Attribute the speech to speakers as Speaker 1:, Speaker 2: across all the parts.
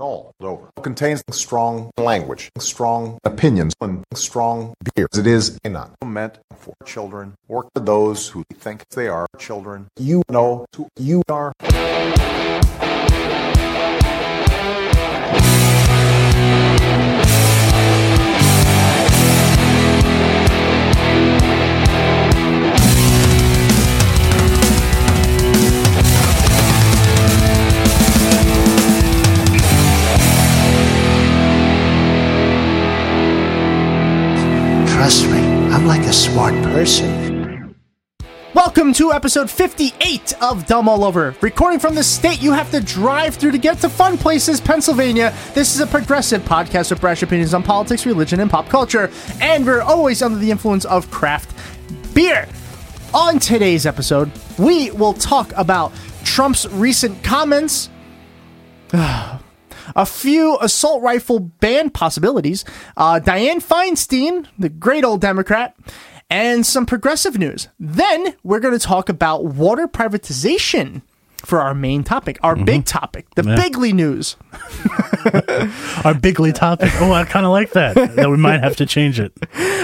Speaker 1: all over. Contains strong language, strong opinions, and strong beers. It is not meant for children or for those who think they are children. You know who you are.
Speaker 2: Trust me, I'm like a smart person.
Speaker 3: Welcome to episode 58 of Dumb All Over. Recording from the state you have to drive through to get to fun places, Pennsylvania. This is a progressive podcast with brash opinions on politics, religion, and pop culture. And we're always under the influence of craft beer. On today's episode, we will talk about Trump's recent comments, a few assault rifle ban possibilities, uh, Dianne Feinstein, the great old Democrat, and some progressive news. Then we're going to talk about water privatization for our main topic, our big topic, the bigly news.
Speaker 4: Our bigly topic. Oh, I kind of like that. that we might have to change it.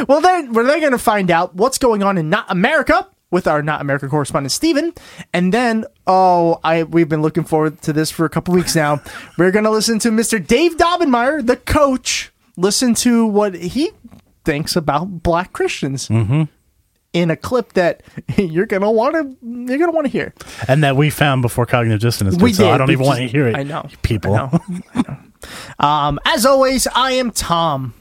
Speaker 3: Well, then we're then going to find out what's going on in Not America with our Not America correspondent Steven. and then oh, I we've been looking forward to this for a couple weeks now. we're going to listen to Mr. Dave Dobenmeyer, the coach, listen to what he thinks about black Christians. In a clip that you're gonna want to, you're gonna want to hear.
Speaker 4: And that we found before cognitive dissonance.
Speaker 3: We
Speaker 4: did, so
Speaker 3: did.
Speaker 4: I don't
Speaker 3: We
Speaker 4: even want to
Speaker 3: just-
Speaker 4: hear it.
Speaker 3: I know.
Speaker 4: you People.
Speaker 3: I know. I know. Um, as always, I am Tom.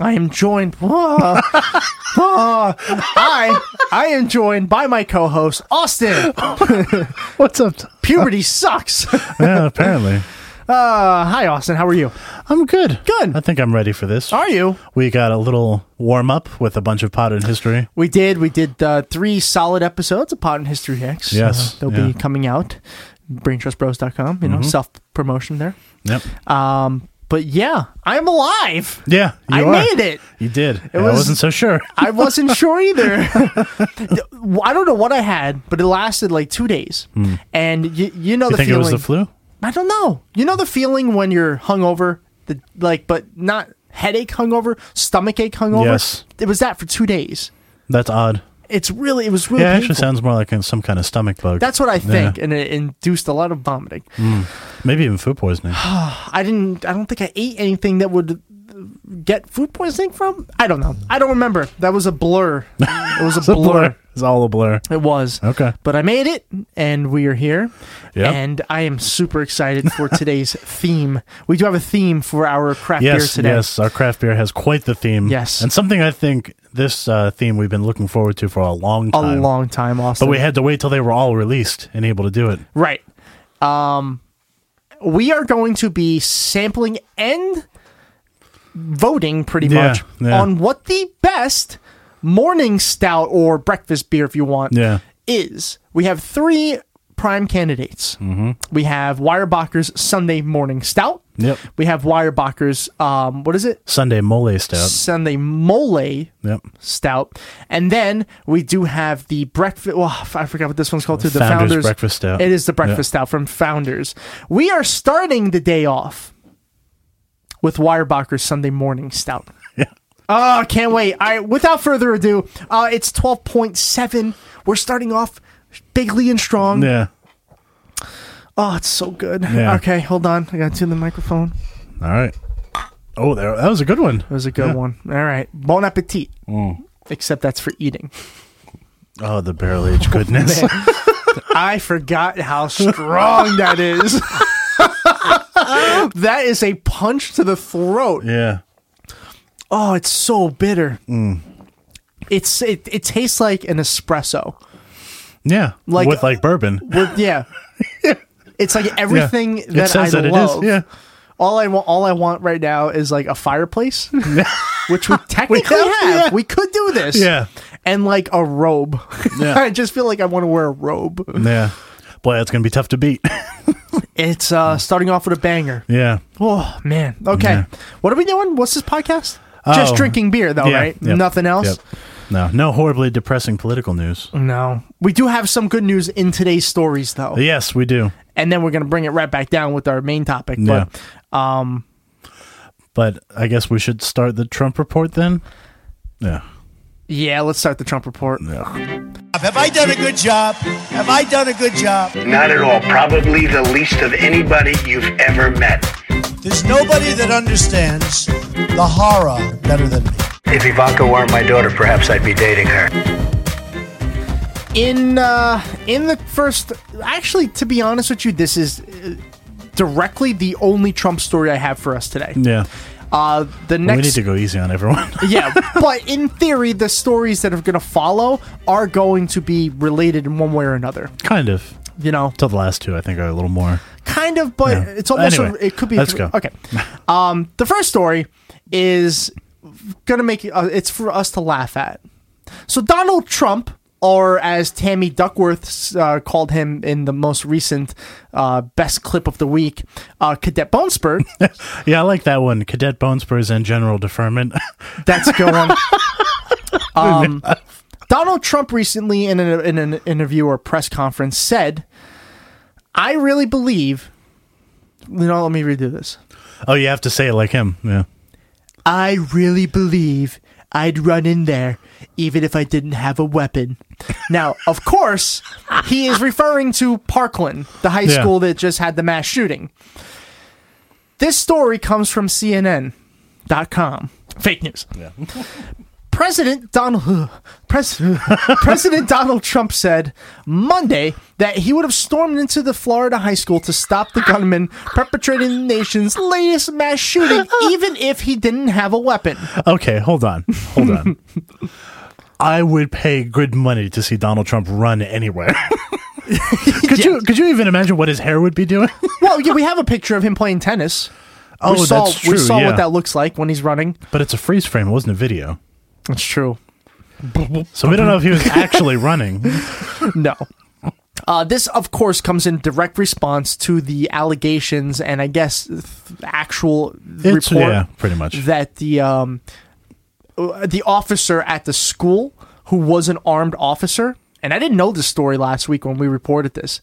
Speaker 3: I am joined. Whoa. Whoa. I I am joined by my co-host Austin.
Speaker 4: What's up? Tom?
Speaker 3: Puberty sucks. Uh,
Speaker 4: Yeah, apparently.
Speaker 3: hi Austin, how are you?
Speaker 4: I'm good.
Speaker 3: Good.
Speaker 4: I think I'm ready for this.
Speaker 3: Are you?
Speaker 4: We got a little warm up with a bunch of potted history.
Speaker 3: We did we did uh, three solid episodes of Pod and History Hacks.
Speaker 4: Yes,
Speaker 3: they'll
Speaker 4: yeah. Mm-hmm.
Speaker 3: be coming out. BrainTrustBros.com. You know, self promotion there.
Speaker 4: Yep.
Speaker 3: Um, but yeah, I'm alive.
Speaker 4: yeah.
Speaker 3: I
Speaker 4: You are.
Speaker 3: made it.
Speaker 4: You did. I
Speaker 3: was-
Speaker 4: wasn't so sure.
Speaker 3: I wasn't sure either. I don't know what I had, but it lasted like two days. And you, you know
Speaker 4: Hmm.
Speaker 3: the
Speaker 4: You think
Speaker 3: feeling.
Speaker 4: it was the flu?
Speaker 3: I don't know. You know the feeling when you're hungover, the like, but not headache hungover, stomach ache hungover.
Speaker 4: Yes.
Speaker 3: it was that for two days.
Speaker 4: That's odd.
Speaker 3: It's really, it was really.
Speaker 4: Yeah, it actually
Speaker 3: painful.
Speaker 4: sounds more like some kind of stomach bug.
Speaker 3: That's what I
Speaker 4: Yeah. Hmm.
Speaker 3: think, and it induced a lot of vomiting.
Speaker 4: Maybe even food poisoning.
Speaker 3: I didn't. I don't think I ate anything that would uh, get food poisoning from. I don't know. I don't remember. That was a blur. It was
Speaker 4: It's a blur. It's all a blur.
Speaker 3: It was.
Speaker 4: Okay.
Speaker 3: But I made it, and we are here.
Speaker 4: Yep.
Speaker 3: And I am super excited for today's theme. We do have a theme for our craft beer
Speaker 4: Yes,
Speaker 3: today.
Speaker 4: yes, our craft beer has quite the theme.
Speaker 3: Yes.
Speaker 4: and something I think this uh, theme we've been looking forward to for a long
Speaker 3: A
Speaker 4: time.
Speaker 3: long time, Austin.
Speaker 4: but we had to wait till they were all released and able to do it.
Speaker 3: right. Um, we are going to be sampling and voting pretty
Speaker 4: Yeah,
Speaker 3: much
Speaker 4: yeah.
Speaker 3: on what the best morning stout or breakfast beer, if you want,
Speaker 4: Yeah.
Speaker 3: is. We have three prime candidates. Mm-hmm. We have Weyerbacher's Sunday Morning Stout.
Speaker 4: Yep.
Speaker 3: We have Weyerbacher's, um, what is it?
Speaker 4: Sunday mole stout.
Speaker 3: Sunday Mole
Speaker 4: Yep,
Speaker 3: Stout. And then we do have the breakfast. Well, f- I forgot what this one's called too. The
Speaker 4: Founders
Speaker 3: Founders,
Speaker 4: Breakfast Stout.
Speaker 3: It is the Breakfast Stout from Founders. We are starting the day off with Weyerbacher's Sunday Morning Stout.
Speaker 4: Yeah.
Speaker 3: Oh, can't wait. All right, without further ado, uh, it's 12.7. We're starting off bigly and strong.
Speaker 4: yeah.
Speaker 3: Oh, it's so good.
Speaker 4: Yeah.
Speaker 3: Okay, hold on. I got to tune the microphone.
Speaker 4: All right. Oh, there, that was a good one.
Speaker 3: That was a good one. All right. Bon appetit.
Speaker 4: Mm.
Speaker 3: Except that's for eating.
Speaker 4: Oh, the barrel aged goodness.
Speaker 3: I forgot how strong that is. that is a punch to the throat.
Speaker 4: yeah,
Speaker 3: Oh, it's so bitter.
Speaker 4: Mm.
Speaker 3: It's it, it tastes like an espresso.
Speaker 4: yeah.
Speaker 3: Like-
Speaker 4: with like bourbon.
Speaker 3: With, yeah. It's like everything
Speaker 4: yeah.
Speaker 3: that
Speaker 4: it says
Speaker 3: I
Speaker 4: that
Speaker 3: love.
Speaker 4: it is. Yeah,
Speaker 3: All I want, all I want right now is like a fireplace, which we technically
Speaker 4: have,
Speaker 3: have.
Speaker 4: yeah.
Speaker 3: We could do this.
Speaker 4: Yeah.
Speaker 3: and like a robe.
Speaker 4: Yeah.
Speaker 3: I just feel like I want to wear a robe.
Speaker 4: Yeah. Boy, that's going to be tough to beat.
Speaker 3: It's uh starting off with a banger.
Speaker 4: yeah.
Speaker 3: Oh man. Okay.
Speaker 4: Yeah.
Speaker 3: What are we doing? What's this podcast?
Speaker 4: Oh.
Speaker 3: Just drinking beer though,
Speaker 4: Yeah.
Speaker 3: right?
Speaker 4: Yep.
Speaker 3: Nothing else.
Speaker 4: Yep. No, no horribly depressing political news.
Speaker 3: No. We do have some good news in today's stories though.
Speaker 4: Yes, we do.
Speaker 3: And then we're gonna bring it right back down with our main topic. But um,
Speaker 4: But I guess we should start the Trump report then. Yeah.
Speaker 3: yeah, let's start the Trump report.
Speaker 5: Have I done a good job? Have I done a good job?
Speaker 6: Not at all. Probably the least of anybody you've ever met.
Speaker 5: There's nobody that understands the horror better than me.
Speaker 6: If Ivanka weren't my daughter, perhaps I'd be dating her.
Speaker 3: in uh in the first actually to be honest with you this is uh, directly the only trump story i have for us today
Speaker 4: Yeah.
Speaker 3: uh the next
Speaker 4: We need to go easy on everyone.
Speaker 3: yeah but in theory the stories that are going to follow are going to be related in one way or another
Speaker 4: kind of.
Speaker 3: you know
Speaker 4: Till the last two, I think, are a little more.
Speaker 3: kind of but
Speaker 4: Yeah.
Speaker 3: it's almost
Speaker 4: Anyway,
Speaker 3: a, it could be
Speaker 4: let's go.
Speaker 3: okay um the first story is gonna make uh, it's for us to laugh at so donald trump or as tammy duckworth uh, called him in the most recent uh, best clip of the week uh, cadet bonespur
Speaker 4: Yeah, I like that one. Cadet Bonespurs and General Deferment.
Speaker 3: That's a good one. um, Donald Trump recently, in an, in an interview or press conference, said, "I really believe." You know, let me redo this.
Speaker 4: oh, you have to say it like him. Yeah.
Speaker 3: I really believe I'd run in there even if I didn't have a weapon. Now, of course, he is referring to Parkland, the high
Speaker 4: Yeah.
Speaker 3: school that just had the mass shooting. This story comes from CNN.com. Fake news. President Donald Pres- President Donald Trump said Monday that he would have stormed into the Florida high school to stop the gunman perpetrating the nation's latest mass shooting, even if he didn't have a weapon.
Speaker 4: Okay, hold on. Hold on. I would pay good money to see Donald Trump run anywhere. could you could you even imagine what his hair would be doing?
Speaker 3: Well, yeah, we have a picture of him playing tennis.
Speaker 4: Oh,
Speaker 3: we saw,
Speaker 4: that's
Speaker 3: We
Speaker 4: true,
Speaker 3: saw
Speaker 4: yeah.
Speaker 3: what that looks like when he's running.
Speaker 4: but it's a freeze frame, it wasn't a video.
Speaker 3: That's true.
Speaker 4: So we don't know if he was actually running.
Speaker 3: No. Uh, this, of course, comes in direct response to the allegations and I guess th- actual
Speaker 4: It's
Speaker 3: report
Speaker 4: yeah, pretty much.
Speaker 3: that the um, uh, the officer at the school who was an armed officer, and I didn't know this story last week when we reported this,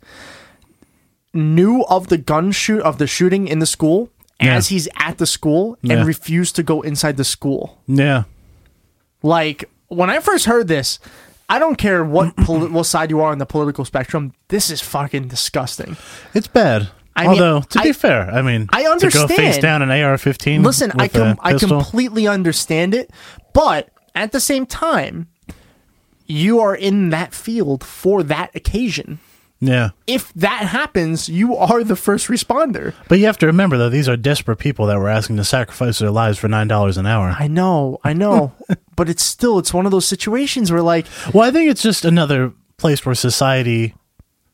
Speaker 3: knew of the gun shoot of the shooting in the school
Speaker 4: Yeah.
Speaker 3: as he's at the school
Speaker 4: Yeah.
Speaker 3: and refused to go inside the school.
Speaker 4: yeah.
Speaker 3: Like when I first heard this, I don't care what poli- what side you are on the political spectrum. This is fucking disgusting.
Speaker 4: It's bad.
Speaker 3: I mean,
Speaker 4: Although to
Speaker 3: I-
Speaker 4: be fair, I mean
Speaker 3: I
Speaker 4: to go face
Speaker 3: understand.
Speaker 4: down an AR fifteen.
Speaker 3: Listen, I com- I completely understand it, but at the same time, you are in that field for that occasion.
Speaker 4: Yeah.
Speaker 3: If that happens, you are the first responder.
Speaker 4: But you have to remember though, these are desperate people that were asking to sacrifice their lives for nine dollars an hour.
Speaker 3: I know, I know, but it's still it's one of those situations where like
Speaker 4: Well, I think it's just another place where society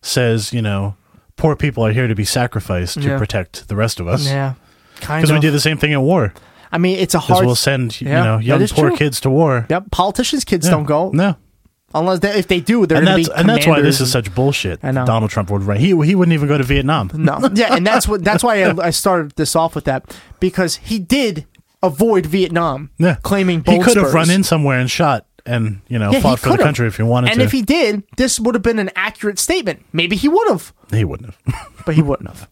Speaker 4: says, you know, poor people are here to be sacrificed to
Speaker 3: Yeah.
Speaker 4: protect the rest of us.
Speaker 3: yeah, kind
Speaker 4: Because
Speaker 3: of.
Speaker 4: we do the same thing in war.
Speaker 3: I mean, it's a
Speaker 4: Because
Speaker 3: hard.
Speaker 4: we'll send, you
Speaker 3: Yeah,
Speaker 4: know,
Speaker 3: that
Speaker 4: young
Speaker 3: is
Speaker 4: poor
Speaker 3: true.
Speaker 4: kids to war.
Speaker 3: Yep, politicians' kids
Speaker 4: Yeah.
Speaker 3: don't go
Speaker 4: No.
Speaker 3: unless they, if they do, they're
Speaker 4: And
Speaker 3: gonna
Speaker 4: that's,
Speaker 3: be
Speaker 4: and that's why
Speaker 3: commanders
Speaker 4: this is
Speaker 3: and-
Speaker 4: such bullshit.
Speaker 3: I know.
Speaker 4: Donald Trump would run. He, he wouldn't even go to Vietnam.
Speaker 3: No. Yeah, and that's what that's why I, I started this off with that because he did avoid Vietnam,
Speaker 4: Yeah.
Speaker 3: claiming
Speaker 4: He
Speaker 3: bold
Speaker 4: could have
Speaker 3: spurs.
Speaker 4: run in somewhere and shot and, you know,
Speaker 3: Yeah, he
Speaker 4: fought for the
Speaker 3: could've.
Speaker 4: country if he wanted
Speaker 3: and
Speaker 4: to.
Speaker 3: if he did, this would have been an accurate statement. Maybe he would have,
Speaker 4: he wouldn't have.
Speaker 3: but he wouldn't have.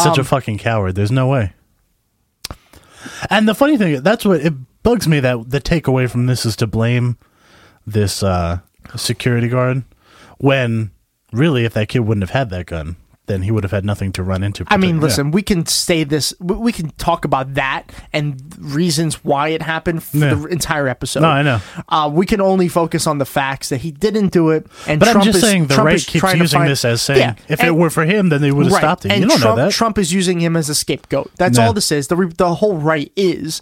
Speaker 3: Um,
Speaker 4: such a fucking coward. There's no way. And the funny thing, that's what it bugs me that the takeaway from this is to blame this uh, security guard when really, if that kid wouldn't have had that gun, then he would have had nothing to run into.
Speaker 3: I mean,
Speaker 4: Yeah.
Speaker 3: listen, we can say this, we, we can talk about that and reasons why it happened for
Speaker 4: Yeah.
Speaker 3: the entire episode.
Speaker 4: No, I know.
Speaker 3: Uh, we can only focus on the facts that he didn't do it. And
Speaker 4: But
Speaker 3: Trump
Speaker 4: I'm just
Speaker 3: is-
Speaker 4: saying the
Speaker 3: Trump
Speaker 4: right
Speaker 3: is
Speaker 4: keeps
Speaker 3: trying to
Speaker 4: using
Speaker 3: find-
Speaker 4: this as saying
Speaker 3: Yeah,
Speaker 4: if it
Speaker 3: and-
Speaker 4: were for him, then they would have
Speaker 3: Right.
Speaker 4: stopped it.
Speaker 3: And
Speaker 4: you don't
Speaker 3: Trump,
Speaker 4: know that.
Speaker 3: Trump is using him as a scapegoat. That's
Speaker 4: Yeah.
Speaker 3: all this is. The re- the whole right is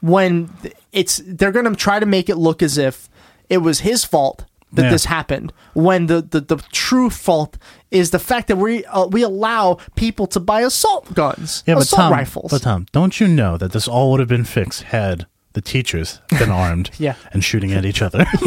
Speaker 3: when th- it's they're going to try to make it look as if it was his fault that
Speaker 4: Yeah.
Speaker 3: this happened when the, the, the true fault is the fact that we uh, we allow people to buy assault guns,
Speaker 4: Yeah, but
Speaker 3: assault
Speaker 4: Tom,
Speaker 3: rifles.
Speaker 4: But Tom, don't you know that this all would have been fixed had the teachers been armed
Speaker 3: Yeah.
Speaker 4: and shooting at each other?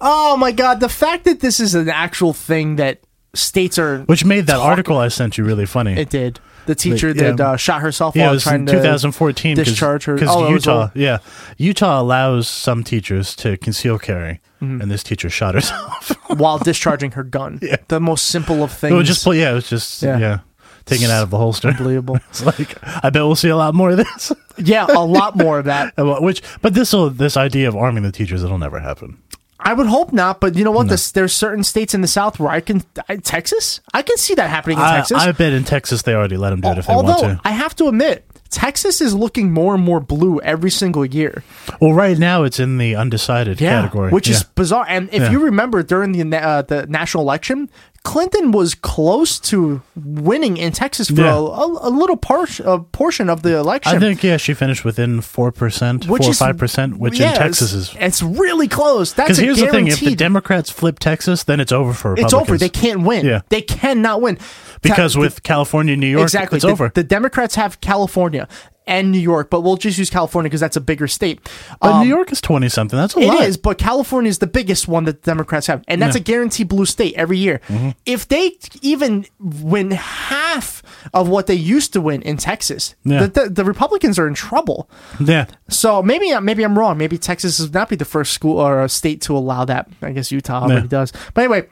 Speaker 3: oh my god, the fact that this is an actual thing that states are
Speaker 4: Which made that article I sent you really funny.
Speaker 3: it did. The teacher
Speaker 4: yeah.
Speaker 3: that uh, shot herself
Speaker 4: yeah,
Speaker 3: while
Speaker 4: it was
Speaker 3: trying
Speaker 4: in
Speaker 3: to
Speaker 4: 2014 'cause-
Speaker 3: discharge her. Oh, it was
Speaker 4: Utah,
Speaker 3: old.
Speaker 4: yeah, Utah allows some teachers to conceal carry,
Speaker 3: Mm-hmm.
Speaker 4: and this teacher shot herself.
Speaker 3: while discharging her gun.
Speaker 4: Yeah.
Speaker 3: The most simple of things.
Speaker 4: it was just, pl- yeah, it was just,
Speaker 3: Yeah.
Speaker 4: yeah, taking it out of the holster.
Speaker 3: Unbelievable.
Speaker 4: it's like I bet we'll see a lot more of this.
Speaker 3: yeah, a lot more of that.
Speaker 4: Which, but this will this idea of arming the teachers, it'll never happen.
Speaker 3: I would hope not, but you know what? This, there's certain states in the South where I can I, Texas. I can see that happening in
Speaker 4: I,
Speaker 3: Texas.
Speaker 4: I bet in Texas they already let them do it if they
Speaker 3: Although
Speaker 4: want to.
Speaker 3: I have to admit, Texas is looking more and more blue every single year.
Speaker 4: well, right now it's in the undecided category,
Speaker 3: which is
Speaker 4: Yeah.
Speaker 3: bizarre. And if
Speaker 4: Yeah.
Speaker 3: you remember during the na- uh, the national election, Clinton was close to winning in Texas for
Speaker 4: Yeah.
Speaker 3: a, a, a little par- a portion of the election.
Speaker 4: I think yeah, she finished within four percent, four
Speaker 3: which
Speaker 4: or
Speaker 3: is-
Speaker 4: five percent, which
Speaker 3: yeah,
Speaker 4: in
Speaker 3: it's-
Speaker 4: Texas is
Speaker 3: it's really close. That's
Speaker 4: Because
Speaker 3: a
Speaker 4: here's the thing: if the
Speaker 3: guaranteed-
Speaker 4: Democrats flip Texas, then it's over for
Speaker 3: it's
Speaker 4: Republicans.
Speaker 3: over. They can't win.
Speaker 4: Yeah.
Speaker 3: They cannot win
Speaker 4: because
Speaker 3: Ta-
Speaker 4: with
Speaker 3: the-
Speaker 4: California, New York,
Speaker 3: exactly
Speaker 4: it's
Speaker 3: the,
Speaker 4: over.
Speaker 3: The Democrats have California and New York, but we'll just use California because that's a bigger state.
Speaker 4: but
Speaker 3: Um,
Speaker 4: New York is twenty something. That's a
Speaker 3: It
Speaker 4: lot.
Speaker 3: is, but California is the biggest one that the Democrats have, and that's
Speaker 4: Yeah. Mm-hmm.
Speaker 3: a guaranteed blue state every year. If they even win half of what they used to win in Texas,
Speaker 4: Yeah.
Speaker 3: the, the, the Republicans are in trouble.
Speaker 4: Yeah,
Speaker 3: So maybe uh, maybe I'm wrong. Maybe Texas would not be the first school or uh, state to allow that. I guess Utah already
Speaker 4: Yeah.
Speaker 3: does. But anyway,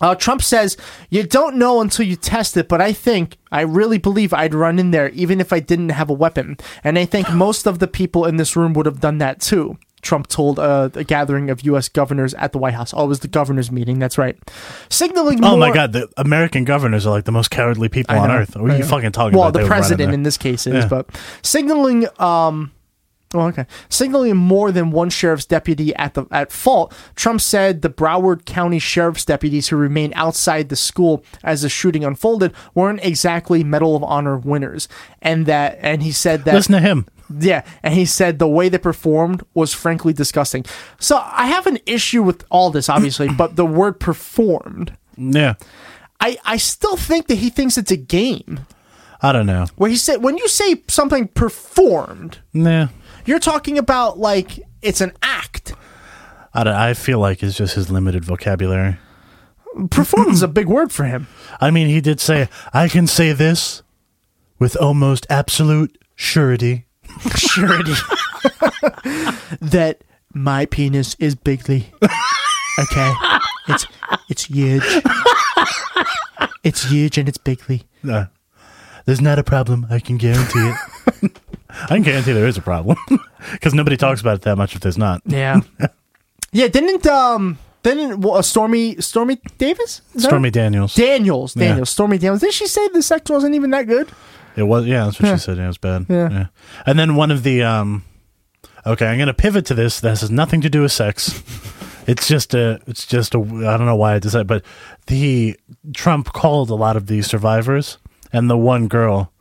Speaker 3: uh, Trump says you don't know until you test it. But I think I really believe I'd run in there even if I didn't have a weapon. And I think most of the people in this room would have done that too. Trump told uh, a gathering of U.S. governors at the White House. Oh, it was the governors' meeting. That's right. Signaling.
Speaker 4: Oh
Speaker 3: more-
Speaker 4: my God, the American governors are like the most cowardly people
Speaker 3: I
Speaker 4: on
Speaker 3: know,
Speaker 4: earth. What are
Speaker 3: I
Speaker 4: you
Speaker 3: know.
Speaker 4: fucking talking
Speaker 3: well,
Speaker 4: about? They
Speaker 3: the
Speaker 4: would run in
Speaker 3: president
Speaker 4: there.
Speaker 3: in this case is,
Speaker 4: Yeah.
Speaker 3: but signaling. Um, well, okay. Signaling more than one sheriff's deputy at the at fault, Trump said the Broward County sheriff's deputies who remained outside the school as the shooting unfolded weren't exactly Medal of Honor winners, and that and he said that
Speaker 4: Listen to him.
Speaker 3: yeah, and he said the way they performed was frankly disgusting. So I have an issue with all this, obviously, but the word performed,
Speaker 4: Yeah,
Speaker 3: I I still think that he thinks it's a game
Speaker 4: I don't know.
Speaker 3: where he said when you say something performed,
Speaker 4: Nah,
Speaker 3: you're talking about like it's an act.
Speaker 4: I, don't- I feel like it's just his limited vocabulary.
Speaker 3: Performed is a big word for him.
Speaker 4: I mean, he did say, "I can say this with almost absolute surety."
Speaker 3: Surety. that my penis is bigly. Okay. It's it's huge. It's huge and it's bigly.
Speaker 4: No. There's not a problem. I can guarantee it. I can guarantee there is a problem because nobody talks about it that much if there's not.
Speaker 3: Yeah. Yeah, didn't um didn't well, uh, Stormy Stormy Davis? Is that
Speaker 4: Stormy
Speaker 3: her?
Speaker 4: Daniels.
Speaker 3: Daniels,
Speaker 4: Yeah.
Speaker 3: Daniels, Stormy Daniels. Didn't she say the sex wasn't even that good?
Speaker 4: it was yeah, that's what she said. Yeah, it was bad.
Speaker 3: Yeah.
Speaker 4: And then one of the um Okay, I'm going to pivot to this. This has nothing to do with sex. It's just a it's just a I don't know why I decided but the Trump called a lot of these survivors and the one girl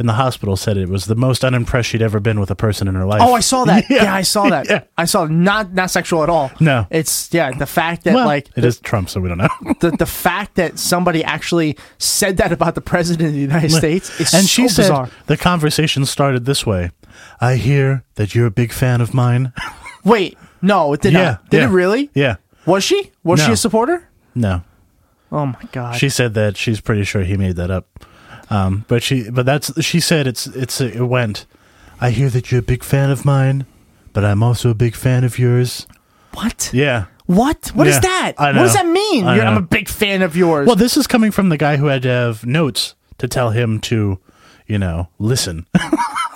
Speaker 4: in the hospital said it was the most unimpressed she'd ever been with a person in her life.
Speaker 3: Oh, I saw that. Yeah, I saw that.
Speaker 4: Yeah.
Speaker 3: I saw not not sexual at all.
Speaker 4: No.
Speaker 3: it's yeah the fact that
Speaker 4: Well,
Speaker 3: like
Speaker 4: it is Trump, so we don't know.
Speaker 3: the the fact that somebody actually said that about the president of the United States is
Speaker 4: and
Speaker 3: so
Speaker 4: she said
Speaker 3: bizarre.
Speaker 4: the conversation started this way. I hear that you're a big fan of mine.
Speaker 3: Wait, no, it did
Speaker 4: Yeah,
Speaker 3: not. Did
Speaker 4: yeah.
Speaker 3: it really?
Speaker 4: Yeah.
Speaker 3: Was she? Was she
Speaker 4: No.
Speaker 3: a supporter?
Speaker 4: No,
Speaker 3: Oh my god.
Speaker 4: she said that she's pretty sure he made that up. Um, but she, but that's she said it's it's it went. I hear that you're a big fan of mine, but I'm also a big fan of yours.
Speaker 3: what?
Speaker 4: Yeah.
Speaker 3: What? What is
Speaker 4: Yeah,
Speaker 3: that?
Speaker 4: I
Speaker 3: What does
Speaker 4: know.
Speaker 3: that mean?
Speaker 4: I
Speaker 3: You're,
Speaker 4: know.
Speaker 3: I'm a big fan of yours.
Speaker 4: Well, this is coming from the guy who had to have notes to tell him to, you know, listen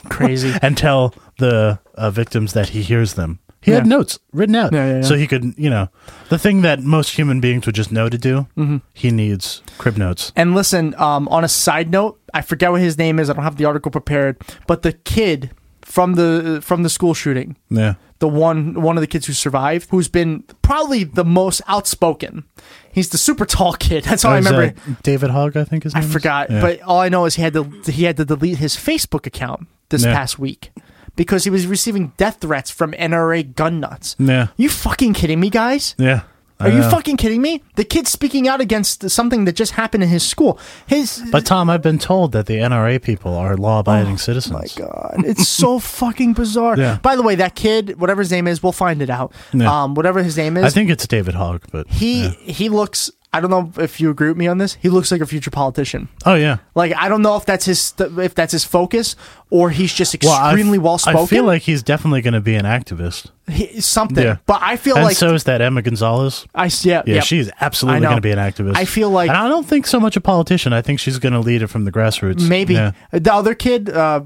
Speaker 3: crazy.
Speaker 4: and tell the uh, victims that he hears them. He had
Speaker 3: Yeah.
Speaker 4: notes written out,
Speaker 3: Yeah, yeah, yeah.
Speaker 4: so he could, you know, the thing that most human beings would just know to do.
Speaker 3: Mm-hmm.
Speaker 4: He needs crib notes.
Speaker 3: And listen, um, on a side note, I forget what his name is. I don't have the article prepared, but the kid from the from the school shooting
Speaker 4: Yeah,
Speaker 3: the one one of the kids who survived, who's been probably the most outspoken. He's the super tall kid. That's all Oh, I
Speaker 4: Is
Speaker 3: remember.
Speaker 4: that uh, David Hogg, I think his
Speaker 3: I
Speaker 4: name. is?
Speaker 3: forgot,
Speaker 4: Yeah.
Speaker 3: but all I know is he had to he had to delete his Facebook account this
Speaker 4: Yeah.
Speaker 3: past week because he was receiving death threats from NRA gun nuts.
Speaker 4: Yeah.
Speaker 3: You fucking kidding me, guys?
Speaker 4: Yeah. I
Speaker 3: Are you
Speaker 4: know.
Speaker 3: fucking kidding me? The kid's speaking out against something that just happened in his school. His oh
Speaker 4: But Tom, I've been told that the NRA people are law-abiding citizens.
Speaker 3: my god, it's so fucking bizarre.
Speaker 4: Yeah.
Speaker 3: By the way, that kid, whatever his name is, we'll find it out.
Speaker 4: Yeah.
Speaker 3: Um, whatever his name is,
Speaker 4: I think it's David Hogg, but
Speaker 3: he
Speaker 4: yeah.
Speaker 3: he looks. I don't know if you agree with me on this. He looks like a future politician.
Speaker 4: Oh yeah.
Speaker 3: Like I don't know if that's his if that's his focus or he's just
Speaker 4: Well, I-
Speaker 3: extremely well spoken.
Speaker 4: I feel like he's definitely going to be an activist.
Speaker 3: something,
Speaker 4: Yeah.
Speaker 3: but I feel
Speaker 4: and
Speaker 3: like
Speaker 4: so is that Emma Gonzalez.
Speaker 3: I yeah
Speaker 4: Yeah,
Speaker 3: yep.
Speaker 4: she's
Speaker 3: I
Speaker 4: absolutely
Speaker 3: know.
Speaker 4: going to be an activist.
Speaker 3: I feel like-
Speaker 4: and I don't think so much a politician. I think she's going to lead it from the grassroots.
Speaker 3: Maybe
Speaker 4: Yeah.
Speaker 3: the other kid. Uh,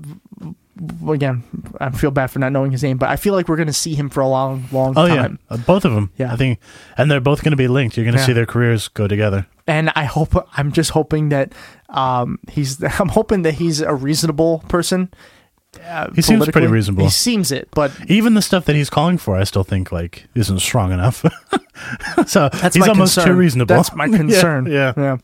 Speaker 3: well, again, I feel bad for not knowing his name, but I feel like we're gonna see him for a long, long
Speaker 4: Oh
Speaker 3: time.
Speaker 4: yeah, Uh, both of them.
Speaker 3: Yeah.
Speaker 4: I think, and they're both going to be linked. You're going to
Speaker 3: Yeah.
Speaker 4: see their careers go together.
Speaker 3: And I hope I'm just hoping that um, he's. I'm hoping that he's a reasonable person.
Speaker 4: He seems pretty
Speaker 3: Uh, politically.
Speaker 4: reasonable.
Speaker 3: He seems it, but
Speaker 4: Even the stuff that he's calling for, I still think like isn't strong enough. so
Speaker 3: That's
Speaker 4: he's
Speaker 3: my
Speaker 4: almost
Speaker 3: concern.
Speaker 4: too reasonable.
Speaker 3: That's my
Speaker 4: Yeah,
Speaker 3: concern.
Speaker 4: yeah.
Speaker 3: yeah.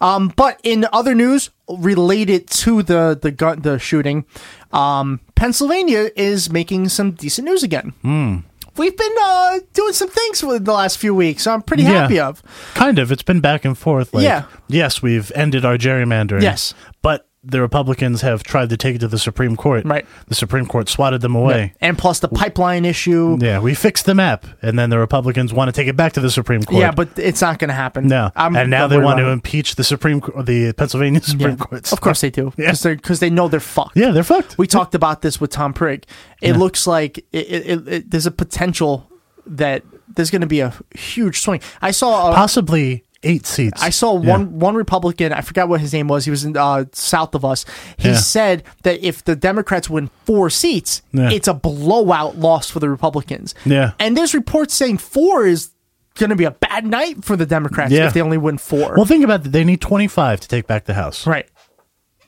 Speaker 3: Um, but in other news related to the the gun the shooting, um, Pennsylvania is making some decent news again.
Speaker 4: Hmm.
Speaker 3: We've been uh, doing some things with the last few weeks. I'm pretty
Speaker 4: Yeah.
Speaker 3: happy of.
Speaker 4: Kind of. It's been back and forth. Like,
Speaker 3: Yeah.
Speaker 4: Yes, we've ended our gerrymandering.
Speaker 3: Yes.
Speaker 4: But the Republicans have tried to take it to the Supreme Court.
Speaker 3: Right.
Speaker 4: The Supreme Court swatted them away.
Speaker 3: And plus the pipeline issue.
Speaker 4: Yeah. we fixed the map, and then the Republicans want to take it back to the Supreme Court.
Speaker 3: Yeah, but it's not going to happen.
Speaker 4: no,
Speaker 3: I'm-
Speaker 4: and now
Speaker 3: I'm
Speaker 4: they
Speaker 3: worried
Speaker 4: want to
Speaker 3: about it.
Speaker 4: impeach the Supreme, Co- the Pennsylvania Supreme
Speaker 3: Yeah.
Speaker 4: Court.
Speaker 3: Of course they do,
Speaker 4: Yeah.
Speaker 3: because they know they're fucked.
Speaker 4: Yeah, they're fucked.
Speaker 3: We talked about this with Tom Prigg. It looks like it, it, it, it, there's a potential that there's going to be a huge swing. I saw a,
Speaker 4: possibly eight seats.
Speaker 3: I saw
Speaker 4: Yeah.
Speaker 3: one one Republican. I forgot what his name was. He was in uh, south of us. He
Speaker 4: Yeah.
Speaker 3: said that if the Democrats win four seats,
Speaker 4: Yeah.
Speaker 3: it's a blowout loss for the Republicans.
Speaker 4: Yeah.
Speaker 3: and there's reports saying four is going to be a bad night for the Democrats
Speaker 4: Yeah.
Speaker 3: if they only win four.
Speaker 4: Well, think about that. They need 25 to take back the House.
Speaker 3: right.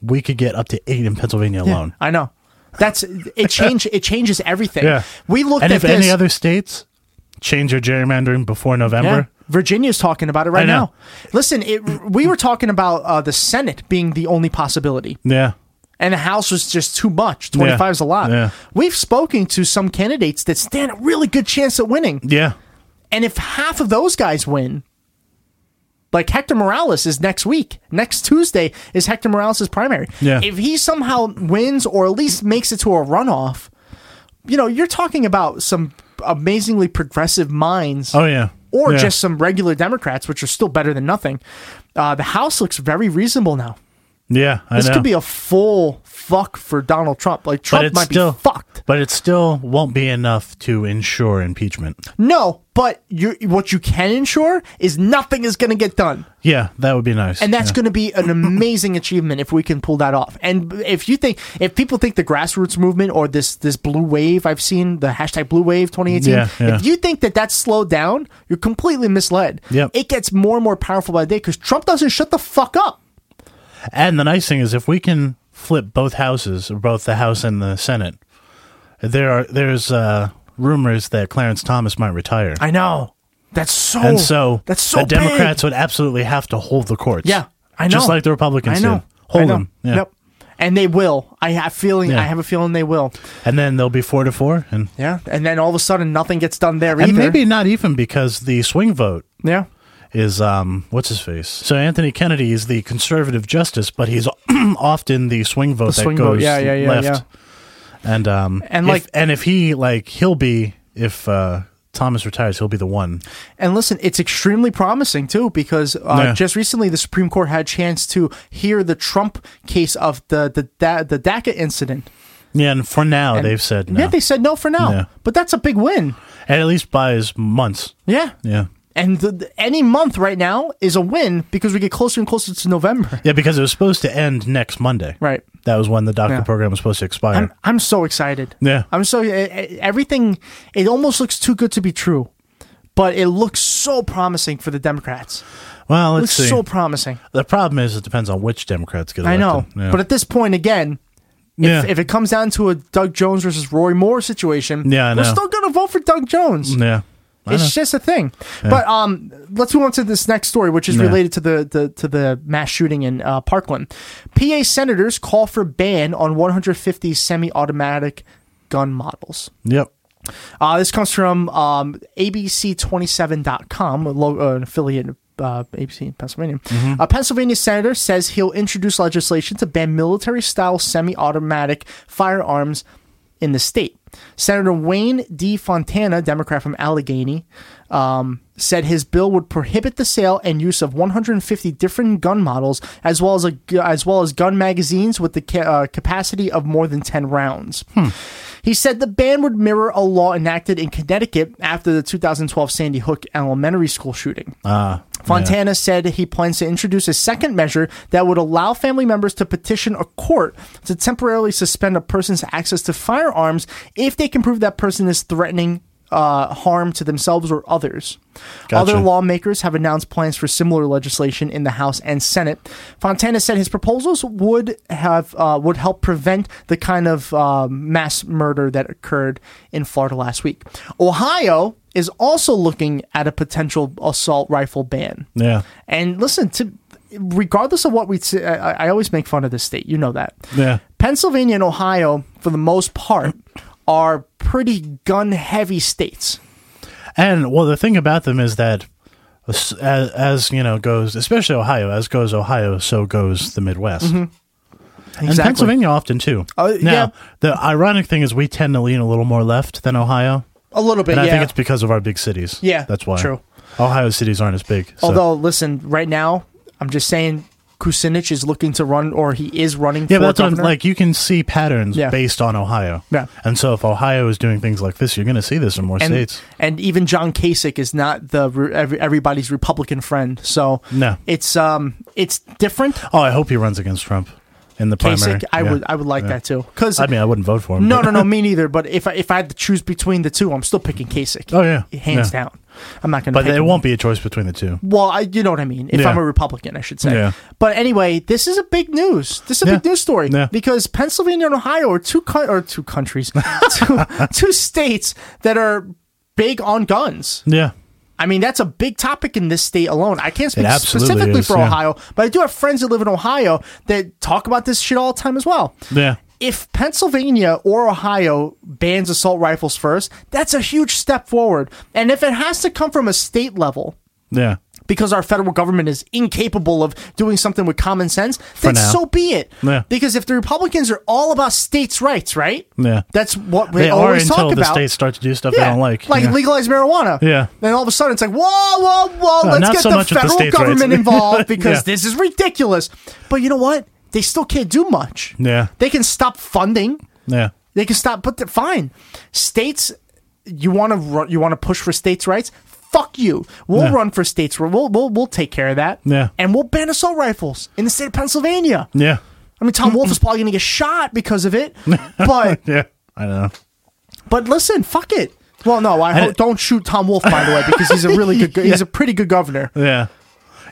Speaker 4: We could get up to eight in Pennsylvania
Speaker 3: Yeah,
Speaker 4: alone.
Speaker 3: I know. That's it. Change it changes everything.
Speaker 4: Yeah.
Speaker 3: we looked
Speaker 4: and
Speaker 3: at
Speaker 4: if
Speaker 3: this.
Speaker 4: any other states change your gerrymandering before November,
Speaker 3: Yeah. Virginia's talking about it right
Speaker 4: I know.
Speaker 3: now. Listen, it, we were talking about uh, the Senate being the only possibility,
Speaker 4: yeah.
Speaker 3: and the House was just too much. Twenty five is a lot.
Speaker 4: Yeah.
Speaker 3: We've spoken to some candidates that stand a really good chance at winning,
Speaker 4: Yeah.
Speaker 3: and if half of those guys win, like Hector Morales is next week, next Tuesday is Hector Morales' primary.
Speaker 4: Yeah.
Speaker 3: If he somehow wins or at least makes it to a runoff, you know, you're talking about some amazingly progressive minds
Speaker 4: Oh, yeah.
Speaker 3: or
Speaker 4: Yeah.
Speaker 3: just some regular Democrats, which are still better than nothing. Uh, the House looks very reasonable now.
Speaker 4: Yeah. I
Speaker 3: This
Speaker 4: know.
Speaker 3: could be a full fuck for Donald Trump. Like Trump might be fucked.
Speaker 4: But it still won't be enough to ensure impeachment.
Speaker 3: No, but you what you can ensure is nothing is going to get done,
Speaker 4: Yeah, that would be nice.
Speaker 3: and that's
Speaker 4: yeah.
Speaker 3: going to be an amazing achievement if we can pull that off. And if you think if people think the grassroots movement or this this blue wave I've seen the hashtag blue wave 2018,
Speaker 4: Yeah, yeah.
Speaker 3: if you think that that's slowed down, you're completely misled.
Speaker 4: Yep.
Speaker 3: It gets more and more powerful by the day because Trump doesn't shut the fuck up.
Speaker 4: And the nice thing is, if we can flip both houses, or both the House and the Senate, there are there's uh, rumors that Clarence Thomas might retire,
Speaker 3: I know. That's so.
Speaker 4: and so
Speaker 3: Oh, that's so.
Speaker 4: the Democrats
Speaker 3: big.
Speaker 4: would absolutely have to hold the courts.
Speaker 3: Yeah, I know.
Speaker 4: Just like the Republicans
Speaker 3: I know.
Speaker 4: did. Hold
Speaker 3: I know.
Speaker 4: them. Yeah.
Speaker 3: Yep. And they will. I have feeling.
Speaker 4: Yeah.
Speaker 3: I have a feeling they will.
Speaker 4: And then they'll be four to four, and
Speaker 3: Yeah. And then all of a sudden, nothing gets done there
Speaker 4: and
Speaker 3: either.
Speaker 4: maybe not even because the swing vote
Speaker 3: Yeah.
Speaker 4: is um what's his face? So Anthony Kennedy is the conservative justice, but he's often the swing vote that
Speaker 3: swing
Speaker 4: goes
Speaker 3: vote. Yeah, yeah, yeah,
Speaker 4: left.
Speaker 3: yeah.
Speaker 4: And um
Speaker 3: And,
Speaker 4: if-
Speaker 3: like-
Speaker 4: and if he like he'll be if uh Thomas retires, he'll be the one.
Speaker 3: And listen, it's extremely promising too because uh,
Speaker 4: Yeah.
Speaker 3: just recently the Supreme Court had a chance to hear the Trump case of the the Da- the DACA incident.
Speaker 4: Yeah, and for now they've said no.
Speaker 3: Yeah, they said no for now.
Speaker 4: Yeah.
Speaker 3: But that's a big win.
Speaker 4: and at least buys months.
Speaker 3: Yeah.
Speaker 4: Yeah.
Speaker 3: And the, the- any month right now is a win because we get closer and closer to November.
Speaker 4: Yeah, because it was supposed to end next Monday.
Speaker 3: Right.
Speaker 4: That was when the doctor
Speaker 3: Yeah.
Speaker 4: program was supposed to expire.
Speaker 3: I'm, I'm so excited.
Speaker 4: Yeah.
Speaker 3: I'm so e- e- everything. It almost looks too good to be true, but it looks so promising for the Democrats.
Speaker 4: well,
Speaker 3: It
Speaker 4: let's
Speaker 3: looks
Speaker 4: see.
Speaker 3: so promising.
Speaker 4: the problem is it depends on which Democrats get
Speaker 3: I
Speaker 4: elected.
Speaker 3: know,
Speaker 4: Yeah.
Speaker 3: but at this point, again, if,
Speaker 4: Yeah.
Speaker 3: if it comes down to a Doug Jones versus Roy Moore situation,
Speaker 4: Yeah, I
Speaker 3: we're
Speaker 4: know. Mm,
Speaker 3: still gonna vote for Doug Jones.
Speaker 4: yeah. I know.
Speaker 3: It's just a thing. But um, let's move on to this next story, which is
Speaker 4: Yeah.
Speaker 3: related to the, the to the mass shooting in uh, Parkland. PA senators call for ban on 150 semi-automatic gun models.
Speaker 4: Yep.
Speaker 3: Uh, this comes from um, ABC27.com, a lo- uh, an affiliate of uh, ABC in Pennsylvania. A Pennsylvania senator says he'll introduce legislation to ban military style semi automatic firearms in the state. Senator Wayne D. Fontana, Democrat from Allegheny, um, said his bill would prohibit the sale and use of 150 different gun models, as well as a, as well as gun magazines with the ca- uh, capacity of more than 10 rounds. He said the ban would mirror a law enacted in Connecticut after the 2012 Sandy Hook elementary school shooting. Fontana said he plans to introduce a second measure that would allow family members to petition a court to temporarily suspend a person's access to firearms if they can prove that person is threatening uh, harm to themselves or others.
Speaker 4: Gotcha.
Speaker 3: Other lawmakers have announced plans for similar legislation in the House and Senate. Fontana said his proposals would have uh, would help prevent the kind of uh, mass murder that occurred in Florida last week. Ohio is also looking at a potential assault rifle ban.
Speaker 4: Yeah.
Speaker 3: And listen to, regardless of what we, say, I, I always make fun of this state. You know that.
Speaker 4: Yeah.
Speaker 3: Pennsylvania and Ohio, for the most part, are pretty gun heavy states.
Speaker 4: And well, the thing about them is that as, as- as you know goes, especially Ohio, as goes Ohio, so goes the Midwest. And
Speaker 3: Mm-hmm. Exactly.
Speaker 4: Pennsylvania often too.
Speaker 3: Oh,
Speaker 4: now,
Speaker 3: yeah.
Speaker 4: the ironic thing is we tend to lean a little more left than Ohio.
Speaker 3: A little bit,
Speaker 4: and I
Speaker 3: yeah.
Speaker 4: think it's because of our big cities.
Speaker 3: Yeah,
Speaker 4: That's why.
Speaker 3: true.
Speaker 4: Ohio cities aren't as big. so-
Speaker 3: Although, listen, right now, I'm just saying Kucinich is looking to run, or he is running for
Speaker 4: Yeah, but that's what I'm-
Speaker 3: governor.
Speaker 4: like you can see patterns
Speaker 3: Yeah.
Speaker 4: based on Ohio.
Speaker 3: Yeah.
Speaker 4: And so if Ohio is doing things like this, you're going to see this in more
Speaker 3: and,
Speaker 4: states.
Speaker 3: and even John Kasich is not the re- every, everybody's Republican friend. So
Speaker 4: No.
Speaker 3: it's um it's different.
Speaker 4: Oh, I hope he runs against Trump in the primary.
Speaker 3: Kasich, I
Speaker 4: Yeah.
Speaker 3: would I would like
Speaker 4: Yeah.
Speaker 3: that too. Because
Speaker 4: I mean, I wouldn't vote for him.
Speaker 3: No, no,
Speaker 4: but-
Speaker 3: no, me neither. But if I, if I had to choose between the two, I'm still picking Kasich.
Speaker 4: Oh, yeah.
Speaker 3: hands
Speaker 4: Yeah.
Speaker 3: down. I'm not going to.
Speaker 4: But it won't be a choice between the two.
Speaker 3: Well, I, you know what I mean. If
Speaker 4: Yeah.
Speaker 3: I'm a Republican, I should say.
Speaker 4: Yeah.
Speaker 3: But anyway, this is a big news. This is a big
Speaker 4: Yeah.
Speaker 3: news story
Speaker 4: Yeah.
Speaker 3: because Pennsylvania and Ohio are two co- or two countries, two, two states that are big on guns.
Speaker 4: Yeah.
Speaker 3: I mean, that's a big topic in this state alone. I can't speak
Speaker 4: It absolutely
Speaker 3: specifically
Speaker 4: is,
Speaker 3: for
Speaker 4: yeah.
Speaker 3: Ohio, but I do have friends that live in Ohio that talk about this shit all the time as well.
Speaker 4: Yeah.
Speaker 3: If Pennsylvania or Ohio bans assault rifles first, that's a huge step forward. And if it has to come from a state level,
Speaker 4: Yeah.
Speaker 3: because our federal government is incapable of doing something with common sense, then
Speaker 4: now.
Speaker 3: so be it.
Speaker 4: Yeah.
Speaker 3: Because if the Republicans are all about states' rights, right?
Speaker 4: Yeah.
Speaker 3: That's what they,
Speaker 4: They are
Speaker 3: always
Speaker 4: until
Speaker 3: talk
Speaker 4: the
Speaker 3: about.
Speaker 4: states start to do stuff they don't like.
Speaker 3: Like
Speaker 4: Yeah.
Speaker 3: legalize marijuana.
Speaker 4: Yeah.
Speaker 3: Then all of a sudden it's like, whoa, whoa, whoa,
Speaker 4: No,
Speaker 3: let's
Speaker 4: not
Speaker 3: get
Speaker 4: so
Speaker 3: the
Speaker 4: much with the
Speaker 3: federal
Speaker 4: states' rights.
Speaker 3: government involved because
Speaker 4: Yeah.
Speaker 3: this is ridiculous. But you know what? They still can't do much.
Speaker 4: Yeah.
Speaker 3: They can stop funding.
Speaker 4: Yeah.
Speaker 3: They can stop, but they're fine. States, you want to run, you want to push for states' rights. Fuck you. We'll
Speaker 4: Yeah.
Speaker 3: run for states. ri- We'll, we'll we'll take care of that.
Speaker 4: Yeah.
Speaker 3: and we'll ban assault rifles in the state of Pennsylvania.
Speaker 4: Yeah.
Speaker 3: I mean, Tom Wolf is probably going to get shot because of it. But
Speaker 4: Yeah. I don't know.
Speaker 3: but listen, fuck it. Well, no, I hope,
Speaker 4: it-
Speaker 3: don't shoot Tom Wolf by the way because he's a really good. go- He's a pretty good governor.
Speaker 4: Yeah.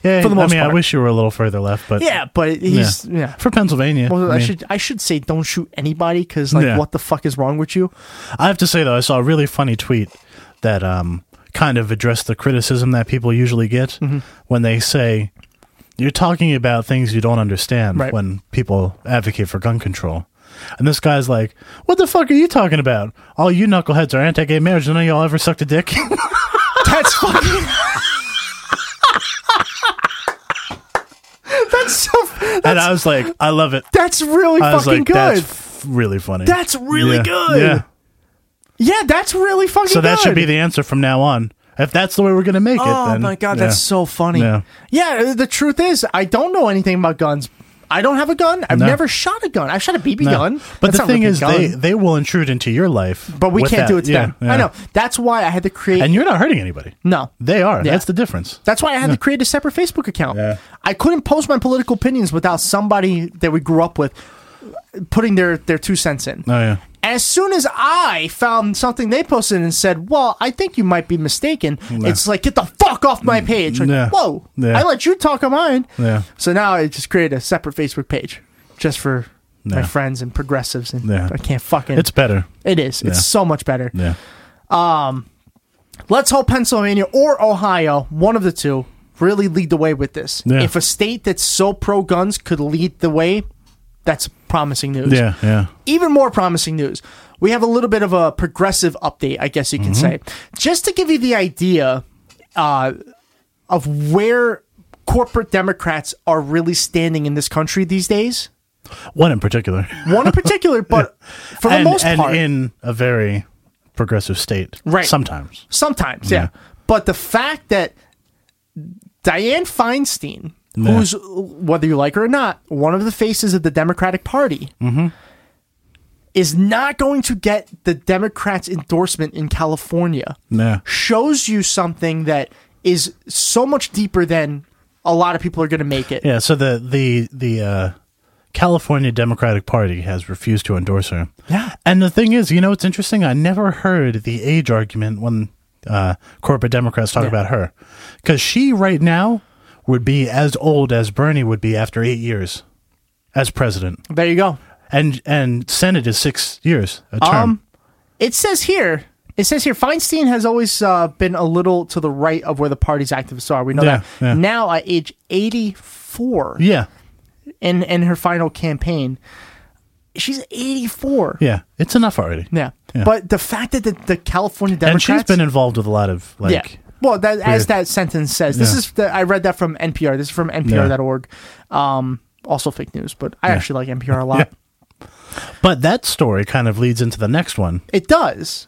Speaker 4: Yeah.
Speaker 3: For the most
Speaker 4: I mean, I
Speaker 3: part.
Speaker 4: wish you were a little further left, but
Speaker 3: Yeah, but he's yeah.
Speaker 4: For Pennsylvania.
Speaker 3: Well, I,
Speaker 4: I, mean,
Speaker 3: should I should say don't shoot anybody because like
Speaker 4: Yeah.
Speaker 3: what the fuck is wrong with you?
Speaker 4: I have to say though, I saw a really funny tweet that um, kind of addressed the criticism that people usually get
Speaker 3: Mm-hmm.
Speaker 4: when they say you're talking about things you don't understand
Speaker 3: Right.
Speaker 4: when people advocate for gun control. And this guy's like, "What the fuck are you talking about? All you knuckleheads are anti-gay marriage. None of y'all ever sucked a dick."
Speaker 3: That's fucking. that's so. That's,
Speaker 4: and I was like, "I love it."
Speaker 3: that's really
Speaker 4: I was
Speaker 3: fucking
Speaker 4: like,
Speaker 3: good.
Speaker 4: "That's f- really funny.
Speaker 3: That's really
Speaker 4: Yeah.
Speaker 3: good.
Speaker 4: Yeah.
Speaker 3: yeah, that's really fucking.
Speaker 4: So that
Speaker 3: good.
Speaker 4: should be the answer from now on. If that's the way we're gonna make it,
Speaker 3: Oh
Speaker 4: then
Speaker 3: my god,
Speaker 4: yeah.
Speaker 3: that's so funny.
Speaker 4: Yeah.
Speaker 3: Yeah. uh, the truth is, I don't know anything about guns. I don't have a gun. I've
Speaker 4: No.
Speaker 3: never shot a gun. I've shot a BB
Speaker 4: No.
Speaker 3: gun.
Speaker 4: But
Speaker 3: That's
Speaker 4: the
Speaker 3: not really
Speaker 4: thing
Speaker 3: a
Speaker 4: is, they,
Speaker 3: gun.
Speaker 4: they will intrude into your life.
Speaker 3: But we
Speaker 4: with
Speaker 3: can't
Speaker 4: that.
Speaker 3: do it to
Speaker 4: Yeah,
Speaker 3: them.
Speaker 4: yeah.
Speaker 3: I know. That's why I had to create.
Speaker 4: And you're not hurting anybody.
Speaker 3: no,
Speaker 4: They are.
Speaker 3: Yeah.
Speaker 4: That's the difference.
Speaker 3: That's why I had to create a separate Facebook account.
Speaker 4: Yeah.
Speaker 3: I couldn't post my political opinions without somebody that we grew up with putting their, their two cents in.
Speaker 4: Oh, yeah.
Speaker 3: As soon as I found something they posted and said, "Well, I think you might be mistaken," it's like get the fuck off my page. Like,
Speaker 4: Yeah.
Speaker 3: whoa!
Speaker 4: Yeah.
Speaker 3: I let you talk on mine.
Speaker 4: Yeah.
Speaker 3: So now I just created a separate Facebook page just for my
Speaker 4: Yeah.
Speaker 3: friends and progressives, and
Speaker 4: Yeah.
Speaker 3: I can't fucking.
Speaker 4: It's better.
Speaker 3: it is.
Speaker 4: Yeah.
Speaker 3: It's so much better.
Speaker 4: Yeah.
Speaker 3: Let's hope Pennsylvania or Ohio, one of the two, really lead the way with this.
Speaker 4: Yeah.
Speaker 3: If a state that's so pro guns could lead the way, that's promising news.
Speaker 4: Yeah, yeah.
Speaker 3: Even more promising news. We have a little bit of a progressive update, I guess you can say.
Speaker 4: Mm-hmm.
Speaker 3: Just to give you the idea uh, of where corporate Democrats are really standing in this country these days.
Speaker 4: One in particular.
Speaker 3: One in particular, but for the
Speaker 4: and,
Speaker 3: most
Speaker 4: and
Speaker 3: part,
Speaker 4: in a very progressive state.
Speaker 3: Right.
Speaker 4: Sometimes.
Speaker 3: Sometimes, yeah. But the fact that Dianne Feinstein,
Speaker 4: Yeah.
Speaker 3: who's whether you like her or not, one of the faces of the Democratic Party,
Speaker 4: Mm-hmm.
Speaker 3: is not going to get the Democrats' endorsement in California
Speaker 4: Yeah.
Speaker 3: shows you something that is so much deeper than a lot of people are going to make it.
Speaker 4: Yeah, so the the the uh, California Democratic Party has refused to endorse her.
Speaker 3: Yeah.
Speaker 4: and the thing is, you know, it's interesting. I never heard the age argument when uh, corporate Democrats talk about her, because she right now would be as old as Bernie would be after eight years as president,
Speaker 3: There you go.
Speaker 4: and and Senate is six years a term.
Speaker 3: Um, It says here. It says here Feinstein has always uh, been a little to the right of where the party's activists are. We know
Speaker 4: Yeah,
Speaker 3: that
Speaker 4: yeah.
Speaker 3: now at age 84
Speaker 4: yeah,
Speaker 3: in in her final campaign. She's 84.
Speaker 4: yeah, it's enough already.
Speaker 3: Yeah.
Speaker 4: Yeah.
Speaker 3: But the fact that the, the California
Speaker 4: and
Speaker 3: Democrats
Speaker 4: she's been involved with a lot of like.
Speaker 3: yeah. Well, that, as
Speaker 4: Weird.
Speaker 3: that sentence says, this
Speaker 4: Yeah.
Speaker 3: is the, I read that from NPR. This is from NPR.org. Um, also fake news, but I actually like NPR a lot.
Speaker 4: But that story kind of leads into the next one,
Speaker 3: It does.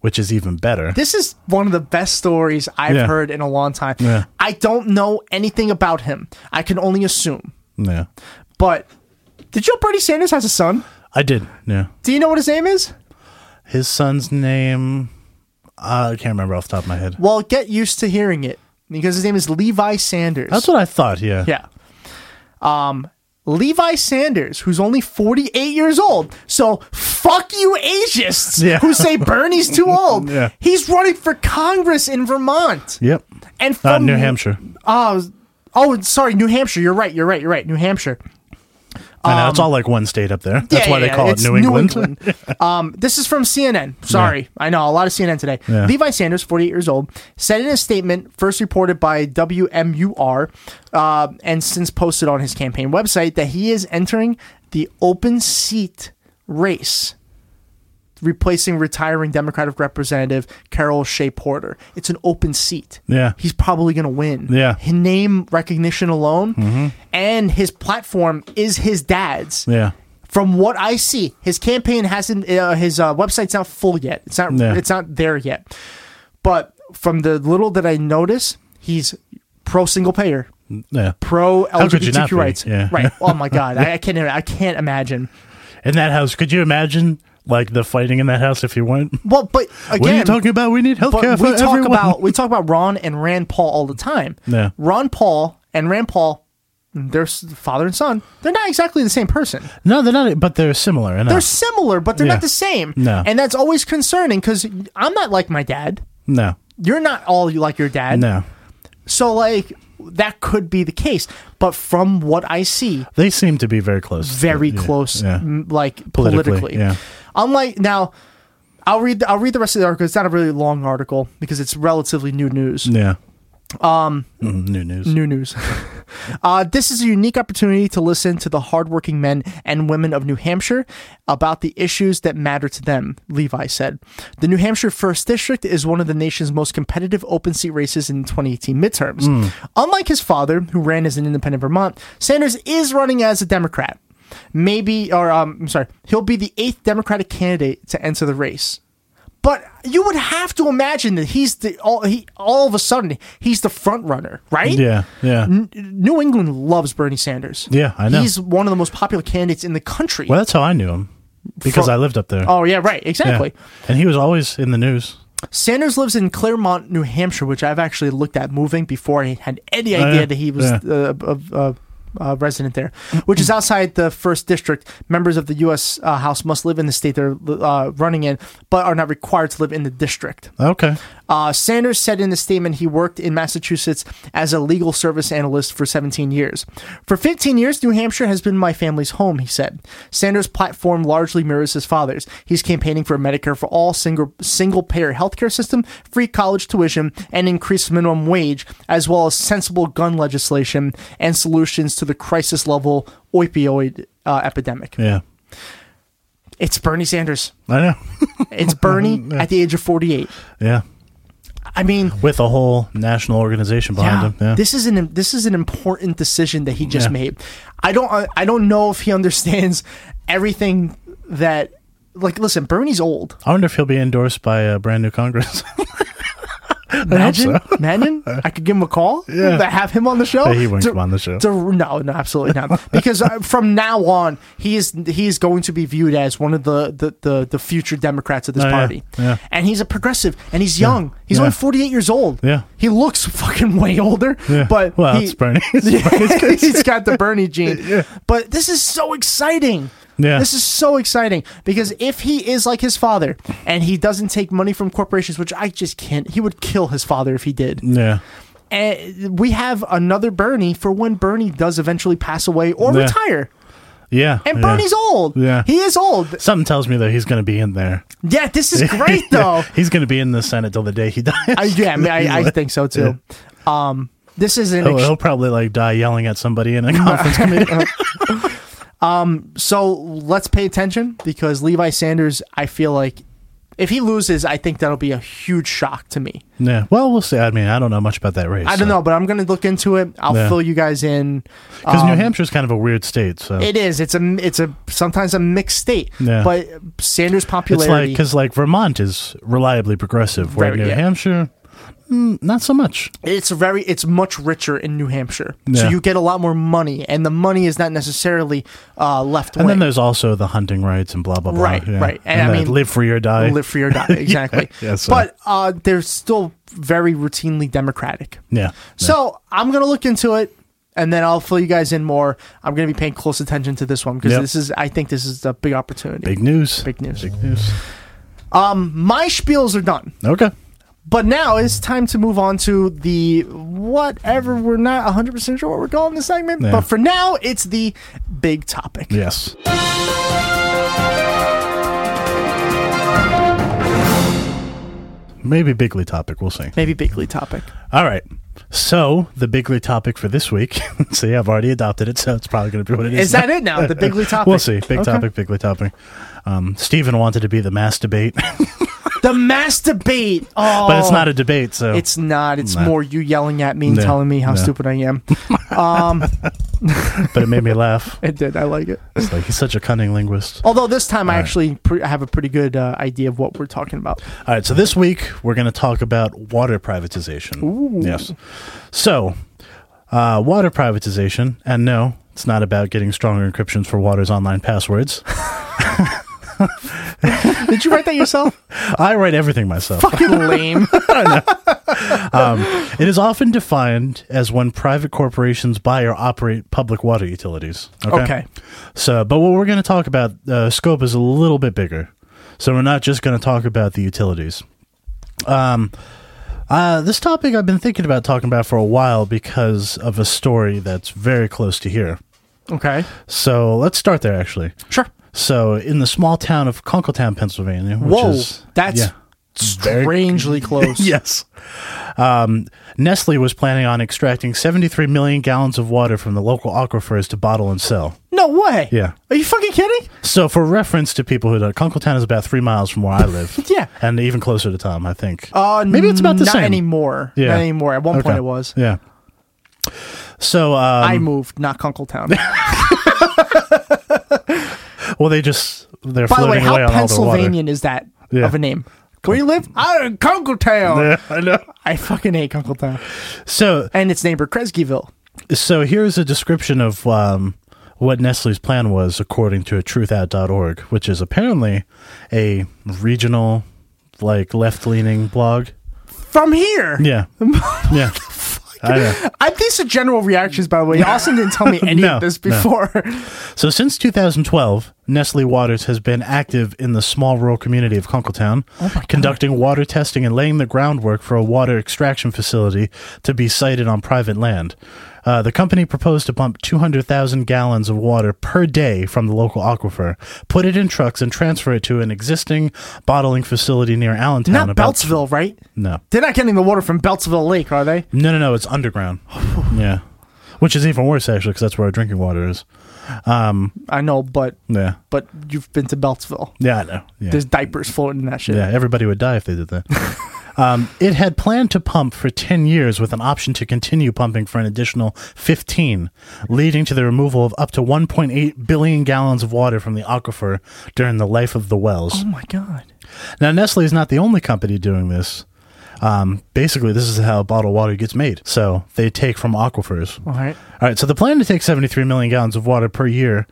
Speaker 4: which is even better.
Speaker 3: This is one of the best stories I've
Speaker 4: Yeah.
Speaker 3: heard in a long time.
Speaker 4: Yeah.
Speaker 3: I don't know anything about him. I can only assume.
Speaker 4: yeah.
Speaker 3: But did you know Bernie Sanders has a son?
Speaker 4: I did. Yeah.
Speaker 3: Do you know what his name is?
Speaker 4: His son's name, uh, I can't remember off the top of my head.
Speaker 3: Well, get used to hearing it because his name is Levi Sanders.
Speaker 4: That's what I thought. Yeah.
Speaker 3: yeah. Um, Levi Sanders, who's only 48 years old. So fuck you ageists
Speaker 4: Yeah.
Speaker 3: who say Bernie's too old.
Speaker 4: Yeah.
Speaker 3: He's running for Congress in Vermont.
Speaker 4: Yep.
Speaker 3: And
Speaker 4: Uh,
Speaker 3: from
Speaker 4: New Hampshire.
Speaker 3: Oh, oh, sorry, New Hampshire. You're right. You're right. You're right. New Hampshire.
Speaker 4: I know it's all like one state up there. That's
Speaker 3: um, Yeah,
Speaker 4: why
Speaker 3: yeah,
Speaker 4: they call it
Speaker 3: it's
Speaker 4: New England.
Speaker 3: England. um, this is from CNN. Sorry, I know a lot of CNN today.
Speaker 4: Yeah.
Speaker 3: Levi Sanders, 48 years old, said in a statement first reported by WMUR uh, and since posted on his campaign website that he is entering the open seat race. Replacing retiring Democratic Representative Carol Shea Porter. It's an open seat.
Speaker 4: Yeah.
Speaker 3: He's probably going to win.
Speaker 4: Yeah.
Speaker 3: His name recognition alone and his platform is his dad's
Speaker 4: yeah.
Speaker 3: from what I see, his campaign hasn't uh, his uh, website's not full yet. It's not
Speaker 4: Yeah.
Speaker 3: it's not there yet. But from the little that I notice, he's pro single payer,
Speaker 4: Yeah.
Speaker 3: pro
Speaker 4: could you not be?
Speaker 3: LGBTQ rights.
Speaker 4: Yeah.
Speaker 3: Right. Oh my god, I, I can't I can't imagine.
Speaker 4: In that house, could you imagine like the fighting in that house if you weren't?
Speaker 3: Well, but again,
Speaker 4: what are you talking about? We need
Speaker 3: but
Speaker 4: healthcare
Speaker 3: we
Speaker 4: for
Speaker 3: talk
Speaker 4: everyone.
Speaker 3: about we talk about Ron and Rand Paul all the time.
Speaker 4: Yeah.
Speaker 3: Ron Paul and Rand Paul, they're s- father and son. They're not exactly the same person.
Speaker 4: no, they're not, but they're similar. Enough.
Speaker 3: They're similar, but they're
Speaker 4: Ah. Yeah.
Speaker 3: not the same.
Speaker 4: No.
Speaker 3: And that's always concerning because I'm not like my dad.
Speaker 4: no,
Speaker 3: You're not all like your dad.
Speaker 4: no.
Speaker 3: So, like, that could be the case. But from what I see,
Speaker 4: They seem to be very close.
Speaker 3: very
Speaker 4: Yeah,
Speaker 3: close, Mm.
Speaker 4: Yeah.
Speaker 3: m like
Speaker 4: Politically,
Speaker 3: politically.
Speaker 4: yeah.
Speaker 3: Unlike now, I'll read. I'll read the rest of the article. It's not a really long article because it's relatively new news.
Speaker 4: Yeah. Um. New news.
Speaker 3: New news. uh, this is a unique opportunity to listen to the hardworking men and women of New Hampshire about the issues that matter to them, Levi said. The New Hampshire 1st District is one of the nation's most competitive open seat races in 2018 midterms. Unlike his father, who ran as an independent Vermont, Sanders is running as a Democrat. Maybe, or um, I'm sorry, he'll be the eighth Democratic candidate to enter the race. But you would have to imagine that he's the all he all of a sudden he's the front runner, right?
Speaker 4: Yeah. Yeah.
Speaker 3: New England loves Bernie Sanders.
Speaker 4: Yeah, I know.
Speaker 3: He's one of the most popular candidates in the country.
Speaker 4: Well, that's how I knew him because
Speaker 3: Fro-
Speaker 4: I lived up there.
Speaker 3: oh yeah, right,
Speaker 4: Yeah.
Speaker 3: exactly.
Speaker 4: And he was always in the news.
Speaker 3: Sanders lives in Claremont, New Hampshire, which I've actually looked at moving before I had any idea
Speaker 4: Oh, yeah,
Speaker 3: that he was
Speaker 4: yeah.
Speaker 3: uh, a, a, a resident there, which is outside the first district. Members of the U.S. Uh, House must live in the state they're uh, running in, but are not required to live in the district.
Speaker 4: Okay.
Speaker 3: Uh, Sanders said in the statement he worked in Massachusetts as a legal service analyst for 17 years. For 15 years, New Hampshire has been my family's home, he said. Sanders' platform largely mirrors his father's. He's campaigning for a Medicare for all single single payer healthcare system, free college tuition, and increased minimum wage, as well as sensible gun legislation and solutions to the crisis level opioid uh, epidemic.
Speaker 4: Yeah.
Speaker 3: It's Bernie Sanders.
Speaker 4: I know.
Speaker 3: It's Bernie at the age of 48.
Speaker 4: yeah.
Speaker 3: I mean,
Speaker 4: With a whole national organization behind him. Yeah.
Speaker 3: This is an this is an important decision that he just
Speaker 4: Yeah.
Speaker 3: made. I don't I don't know if he understands everything that like listen, Bernie's old.
Speaker 4: I wonder if he'll be endorsed by a brand new Congress.
Speaker 3: Imagine, imagine I could give him a call, yeah. have him on the show.
Speaker 4: Yeah, he wouldn't come on the show.
Speaker 3: to- no, no, absolutely not. Because uh, from now on, he is he is going to be viewed as one of the the, the, the future Democrats of this
Speaker 4: Oh, yeah,
Speaker 3: party.
Speaker 4: yeah.
Speaker 3: And he's a progressive, and he's young. He's
Speaker 4: yeah.
Speaker 3: only forty eight years old.
Speaker 4: Yeah.
Speaker 3: he looks fucking way older.
Speaker 4: Yeah.
Speaker 3: but
Speaker 4: Well,
Speaker 3: he,
Speaker 4: it's Bernie. It's Bernie's
Speaker 3: he's got the Bernie gene. But this is so exciting.
Speaker 4: Yeah.
Speaker 3: This is so exciting because if he is like his father and he doesn't take money from corporations, which I just can't, he would kill his father if he did.
Speaker 4: yeah.
Speaker 3: And we have another Bernie for when Bernie does eventually pass away or
Speaker 4: Yeah.
Speaker 3: retire.
Speaker 4: Yeah.
Speaker 3: And
Speaker 4: yeah.
Speaker 3: Bernie's old.
Speaker 4: Yeah.
Speaker 3: He is old.
Speaker 4: Something tells me that he's going to be in there.
Speaker 3: Yeah, this is great though.
Speaker 4: He's going to be in the Senate till the day he dies.
Speaker 3: I, yeah, I, mean, I, I think so too. Um, this is an
Speaker 4: he'll,
Speaker 3: ex-
Speaker 4: he'll probably like die yelling at somebody in a conference committee.
Speaker 3: so let's pay attention because Levi Sanders, I feel like if he loses, I think that'll be a huge shock to me.
Speaker 4: yeah. Well, we'll see. I mean, I don't know much about that race.
Speaker 3: I don't know, but I'm going to look into it. I'll
Speaker 4: Yeah.
Speaker 3: fill you guys in.
Speaker 4: because New Hampshire's kind of a weird state. So
Speaker 3: Um, It is. It's a. It's a sometimes a mixed state.
Speaker 4: Yeah.
Speaker 3: But Sanders'
Speaker 4: it's like
Speaker 3: popularity.
Speaker 4: because like Vermont is reliably progressive, where
Speaker 3: Very,
Speaker 4: New
Speaker 3: yeah.
Speaker 4: Hampshire, mm, not so much.
Speaker 3: it's very. It's much richer in New Hampshire, so
Speaker 4: Yeah.
Speaker 3: you get a lot more money, and the money is not necessarily uh, left
Speaker 4: And
Speaker 3: wing.
Speaker 4: then there's also the hunting rights and blah blah blah.
Speaker 3: Right,
Speaker 4: yeah.
Speaker 3: right. And I
Speaker 4: And, the
Speaker 3: mean-
Speaker 4: live free or die.
Speaker 3: live free or die. Exactly.
Speaker 4: yeah, so-
Speaker 3: But uh, they're still very routinely democratic.
Speaker 4: yeah.
Speaker 3: So I'm gonna look into it, and then I'll fill you guys in more. I'm gonna be paying close attention to this one because
Speaker 4: Yep.
Speaker 3: this is. I think this is a big opportunity.
Speaker 4: big news.
Speaker 3: Big news.
Speaker 4: Big news.
Speaker 3: My spiels are done.
Speaker 4: Okay.
Speaker 3: But now it's time to move on to the whatever. We're not 100% sure what we're calling this segment,
Speaker 4: Yeah.
Speaker 3: but for now, it's the big topic.
Speaker 4: Yes. Maybe bigly topic. We'll see.
Speaker 3: Maybe bigly topic.
Speaker 4: All right. So the bigly topic for this week. see, I've already adopted it, so it's probably going to be what it is.
Speaker 3: Is that it now? The bigly topic?
Speaker 4: We'll see. Big
Speaker 3: Okay.
Speaker 4: topic. Bigly topic. Um, Stephen wanted to be the mass debate,
Speaker 3: The mass debate. Oh,
Speaker 4: but it's not a debate. So
Speaker 3: It's not. It's
Speaker 4: Nah.
Speaker 3: more you yelling at me and
Speaker 4: Yeah.
Speaker 3: telling me how
Speaker 4: Yeah.
Speaker 3: stupid I am.
Speaker 4: but it made me laugh.
Speaker 3: It did. I like it.
Speaker 4: It's like he's such a cunning linguist.
Speaker 3: Although this time I actually pre- have a pretty good uh, idea of what we're talking about.
Speaker 4: All right, so this week we're going to talk about water privatization. Yes. So, uh, water privatization, and no, it's not about getting stronger encryptions for water's online passwords.
Speaker 3: Did you write that yourself?
Speaker 4: I write everything myself.
Speaker 3: Fucking lame.
Speaker 4: It is often defined as when private corporations buy or operate public water utilities. Okay.
Speaker 3: Okay.
Speaker 4: So, but what we're going to talk about, uh, scope is a little bit bigger. So we're not just going to talk about the utilities. Um, uh, this topic I've been thinking about talking about for a while because of a story that's very close to here.
Speaker 3: Okay.
Speaker 4: So let's start there, actually.
Speaker 3: Sure.
Speaker 4: So in the small town of Conkletown, Pennsylvania, which
Speaker 3: Whoa.
Speaker 4: is
Speaker 3: that's
Speaker 4: yeah. Very-
Speaker 3: strangely close.
Speaker 4: yes. Um, Nestle was planning on extracting 73 million gallons of water from the local aquifers to bottle and sell.
Speaker 3: No way.
Speaker 4: Yeah.
Speaker 3: Are you fucking kidding?
Speaker 4: So, for reference to people who don't, Kunkletown is about three miles from where I live.
Speaker 3: Yeah.
Speaker 4: And even closer to Tom, I think.
Speaker 3: Uh,
Speaker 4: Maybe it's about the
Speaker 3: not
Speaker 4: same.
Speaker 3: anymore.
Speaker 4: Yeah.
Speaker 3: Not anymore. At one
Speaker 4: Okay.
Speaker 3: point it was.
Speaker 4: Yeah. So,
Speaker 3: I
Speaker 4: um,
Speaker 3: moved, not Kunkletown.
Speaker 4: well, they just, they're
Speaker 3: By the
Speaker 4: floating
Speaker 3: way, how
Speaker 4: away on all the water.
Speaker 3: Pennsylvanian is that
Speaker 4: Yeah.
Speaker 3: of a name? Where you live? I Kunkletown.
Speaker 4: Yeah, I know.
Speaker 3: I fucking hate Kunkletown.
Speaker 4: So,
Speaker 3: And its neighbor, Kresgeville.
Speaker 4: so here's a description of um, what Nestle's plan was, according to a truthout.org, which is apparently a regional, like left leaning blog.
Speaker 3: From here.
Speaker 4: Yeah. yeah. I know.
Speaker 3: I, these are general reactions, by the way. Austin didn't tell me any
Speaker 4: No,
Speaker 3: of this
Speaker 4: no.
Speaker 3: before.
Speaker 4: So since 2012, Nestle Waters has been active in the small rural community of Kunkletown,
Speaker 3: Oh
Speaker 4: conducting water testing and laying the groundwork for a water extraction facility to be sited on private land. Uh, the company proposed to pump 200,000 gallons of water per day from the local aquifer, put it in trucks, and transfer it to an existing bottling facility near Allentown.
Speaker 3: Not
Speaker 4: about-
Speaker 3: Beltsville, right?
Speaker 4: No.
Speaker 3: They're not getting the water from Beltsville Lake, are they?
Speaker 4: No, no, no. It's underground. yeah. which is even worse actually because that's where our drinking water is.
Speaker 3: I know, but
Speaker 4: Yeah,
Speaker 3: but you've been to Beltsville.
Speaker 4: yeah, I know. Yeah.
Speaker 3: There's diapers floating in that shit.
Speaker 4: Yeah, everybody would die if they did that. um, it had planned to pump for 10 years with an option to continue pumping for an additional 15, leading to the removal of up to 1.8 billion gallons of water from the aquifer during the life of the wells.
Speaker 3: Oh my god.
Speaker 4: Now, Nestle is not the only company doing this. Um, basically, this is how bottled water gets made. So they take from aquifers.
Speaker 3: All right.
Speaker 4: All right, so the plan to take 73 million gallons of water per year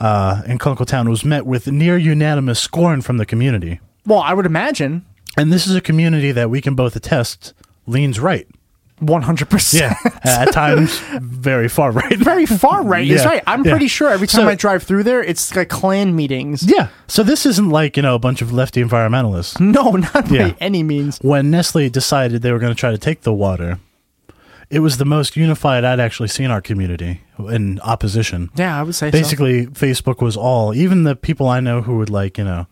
Speaker 4: uh, in Kunkletown was met with near unanimous scorn from the community.
Speaker 3: Well, I would imagine
Speaker 4: And this is a community that we can both attest leans right.
Speaker 3: 100%.
Speaker 4: At times, very far right.
Speaker 3: Very far right. It's
Speaker 4: Yeah.
Speaker 3: right. I'm
Speaker 4: Yeah.
Speaker 3: pretty sure every time
Speaker 4: So-
Speaker 3: I drive through there, it's like clan meetings.
Speaker 4: Yeah. So this isn't like, you know, a bunch of lefty environmentalists.
Speaker 3: No, not
Speaker 4: Yeah.
Speaker 3: by any means.
Speaker 4: When Nestle decided they were going to try to take the water, it was the most unified I'd actually seen our community in opposition.
Speaker 3: Yeah, I would say so.
Speaker 4: Basically, Facebook was all, even the people I know who would, like, you know,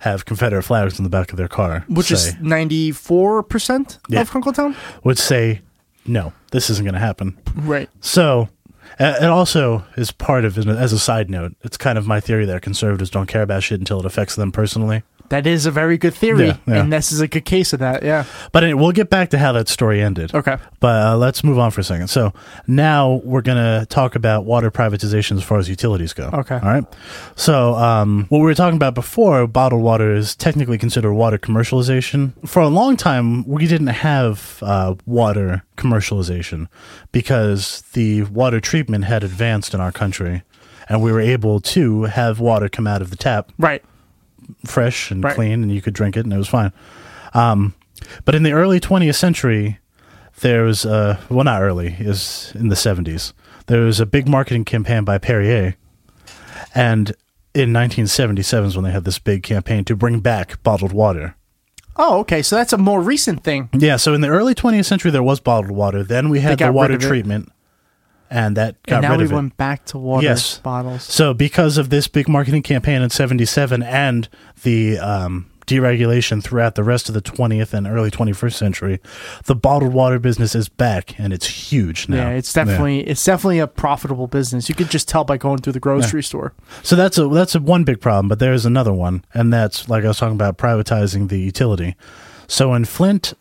Speaker 4: have Confederate flags in the back of their car,
Speaker 3: Which
Speaker 4: say-
Speaker 3: is 94%
Speaker 4: Yeah.
Speaker 3: of Kunkletown?
Speaker 4: would say, no, this isn't going to happen.
Speaker 3: Right.
Speaker 4: So, uh, it also is part of, as a side note, it's kind of my theory that conservatives don't care about shit until it affects them personally.
Speaker 3: That is a very good theory.
Speaker 4: Yeah, yeah.
Speaker 3: And this is a good case of that. Yeah.
Speaker 4: But anyway, we'll get back to how that story ended.
Speaker 3: Okay.
Speaker 4: But uh, let's move on for a second. So, now we're going to talk about water privatization as far as utilities go.
Speaker 3: Okay.
Speaker 4: All right. So, um, what we were talking about before, bottled water is technically considered water commercialization. For a long time, we didn't have uh, water commercialization because the water treatment had advanced in our country, and we were able to have water come out of the tap
Speaker 3: Right.
Speaker 4: fresh and
Speaker 3: Right.
Speaker 4: clean, and you could drink it, and it was fine. Um, but in the early 20th century, there was a, well, not early, is in the 70s. There was a big marketing campaign by Perrier, and in 1977 is when they had this big campaign to bring back bottled water.
Speaker 3: Oh, okay. So that's a more recent thing.
Speaker 4: Yeah, so in the early 20th century, there was bottled water. Then we had
Speaker 3: got
Speaker 4: the
Speaker 3: rid
Speaker 4: water
Speaker 3: of it.
Speaker 4: treatment, and that got
Speaker 3: and now
Speaker 4: rid
Speaker 3: we
Speaker 4: of it.
Speaker 3: went back to water
Speaker 4: yes.
Speaker 3: bottles.
Speaker 4: So because of this big marketing campaign in 77 and the um, deregulation throughout the rest of the 20th and early 21st century, the bottled water business is back and it's huge
Speaker 3: Yeah,
Speaker 4: now.
Speaker 3: it's definitely it's definitely a profitable business. You could just tell by going through the grocery store.
Speaker 4: So that's a that's a one big problem, but there's another one, and that's like I was talking about privatizing the utility. So in Flint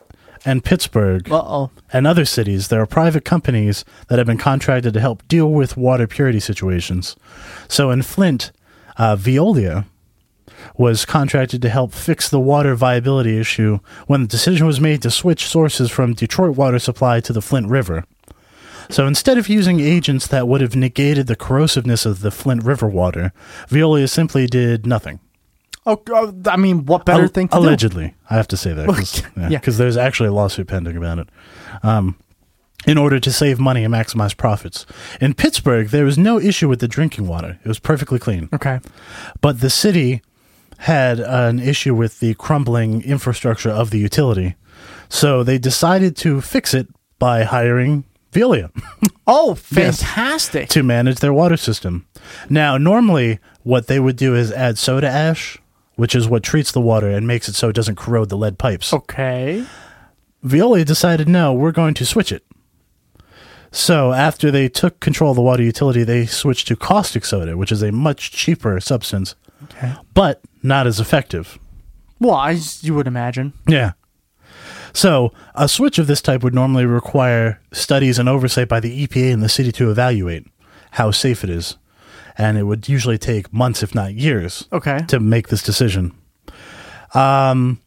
Speaker 4: and Pittsburgh,
Speaker 3: Uh oh.
Speaker 4: and other cities, there are private companies that have been contracted to help deal with water purity situations. So in Flint, uh, Veolia was contracted to help fix the water viability issue when the decision was made to switch sources from Detroit water supply to the Flint River. So instead of using agents that would have negated the corrosiveness of the Flint River water, Veolia simply did nothing.
Speaker 3: Oh, oh, I mean, what better
Speaker 4: Al-
Speaker 3: thing to do?
Speaker 4: allegedly i have to say that because
Speaker 3: Yeah.
Speaker 4: there's actually a lawsuit pending about it um, in order to save money and maximize profits in pittsburgh there was no issue with the drinking water it was perfectly clean
Speaker 3: Okay.
Speaker 4: but the city had an issue with the crumbling infrastructure of the utility so they decided to fix it by hiring veolia
Speaker 3: Oh,
Speaker 4: Yes.
Speaker 3: fantastic.
Speaker 4: to manage their water system. Now, normally, what they would do is add soda ash, which is what treats the water and makes it so it doesn't corrode the lead pipes.
Speaker 3: Okay.
Speaker 4: Veolia decided, no, we're going to switch it. So, after they took control of the water utility, they switched to caustic soda, which is a much cheaper substance,
Speaker 3: Okay.
Speaker 4: but not as effective.
Speaker 3: Well, I s- you would imagine.
Speaker 4: Yeah. So, a switch of this type would normally require studies and oversight by the EPA and the city to evaluate how safe it is. And it would usually take months, if not years,
Speaker 3: Okay.
Speaker 4: to make this decision. Um,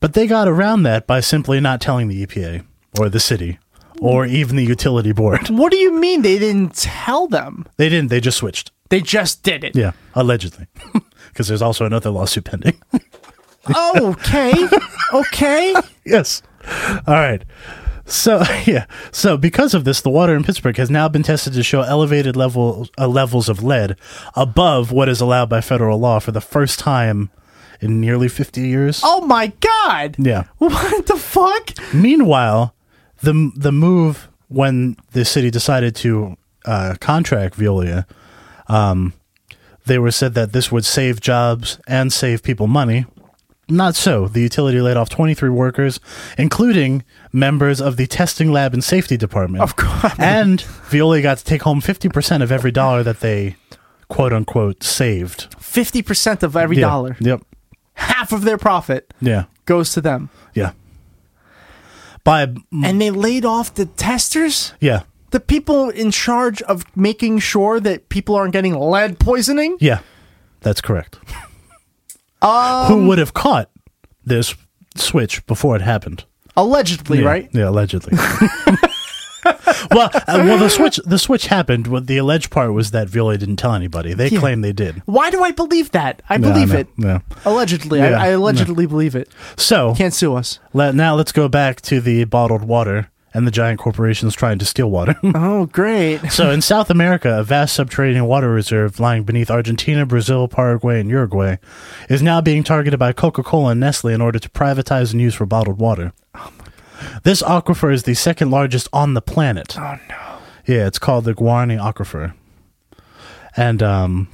Speaker 4: but they got around that by simply not telling the EPA or the city or even the utility board.
Speaker 3: What do you mean they didn't tell them?
Speaker 4: They didn't, they just switched.
Speaker 3: They just did it.
Speaker 4: Yeah, allegedly. Because there's also another lawsuit pending.
Speaker 3: Oh, okay. okay.
Speaker 4: yes. All right. So yeah. So because of this, the water in Pittsburgh has now been tested to show elevated level uh, levels of lead above what is allowed by federal law for the first time in nearly 50 years.
Speaker 3: Oh my god.
Speaker 4: Yeah.
Speaker 3: What the fuck?
Speaker 4: Meanwhile, the the move when the city decided to uh, contract Veolia, um, they were said that this would save jobs and save people money, Not so. The utility laid off 23 workers, including members of the testing lab and safety department.
Speaker 3: Of course.
Speaker 4: And Viola got to take home 50% of every dollar that they quote unquote saved.
Speaker 3: Fifty percent of every
Speaker 4: Yeah.
Speaker 3: dollar,
Speaker 4: Yep.
Speaker 3: half of their profit
Speaker 4: Yeah.
Speaker 3: goes to them,
Speaker 4: Yeah. By
Speaker 3: and they laid off the testers,
Speaker 4: yeah.
Speaker 3: the people in charge of making sure that people aren't getting lead poisoning.
Speaker 4: Yeah. That's correct.
Speaker 3: Um,
Speaker 4: Who would have caught this switch before it happened?
Speaker 3: Allegedly,
Speaker 4: yeah,
Speaker 3: right?
Speaker 4: Yeah, allegedly. well, uh, well, the switch the switch happened. What the alleged part was that Viola didn't tell anybody. They
Speaker 3: Yeah.
Speaker 4: claim they did.
Speaker 3: Why do I believe that? I
Speaker 4: No,
Speaker 3: believe
Speaker 4: no,
Speaker 3: it.
Speaker 4: no.
Speaker 3: Allegedly,
Speaker 4: Yeah,
Speaker 3: I, I allegedly believe it.
Speaker 4: So
Speaker 3: Can't sue us.
Speaker 4: let, now let's go back to the bottled water and the giant corporations trying to steal water.
Speaker 3: Oh, great.
Speaker 4: so in South America, a vast subterranean water reserve lying beneath Argentina, Brazil, Paraguay, and Uruguay is now being targeted by Coca-Cola and Nestle in order to privatize and use for bottled water. This aquifer is the second largest on the planet.
Speaker 3: Oh no.
Speaker 4: Yeah, it's called the Guarani Aquifer. And um,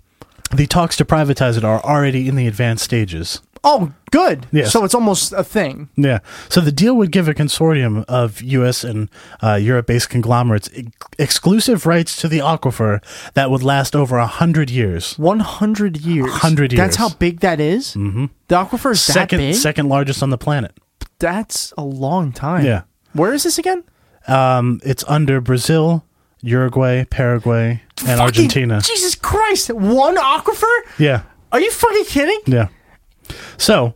Speaker 4: the talks to privatize it are already in the advanced stages.
Speaker 3: Oh, good.
Speaker 4: Yes.
Speaker 3: So it's almost a thing.
Speaker 4: Yeah. So the deal would give a consortium of U.S. and uh, Europe-based conglomerates ex- exclusive rights to the aquifer that would last over a hundred years.
Speaker 3: 100 years.
Speaker 4: 100
Speaker 3: That's
Speaker 4: years.
Speaker 3: how big that Mm-hmm. The aquifer is
Speaker 4: second,
Speaker 3: that big?
Speaker 4: second largest on the planet.
Speaker 3: That's a long time.
Speaker 4: Yeah.
Speaker 3: Where is this again?
Speaker 4: Um, it's under Brazil, Uruguay, Paraguay, and
Speaker 3: Fucking-
Speaker 4: Argentina.
Speaker 3: Jesus Christ. One aquifer?
Speaker 4: yeah.
Speaker 3: Are you fucking kidding?
Speaker 4: Yeah. So,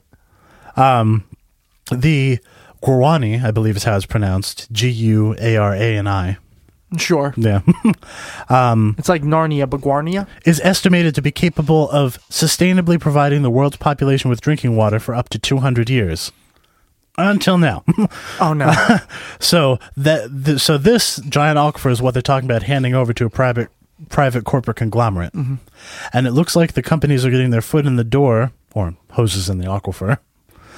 Speaker 4: um, the Guarani, I believe is how it's pronounced, G U A R A N I.
Speaker 3: Sure.
Speaker 4: Yeah, Mm.
Speaker 3: It's like Narnia, but Guarnia.
Speaker 4: is estimated to be capable of sustainably providing the world's population with drinking water for up to 200 years. Until now,
Speaker 3: Oh, no.
Speaker 4: so that th- so this giant aquifer is what they're talking about handing over to a private private corporate conglomerate, and it looks like the companies are getting their foot in the door or hoses in the aquifer.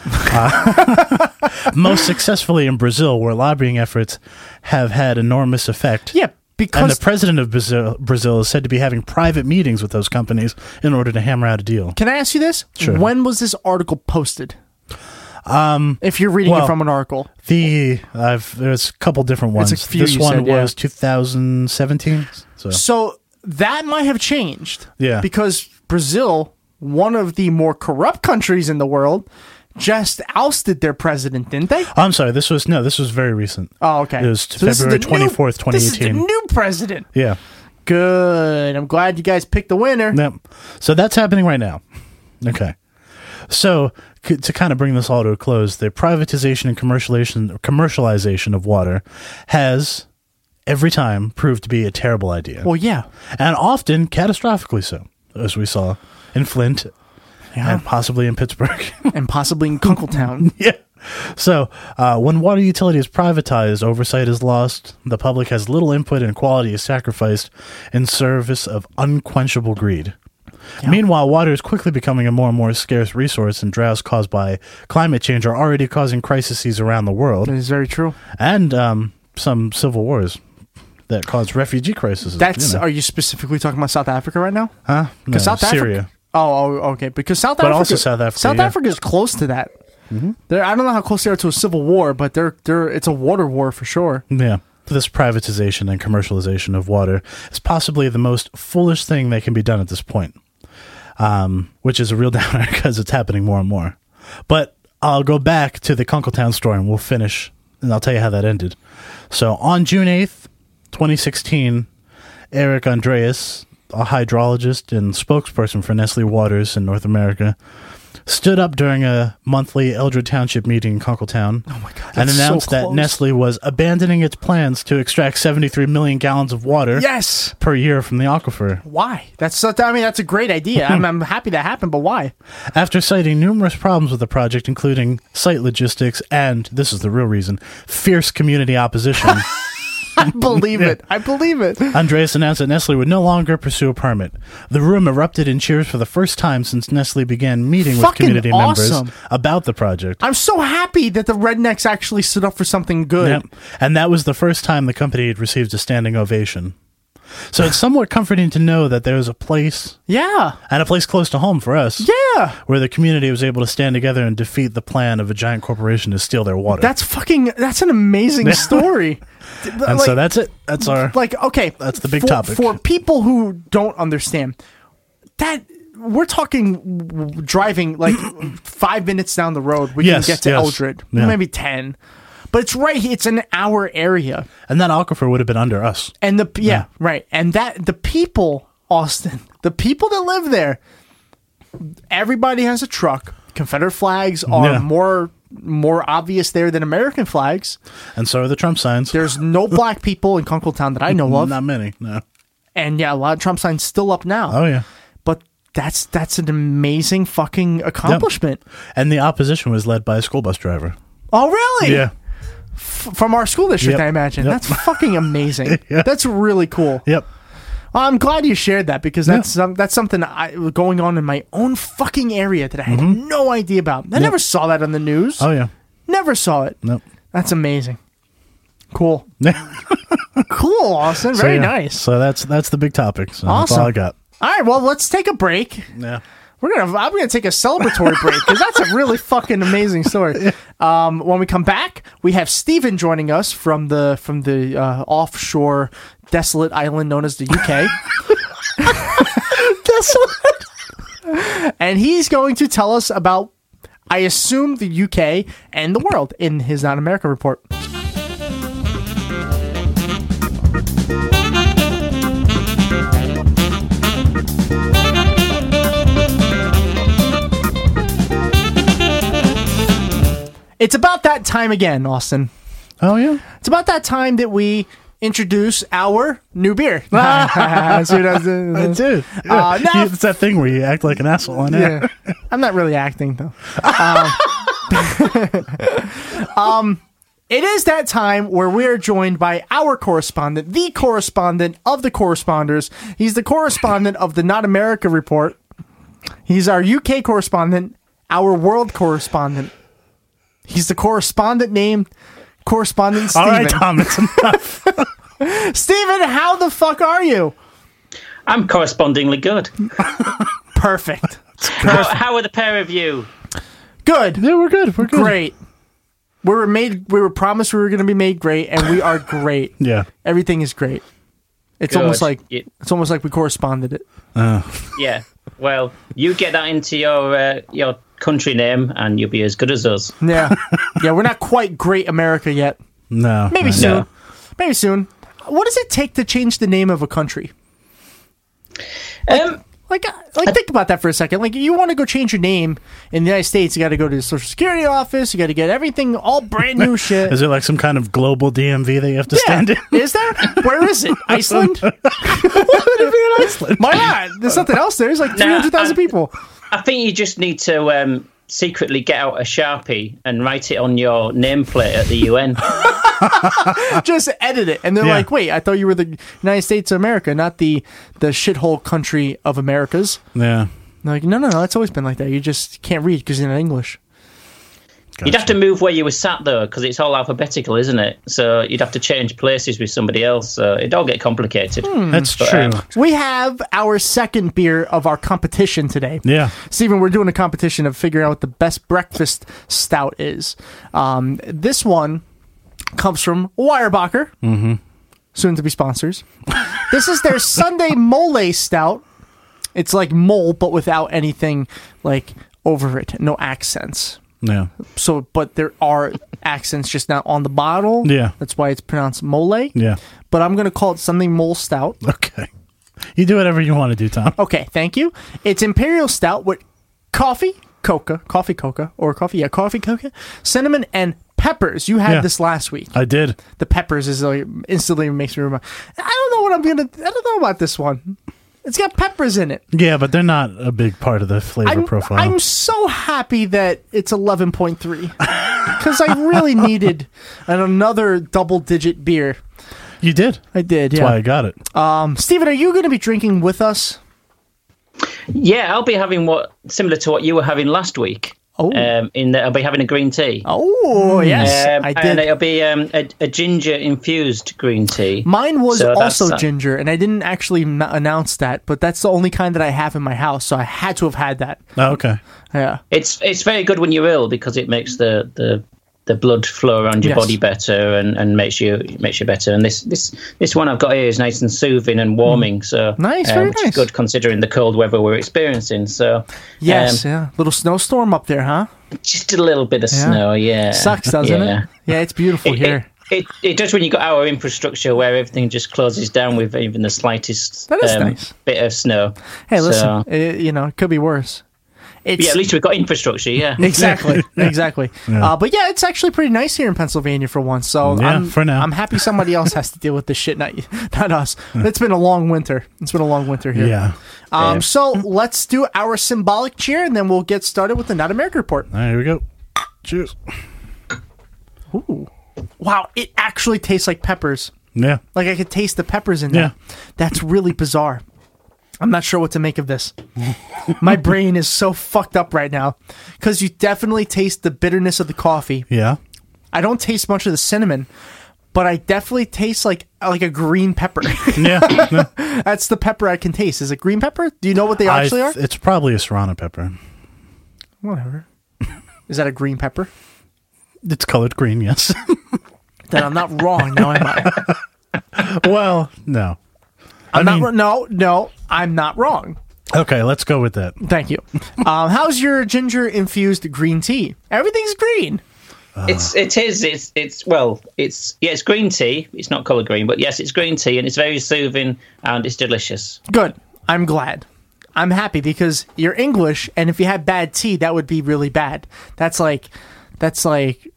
Speaker 4: Uh, most successfully in Brazil, where lobbying efforts have had enormous effect.
Speaker 3: yeah,
Speaker 4: And the
Speaker 3: because
Speaker 4: president of Brazil, Brazil is said to be having private meetings with those companies in order to hammer out a deal.
Speaker 3: Can I ask you this?
Speaker 4: Sure.
Speaker 3: When was this article posted? Um, if you're reading it
Speaker 4: well,
Speaker 3: from an article,
Speaker 4: The I've there's a couple different
Speaker 3: It's
Speaker 4: ones.
Speaker 3: a few
Speaker 4: this
Speaker 3: you
Speaker 4: one
Speaker 3: said, yeah.
Speaker 4: was 2017. So
Speaker 3: so that might have changed.
Speaker 4: Yeah.
Speaker 3: because Brazil, one of the more corrupt countries in the world, just ousted their president, didn't they?
Speaker 4: I'm sorry. This was no. This was very recent.
Speaker 3: Oh, okay.
Speaker 4: It was
Speaker 3: this is
Speaker 4: February
Speaker 3: the new-
Speaker 4: 24th,
Speaker 3: This is the
Speaker 4: 2018.
Speaker 3: new president.
Speaker 4: Yeah.
Speaker 3: Good. I'm glad you guys picked the winner.
Speaker 4: Yep. So that's happening right now. Okay. So c- to kind of bring this all to a close, the privatization and commercialization commercialization of water has every time proved to be a terrible idea.
Speaker 3: Well, yeah.
Speaker 4: and often catastrophically so, as we saw in Flint and possibly in Pittsburgh.
Speaker 3: and possibly in Kunkletown.
Speaker 4: yeah. So, uh, when water utility is privatized, oversight is lost, the public has little input, and quality is sacrificed in service of unquenchable greed. Meanwhile, water is quickly becoming a more and more scarce resource, and droughts caused by climate change are already causing crises around the world
Speaker 3: that is very true.
Speaker 4: and um, some civil wars that cause refugee crises.
Speaker 3: That's.
Speaker 4: you know.
Speaker 3: Are you specifically talking about South Africa right now?
Speaker 4: huh? No,
Speaker 3: 'Cause South
Speaker 4: Syria.
Speaker 3: Africa. Oh, oh, okay. Because South
Speaker 4: But
Speaker 3: Africa,
Speaker 4: also South Africa,
Speaker 3: South
Speaker 4: yeah. Mm-hmm.
Speaker 3: Africa is close to that. They're, I don't know how close they are to a civil war, but they're they're it's a water war for sure.
Speaker 4: Yeah. This privatization and commercialization of water is possibly the most foolish thing that can be done at this point, um, which is a real downer because it's happening more and more. But I'll go back to the Kunkeltown story and we'll finish, and I'll tell you how that ended. So on June 8th, 2016, Eric Andreas, a hydrologist and spokesperson for Nestle Waters in North America, stood up during a monthly Eldred Township meeting in Kunkeltown and
Speaker 3: Oh that's so
Speaker 4: announced that
Speaker 3: close.
Speaker 4: Nestle was abandoning its plans to extract 73 million gallons of water
Speaker 3: Yes.
Speaker 4: per year from the aquifer.
Speaker 3: Why? That's such- I mean that's a great idea. I'm, I'm happy that happened, but why?
Speaker 4: After citing numerous problems with the project, including site logistics and, this is the real reason, fierce community opposition.
Speaker 3: I believe it. I believe it.
Speaker 4: Andreas announced that Nestle would no longer pursue a permit. The room erupted in cheers for the first time since Nestle began meeting with
Speaker 3: Fucking
Speaker 4: community
Speaker 3: awesome.
Speaker 4: members about the project.
Speaker 3: I'm so happy that the rednecks actually stood up for something good.
Speaker 4: Yep. And that was the first time the company had received a standing ovation. So it's somewhat comforting to know that there's a place
Speaker 3: Yeah.
Speaker 4: and a place close to home for us.
Speaker 3: Yeah.
Speaker 4: Where the community was able to stand together and defeat the plan of a giant corporation to steal their water.
Speaker 3: That's fucking. That's an amazing story. and
Speaker 4: and so that's it. That's our
Speaker 3: like okay.
Speaker 4: That's the big
Speaker 3: for,
Speaker 4: topic.
Speaker 3: for people who don't understand. That we're talking w- w- driving like five minutes down the road. We
Speaker 4: Yes,
Speaker 3: can get to
Speaker 4: yes.
Speaker 3: Eldred,
Speaker 4: Yeah.
Speaker 3: maybe ten, but it's right. It's an hour area.
Speaker 4: and that aquifer would have been under us.
Speaker 3: And the yeah, right. And that the people, Austin, the people that live there, everybody has a truck. Confederate flags are
Speaker 4: Yeah.
Speaker 3: more more obvious there than American flags.
Speaker 4: And so are the Trump signs.
Speaker 3: There's no black people in Kunkletown that I know of.
Speaker 4: Not many. No.
Speaker 3: And yeah, a lot of Trump signs still up now.
Speaker 4: Oh yeah.
Speaker 3: But that's that's an amazing fucking accomplishment.
Speaker 4: And the opposition was led by a school bus driver.
Speaker 3: Oh really?
Speaker 4: Yeah.
Speaker 3: F- From our school district,
Speaker 4: Yep.
Speaker 3: I imagine.
Speaker 4: Yep.
Speaker 3: That's fucking amazing.
Speaker 4: Yeah.
Speaker 3: That's really cool.
Speaker 4: Yep.
Speaker 3: I'm glad you shared that because that's some that's something I, going on in my own fucking area that I had no idea about. I never saw that on the news.
Speaker 4: Mm-hmm. Oh yeah.
Speaker 3: Never saw it.
Speaker 4: Nope.
Speaker 3: That's amazing. Cool.
Speaker 4: Very
Speaker 3: Cool, Austin. Very nice.
Speaker 4: So that's that's the big topic. So that's
Speaker 3: Awesome.
Speaker 4: all I got.
Speaker 3: All right, well, let's take a break.
Speaker 4: Yeah.
Speaker 3: We're gonna. I'm gonna take a celebratory break because that's a really fucking amazing story. Um, when we come back, we have Steven joining us from the from the uh, offshore desolate island known as the UK. desolate. and he's going to tell us about, I assume, the UK and the world in his Non America report. It's about that time again, Austin.
Speaker 4: Oh yeah.
Speaker 3: It's about that time that we introduce our new beer. See what I was doing?
Speaker 4: I do.
Speaker 3: Uh, no.
Speaker 4: It's that thing where you act like an asshole on air.
Speaker 3: Yeah. I'm not really acting though. Um, um, um, it is that time where we are joined by our correspondent, the correspondent of the corresponders. He's the correspondent of the Not America Report. He's our UK correspondent, our world correspondent. He's the correspondent named correspondent
Speaker 4: All
Speaker 3: Steven.
Speaker 4: right, Tom. It's enough.
Speaker 3: Steven, how the fuck are you?
Speaker 7: I'm correspondingly good.
Speaker 3: Perfect.
Speaker 7: How, how are the pair of you?
Speaker 3: Good.
Speaker 4: yeah, we're good. We're good.
Speaker 3: great. We were made. We were promised we were going to be made great, and we are great.
Speaker 4: Yeah.
Speaker 3: Everything is great. It's
Speaker 7: Good.
Speaker 3: almost like
Speaker 7: Y-
Speaker 3: it's almost like we corresponded it.
Speaker 7: Yeah. Well, you get that into your uh, your country name, and you'll be as good as us.
Speaker 3: Yeah, yeah. We're not quite great America yet.
Speaker 4: No.
Speaker 3: Maybe
Speaker 4: no.
Speaker 3: soon.
Speaker 7: No.
Speaker 3: Maybe soon. What does it take to change the name of a country?
Speaker 7: Um,
Speaker 3: Like, uh, like think about that for a second. Like, you want to go change your name in the United States, you got to go to the Social Security office. You got to get everything all brand new shit.
Speaker 4: Is it like some kind of global DMV that you have to
Speaker 3: Yeah.
Speaker 4: stand in?
Speaker 3: Is there? Where is it? Iceland? Why would it be in Iceland? Why not? There's nothing else there. There's like 300,000
Speaker 7: I-
Speaker 3: people.
Speaker 7: I think you just need to um, secretly get out a sharpie and write it on your nameplate at the UN.
Speaker 3: Just edit it. And they're
Speaker 4: Yeah.
Speaker 3: like, wait, I thought you were the United States of America, not the, the shithole country of Americas.
Speaker 4: Yeah.
Speaker 3: And they're like, no, no, no. It's always been like that. You just can't read because you're not English.
Speaker 7: You'd have to move where you were sat though, because it's all alphabetical, isn't it? So you'd have to change places with somebody else. So it'd all get complicated.
Speaker 3: Hmm.
Speaker 4: That's
Speaker 7: But,
Speaker 4: true.
Speaker 7: um,
Speaker 3: We have our second beer of our competition today.
Speaker 4: Yeah.
Speaker 3: Stephen, we're doing a competition of figuring out what the best breakfast stout is. Um, this one comes from Weyerbacher, mm-hmm. soon to be sponsors. this is their Sunday Mole Stout. It's like mole, but without anything like over it, no accents.
Speaker 4: yeah.
Speaker 3: So, but there are accents just not on the bottle.
Speaker 4: Yeah.
Speaker 3: that's why it's pronounced mole.
Speaker 4: Yeah.
Speaker 3: but I'm gonna call it Sunday Mole Stout.
Speaker 4: Okay. You do whatever you want to do, Tom.
Speaker 3: Okay, thank you. It's Imperial Stout with coffee, coca, coffee, coca, or coffee, yeah, coffee, coca, cinnamon, and peppers. You had
Speaker 4: Yeah.
Speaker 3: this last week.
Speaker 4: I did.
Speaker 3: The peppers is like instantly makes me remember. I don't know what I'm gonna. I don't know about this one. It's got peppers in it.
Speaker 4: Yeah, but they're not a big part of the flavor
Speaker 3: I'm,
Speaker 4: profile.
Speaker 3: I'm so happy that it's 11.3 because I really needed an, another double digit beer.
Speaker 4: you did.
Speaker 3: I did.
Speaker 4: That's why I
Speaker 3: Yeah.
Speaker 4: got it.
Speaker 3: Um, Steven, are you going to be drinking with us?
Speaker 7: Yeah, I'll be having what similar to what you were having last week. Oh. Um, in that I'll be having a green tea.
Speaker 3: Oh yes,
Speaker 7: Um,
Speaker 3: I
Speaker 7: And
Speaker 3: did.
Speaker 7: it'll be um, a, a ginger infused green tea.
Speaker 3: Mine was
Speaker 7: So that's,
Speaker 3: also
Speaker 7: uh,
Speaker 3: ginger, and I didn't actually m- announce that, but that's the only kind that I have in my house, so I had to have had that.
Speaker 4: Oh, okay.
Speaker 3: Yeah.
Speaker 7: It's it's very good when you're ill because it makes the the, the blood flow around your
Speaker 3: Yes.
Speaker 7: body better and, and makes you makes you better. And this this this one I've got here is nice and soothing and warming. So
Speaker 3: Mm. Nice, very
Speaker 7: which is
Speaker 3: nice.
Speaker 7: good considering the cold weather we're experiencing. So
Speaker 3: Yes,
Speaker 7: um,
Speaker 3: yeah. Little snowstorm up there, huh?
Speaker 7: just a little bit of snow. Yeah,
Speaker 3: Sucks, doesn't
Speaker 7: yeah.
Speaker 3: it? Yeah, it's beautiful
Speaker 7: It-
Speaker 3: here.
Speaker 7: It, it does when you got our infrastructure where everything just closes down with even the slightest um,
Speaker 3: That is nice.
Speaker 7: bit of snow.
Speaker 3: Hey,
Speaker 7: So,
Speaker 3: listen, it, you know, it could be worse. It's
Speaker 7: yeah, at least we've got infrastructure. Yeah,
Speaker 3: exactly, exactly. Uh, but yeah, it's actually pretty nice here in Pennsylvania for once. So
Speaker 4: Yeah,
Speaker 3: I'm,
Speaker 4: for now.
Speaker 3: I'm happy somebody else has to deal with this shit, not you- not us. It's been a long winter. It's been a long winter here.
Speaker 4: Yeah.
Speaker 3: Um. So let's do our symbolic cheer, and then we'll get started with the Not America report.
Speaker 4: All right, here we go. Cheers.
Speaker 3: Wow, it actually tastes like peppers.
Speaker 4: Yeah.
Speaker 3: Like I could taste the peppers in there. That's really bizarre. I'm not sure what to make of this. My brain is so fucked up right now because you definitely taste the bitterness of the coffee.
Speaker 4: Yeah.
Speaker 3: I don't taste much of the cinnamon, but I definitely taste like like a green pepper.
Speaker 4: Yeah. No,
Speaker 3: That's the pepper I can taste. Is it green pepper? Do you know what they
Speaker 4: I-
Speaker 3: actually are?
Speaker 4: It's probably a serrano pepper.
Speaker 3: Whatever. Is that a green pepper?
Speaker 4: It's colored green, yes.
Speaker 3: Then I'm not wrong now, am I?
Speaker 4: well, no.
Speaker 3: I'm
Speaker 4: mean-
Speaker 3: not. wr- No, no, I'm not wrong.
Speaker 4: Okay, let's go with that.
Speaker 3: Thank you. Um, how's your ginger infused green tea? Everything's green.
Speaker 7: it's it is it's it's well it's yeah it's green tea. It's not color green, but yes, it's green tea and it's very soothing and it's delicious.
Speaker 3: Good. I'm glad. I'm happy because you're English, and if you had bad tea, that would be really bad. That's like, that's like,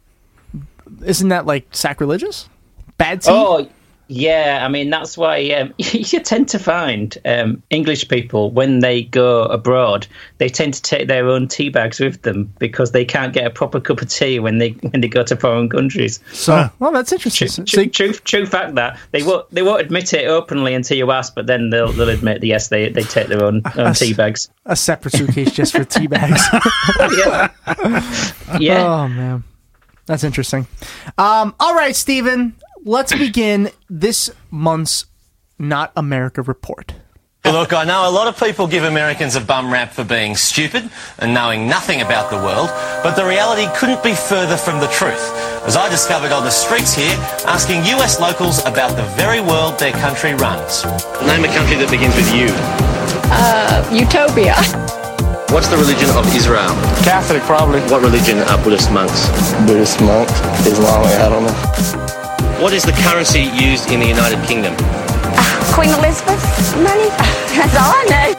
Speaker 3: isn't that like sacrilegious? Bad tea.
Speaker 7: Oh. Yeah, I mean that's why um, you tend to find um, English people when they go abroad, they tend to take their own tea bags with them because they can't get a proper cup of tea when they when they go to foreign countries.
Speaker 3: so well, that's interesting. So-
Speaker 7: True, true, true, true fact that they won't they won't admit it openly until you ask, but then they'll they'll admit that yes they they take their own, own
Speaker 3: Us.
Speaker 7: tea bags.
Speaker 3: a separate suitcase just for tea bags.
Speaker 7: yeah, yeah.
Speaker 3: Oh man, that's interesting. Um, all right, Steven, let's begin this month's Not America report.
Speaker 8: Look, I know a lot of people give Americans a bum rap for being stupid and knowing nothing about the world, but the reality couldn't be further from the truth, as I discovered on the streets here asking US locals about the very world their country runs. Name a country that begins with U.
Speaker 9: Utopia.
Speaker 10: What's the religion of Israel? Catholic, probably. What religion are Buddhist monks? Buddhist monks, Islamic, I don't know.
Speaker 8: What is the currency used in the United Kingdom?
Speaker 9: Queen Elizabeth money. That's all I know.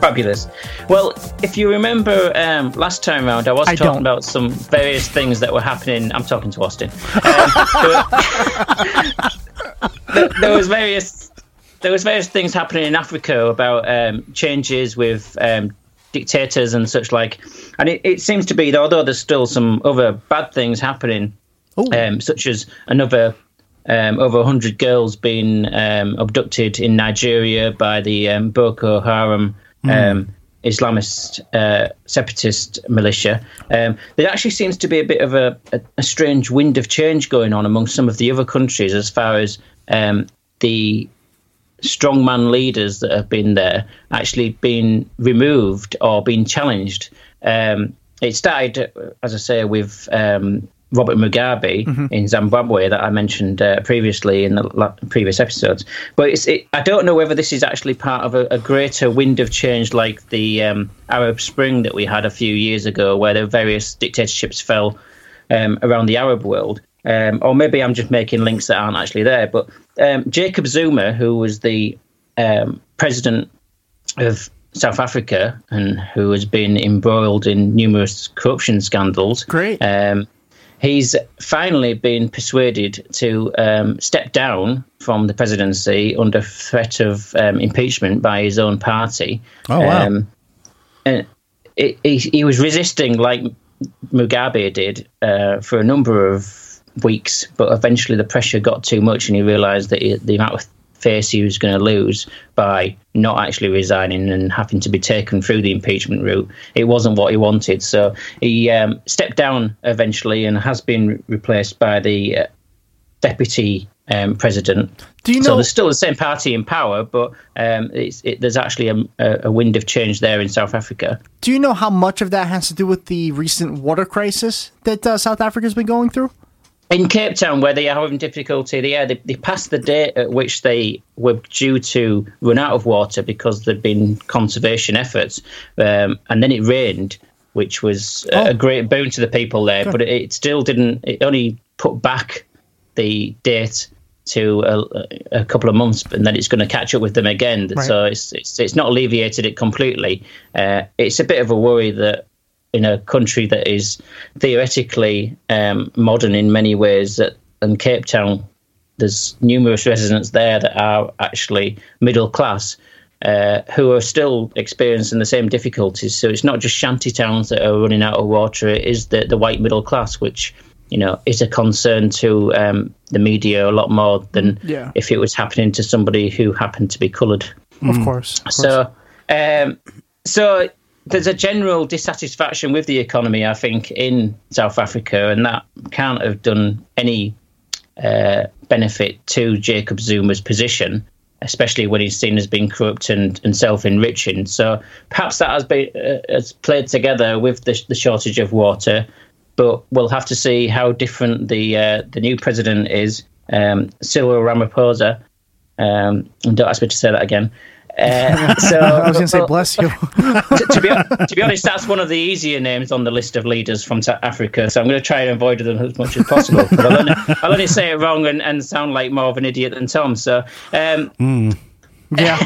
Speaker 7: Fabulous. Well, if you remember um, last time round, I was
Speaker 3: I don't.
Speaker 7: talking about some various things that were happening. I'm talking to Austin. Um, there, were- there was various there was various things happening in Africa about um, changes with um, dictators and such like, and it, it seems to be that although there's still some other bad things happening, um, such as another um, over 100 girls being um, abducted in Nigeria by the um, Boko Haram um, Islamist uh, separatist militia. Um, there actually seems to be a bit of a, a, a strange wind of change going on among some of the other countries as far as um, the strongman leaders that have been there actually been removed or been challenged. Um, it started, as I say, with um, Robert Mugabe in Zimbabwe that I mentioned uh, previously in the la- previous episodes. But it's, it, I don't know whether this is actually part of a, a greater wind of change like the um, Arab Spring that we had a few years ago, where the various dictatorships fell um, around the Arab world. Um, or maybe I'm just making links that aren't actually there. But um, Jacob Zuma, who was the um, president of South Africa and who has been embroiled in numerous corruption scandals,
Speaker 3: Great.
Speaker 7: Um, he's finally been persuaded to um, step down from the presidency under threat of um, impeachment by his own party. Um,
Speaker 4: Oh, wow.
Speaker 7: and it, he, he was resisting like Mugabe did uh, for a number of weeks, but eventually the pressure got too much, and he realised that he, the amount of face who's going to lose by not actually resigning and having to be taken through the impeachment route. It wasn't what he wanted, so he um, stepped down eventually and has been replaced by the uh, deputy um, president.
Speaker 3: Do you
Speaker 7: So
Speaker 3: know-
Speaker 7: there's still the same party in power, but um, it's, it, there's actually a, a wind of change there in South Africa.
Speaker 3: Do you know how much of that has to do with the recent water crisis that uh, South Africa's been going through?
Speaker 7: In Cape Town, where they are having difficulty, they, yeah, they, they passed the date at which they were due to run out of water because there'd been conservation efforts, um, and then it rained, which was a- a great boon to the people there.
Speaker 11: Good.
Speaker 7: But it, it still didn't. It only put back the date to a, a couple of months, and then it's going to catch up with them again.
Speaker 11: Right.
Speaker 7: So it's, it's it's not alleviated it completely. Uh, it's a bit of a worry that in a country that is theoretically um, modern in many ways, that and Cape Town, there's numerous residents there that are actually middle class. Uh, who are still experiencing the same difficulties. So it's not just shanty towns that are running out of water. It is the, the white middle class, which you know is a concern to um, the media a lot more than
Speaker 3: Yeah.
Speaker 7: if it was happening to somebody who happened to be coloured.
Speaker 4: Mm.
Speaker 3: Of course.
Speaker 7: So, um, so there's a general dissatisfaction with the economy, I think, in South Africa, and that can't have done any uh, benefit to Jacob Zuma's position, especially when he's seen as being corrupt and, and self-enriching. So perhaps that has been uh, has played together with the, the shortage of water, but we'll have to see how different the uh, the new president is, um, Cyril Ramaphosa. Um, and don't ask me to say that again. Uh, so
Speaker 3: I was going to say,
Speaker 7: but-
Speaker 3: bless you.
Speaker 7: to, to be, hon- to be honest, that's one of the easier names on the list of leaders from South Africa. So I'm going to try and avoid them as much as possible. But I'll, only, I'll only say it wrong and, and sound like more of an idiot than Tom. So um,
Speaker 3: Yeah,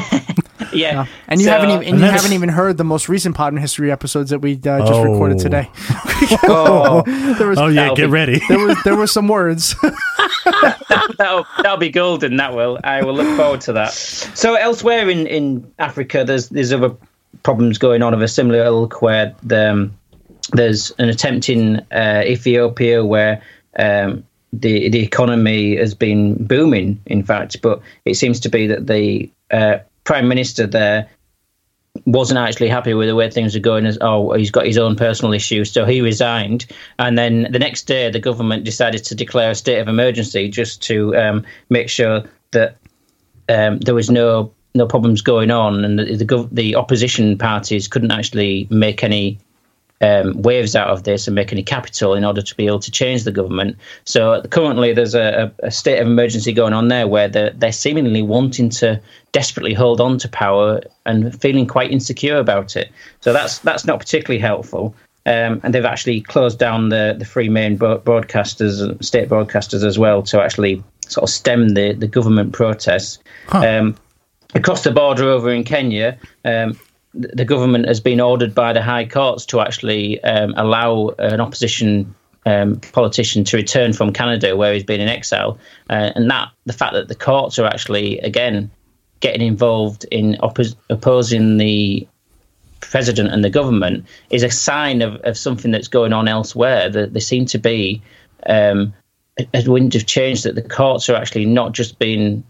Speaker 7: yeah,
Speaker 3: and you
Speaker 7: So-
Speaker 3: haven't even and you haven't even heard the most recent Pod in History episodes that we uh, just recorded
Speaker 4: Oh.
Speaker 3: today.
Speaker 7: Oh.
Speaker 3: There was-
Speaker 4: Oh, yeah, That'll get be- ready.
Speaker 3: There was there were some words.
Speaker 7: that'll, that'll be golden. That will. I will look forward to that. So elsewhere in, in Africa, there's there's other problems going on of a similar ilk where the, um, there's an attempt in uh, Ethiopia where um, the the economy has been booming. In fact, but it seems to be that the uh, prime minister there wasn't actually happy with the way things are going as oh he's got his own personal issues so he resigned and then the next day the government decided to declare a state of emergency just to um, make sure that um, there was no no problems going on and the the, gov- the opposition parties couldn't actually make any um, waves out of this and make any capital in order to be able to change the government. So currently, there's a, a a state of emergency going on there where they're, they're seemingly wanting to desperately hold on to power and feeling quite insecure about it. So that's that's not particularly helpful. Um, and they've actually closed down the the three main bro- broadcasters, state broadcasters as well, to actually sort of stem the the government protests. Um, across the border over in Kenya, um, th- the government has been ordered by the high courts to actually um, allow an opposition um, politician to return from Canada, where he's been in exile, uh, and that the fact that the courts are actually again getting involved in oppos- opposing the president and the government is a sign of, of something that's going on elsewhere. That they seem to be um, a- a wind of change that the courts are actually not just being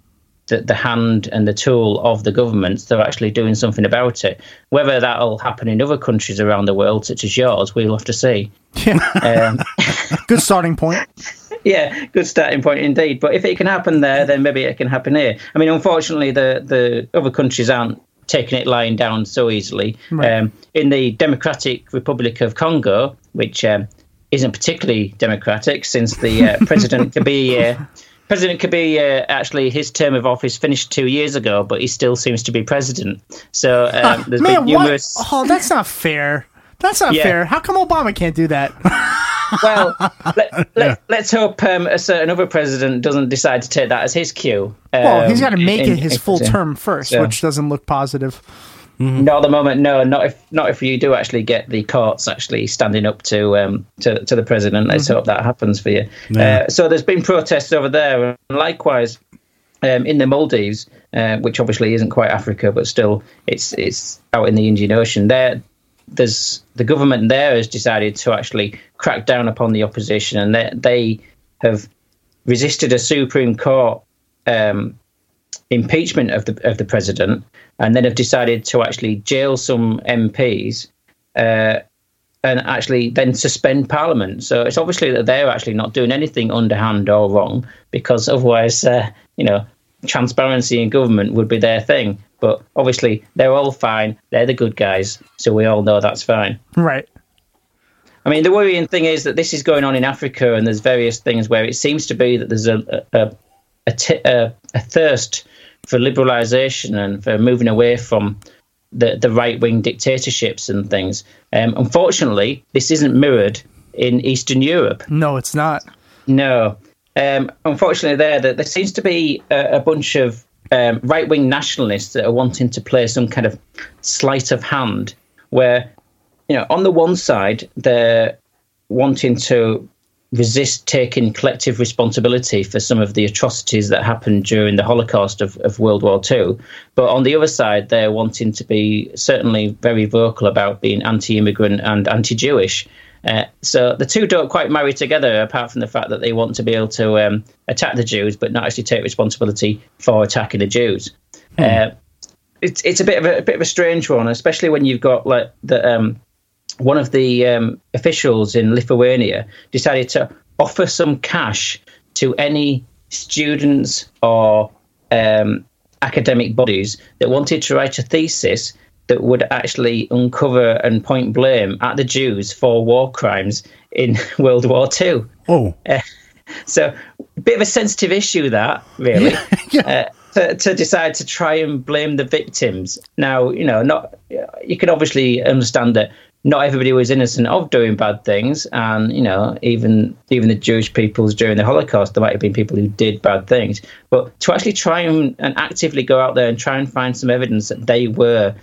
Speaker 7: the, the hand and the tool of the governments, they're actually doing something about it. Whether that'll happen in other countries around the world, such as yours, we'll have to see. um,
Speaker 3: Good starting point.
Speaker 7: yeah, good starting point indeed. But if it can happen there, then maybe it can happen here. I mean, unfortunately, the the other countries aren't taking it lying down so easily.
Speaker 11: Right.
Speaker 7: Um, in the Democratic Republic of Congo, which um, isn't particularly democratic, since the uh, president Kabila. uh, President Kabila, uh, actually, his term of office finished two years ago, but he still seems to be president. So um, there's
Speaker 3: Man,
Speaker 7: been numerous.
Speaker 3: what? Oh, that's not fair. That's not
Speaker 7: Yeah.
Speaker 3: fair. How come Obama can't do that?
Speaker 7: well, let, us hope um, a certain other president doesn't decide to take that as his cue.
Speaker 3: well, Oh, he's
Speaker 7: um,
Speaker 3: got to make
Speaker 7: in-
Speaker 3: it his full
Speaker 7: in-
Speaker 3: term first,
Speaker 7: so-
Speaker 3: which doesn't look positive.
Speaker 7: Not at the moment, no. Not if not if you do actually get the courts actually standing up to um, to, to the president. Let's hope that happens for you.
Speaker 11: Yeah.
Speaker 7: Uh, so there's been protests over there, and likewise um, in the Maldives, uh, which obviously isn't quite Africa, but still it's it's out in the Indian Ocean. There, there's the government there has decided to actually crack down upon the opposition, and they, they have resisted a Supreme Court um, impeachment of the of the president, and then have decided to actually jail some MPs, uh, and actually then suspend Parliament. So it's obviously that they're actually not doing anything underhand or wrong, because otherwise, uh, you know, transparency in government would be their thing. But obviously, they're all fine. They're the good guys, so we all know that's fine.
Speaker 3: Right.
Speaker 7: I mean, the worrying thing is that this is going on in Africa, and there's various things where it seems to be that there's a a, a, t- a, a thirst for liberalisation and for moving away from the, the right wing dictatorships and things. Um, unfortunately, this isn't mirrored in Eastern Europe.
Speaker 3: No, it's not.
Speaker 7: No. Um, unfortunately, there there, there seems to be a, a bunch of um, right wing nationalists that are wanting to play some kind of sleight of hand where you know, on the one side, they're wanting to resist taking collective responsibility for some of the atrocities that happened during the Holocaust of, of World War II. But on the other side, they're wanting to be certainly very vocal about being anti immigrant and anti Jewish. Uh, so the two don't quite marry together, apart from the fact that they want to be able to um, attack the Jews, but not actually take responsibility for attacking the Jews. Uh, it's it's a bit of a, a bit of a strange one, especially when you've got like the um, one of the um, officials in Lithuania decided to offer some cash to any students or um, academic bodies that wanted to write a thesis that would actually uncover and point blame at the Jews for war crimes in World War Two.
Speaker 4: Oh.
Speaker 7: so, a bit of a sensitive issue that really. Uh, to, to decide to try and blame the victims. Now, you know, not you can obviously understand that not everybody was innocent of doing bad things, and you know, even even the Jewish peoples during the Holocaust, there might have been people who did bad things. But to actually try and, and actively go out there and try and find some evidence that they were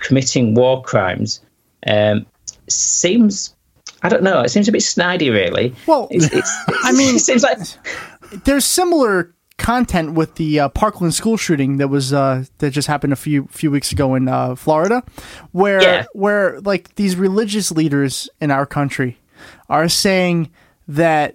Speaker 7: committing war crimes um, seems. I don't know. It seems a bit snidey, really.
Speaker 3: Well,
Speaker 7: it's, it's,
Speaker 3: I mean,
Speaker 7: it seems like
Speaker 3: there's similar content with the uh, Parkland school shooting that was uh, that just happened a few few weeks ago in uh, Florida, where
Speaker 7: Yeah.
Speaker 3: where like these religious leaders in our country are saying that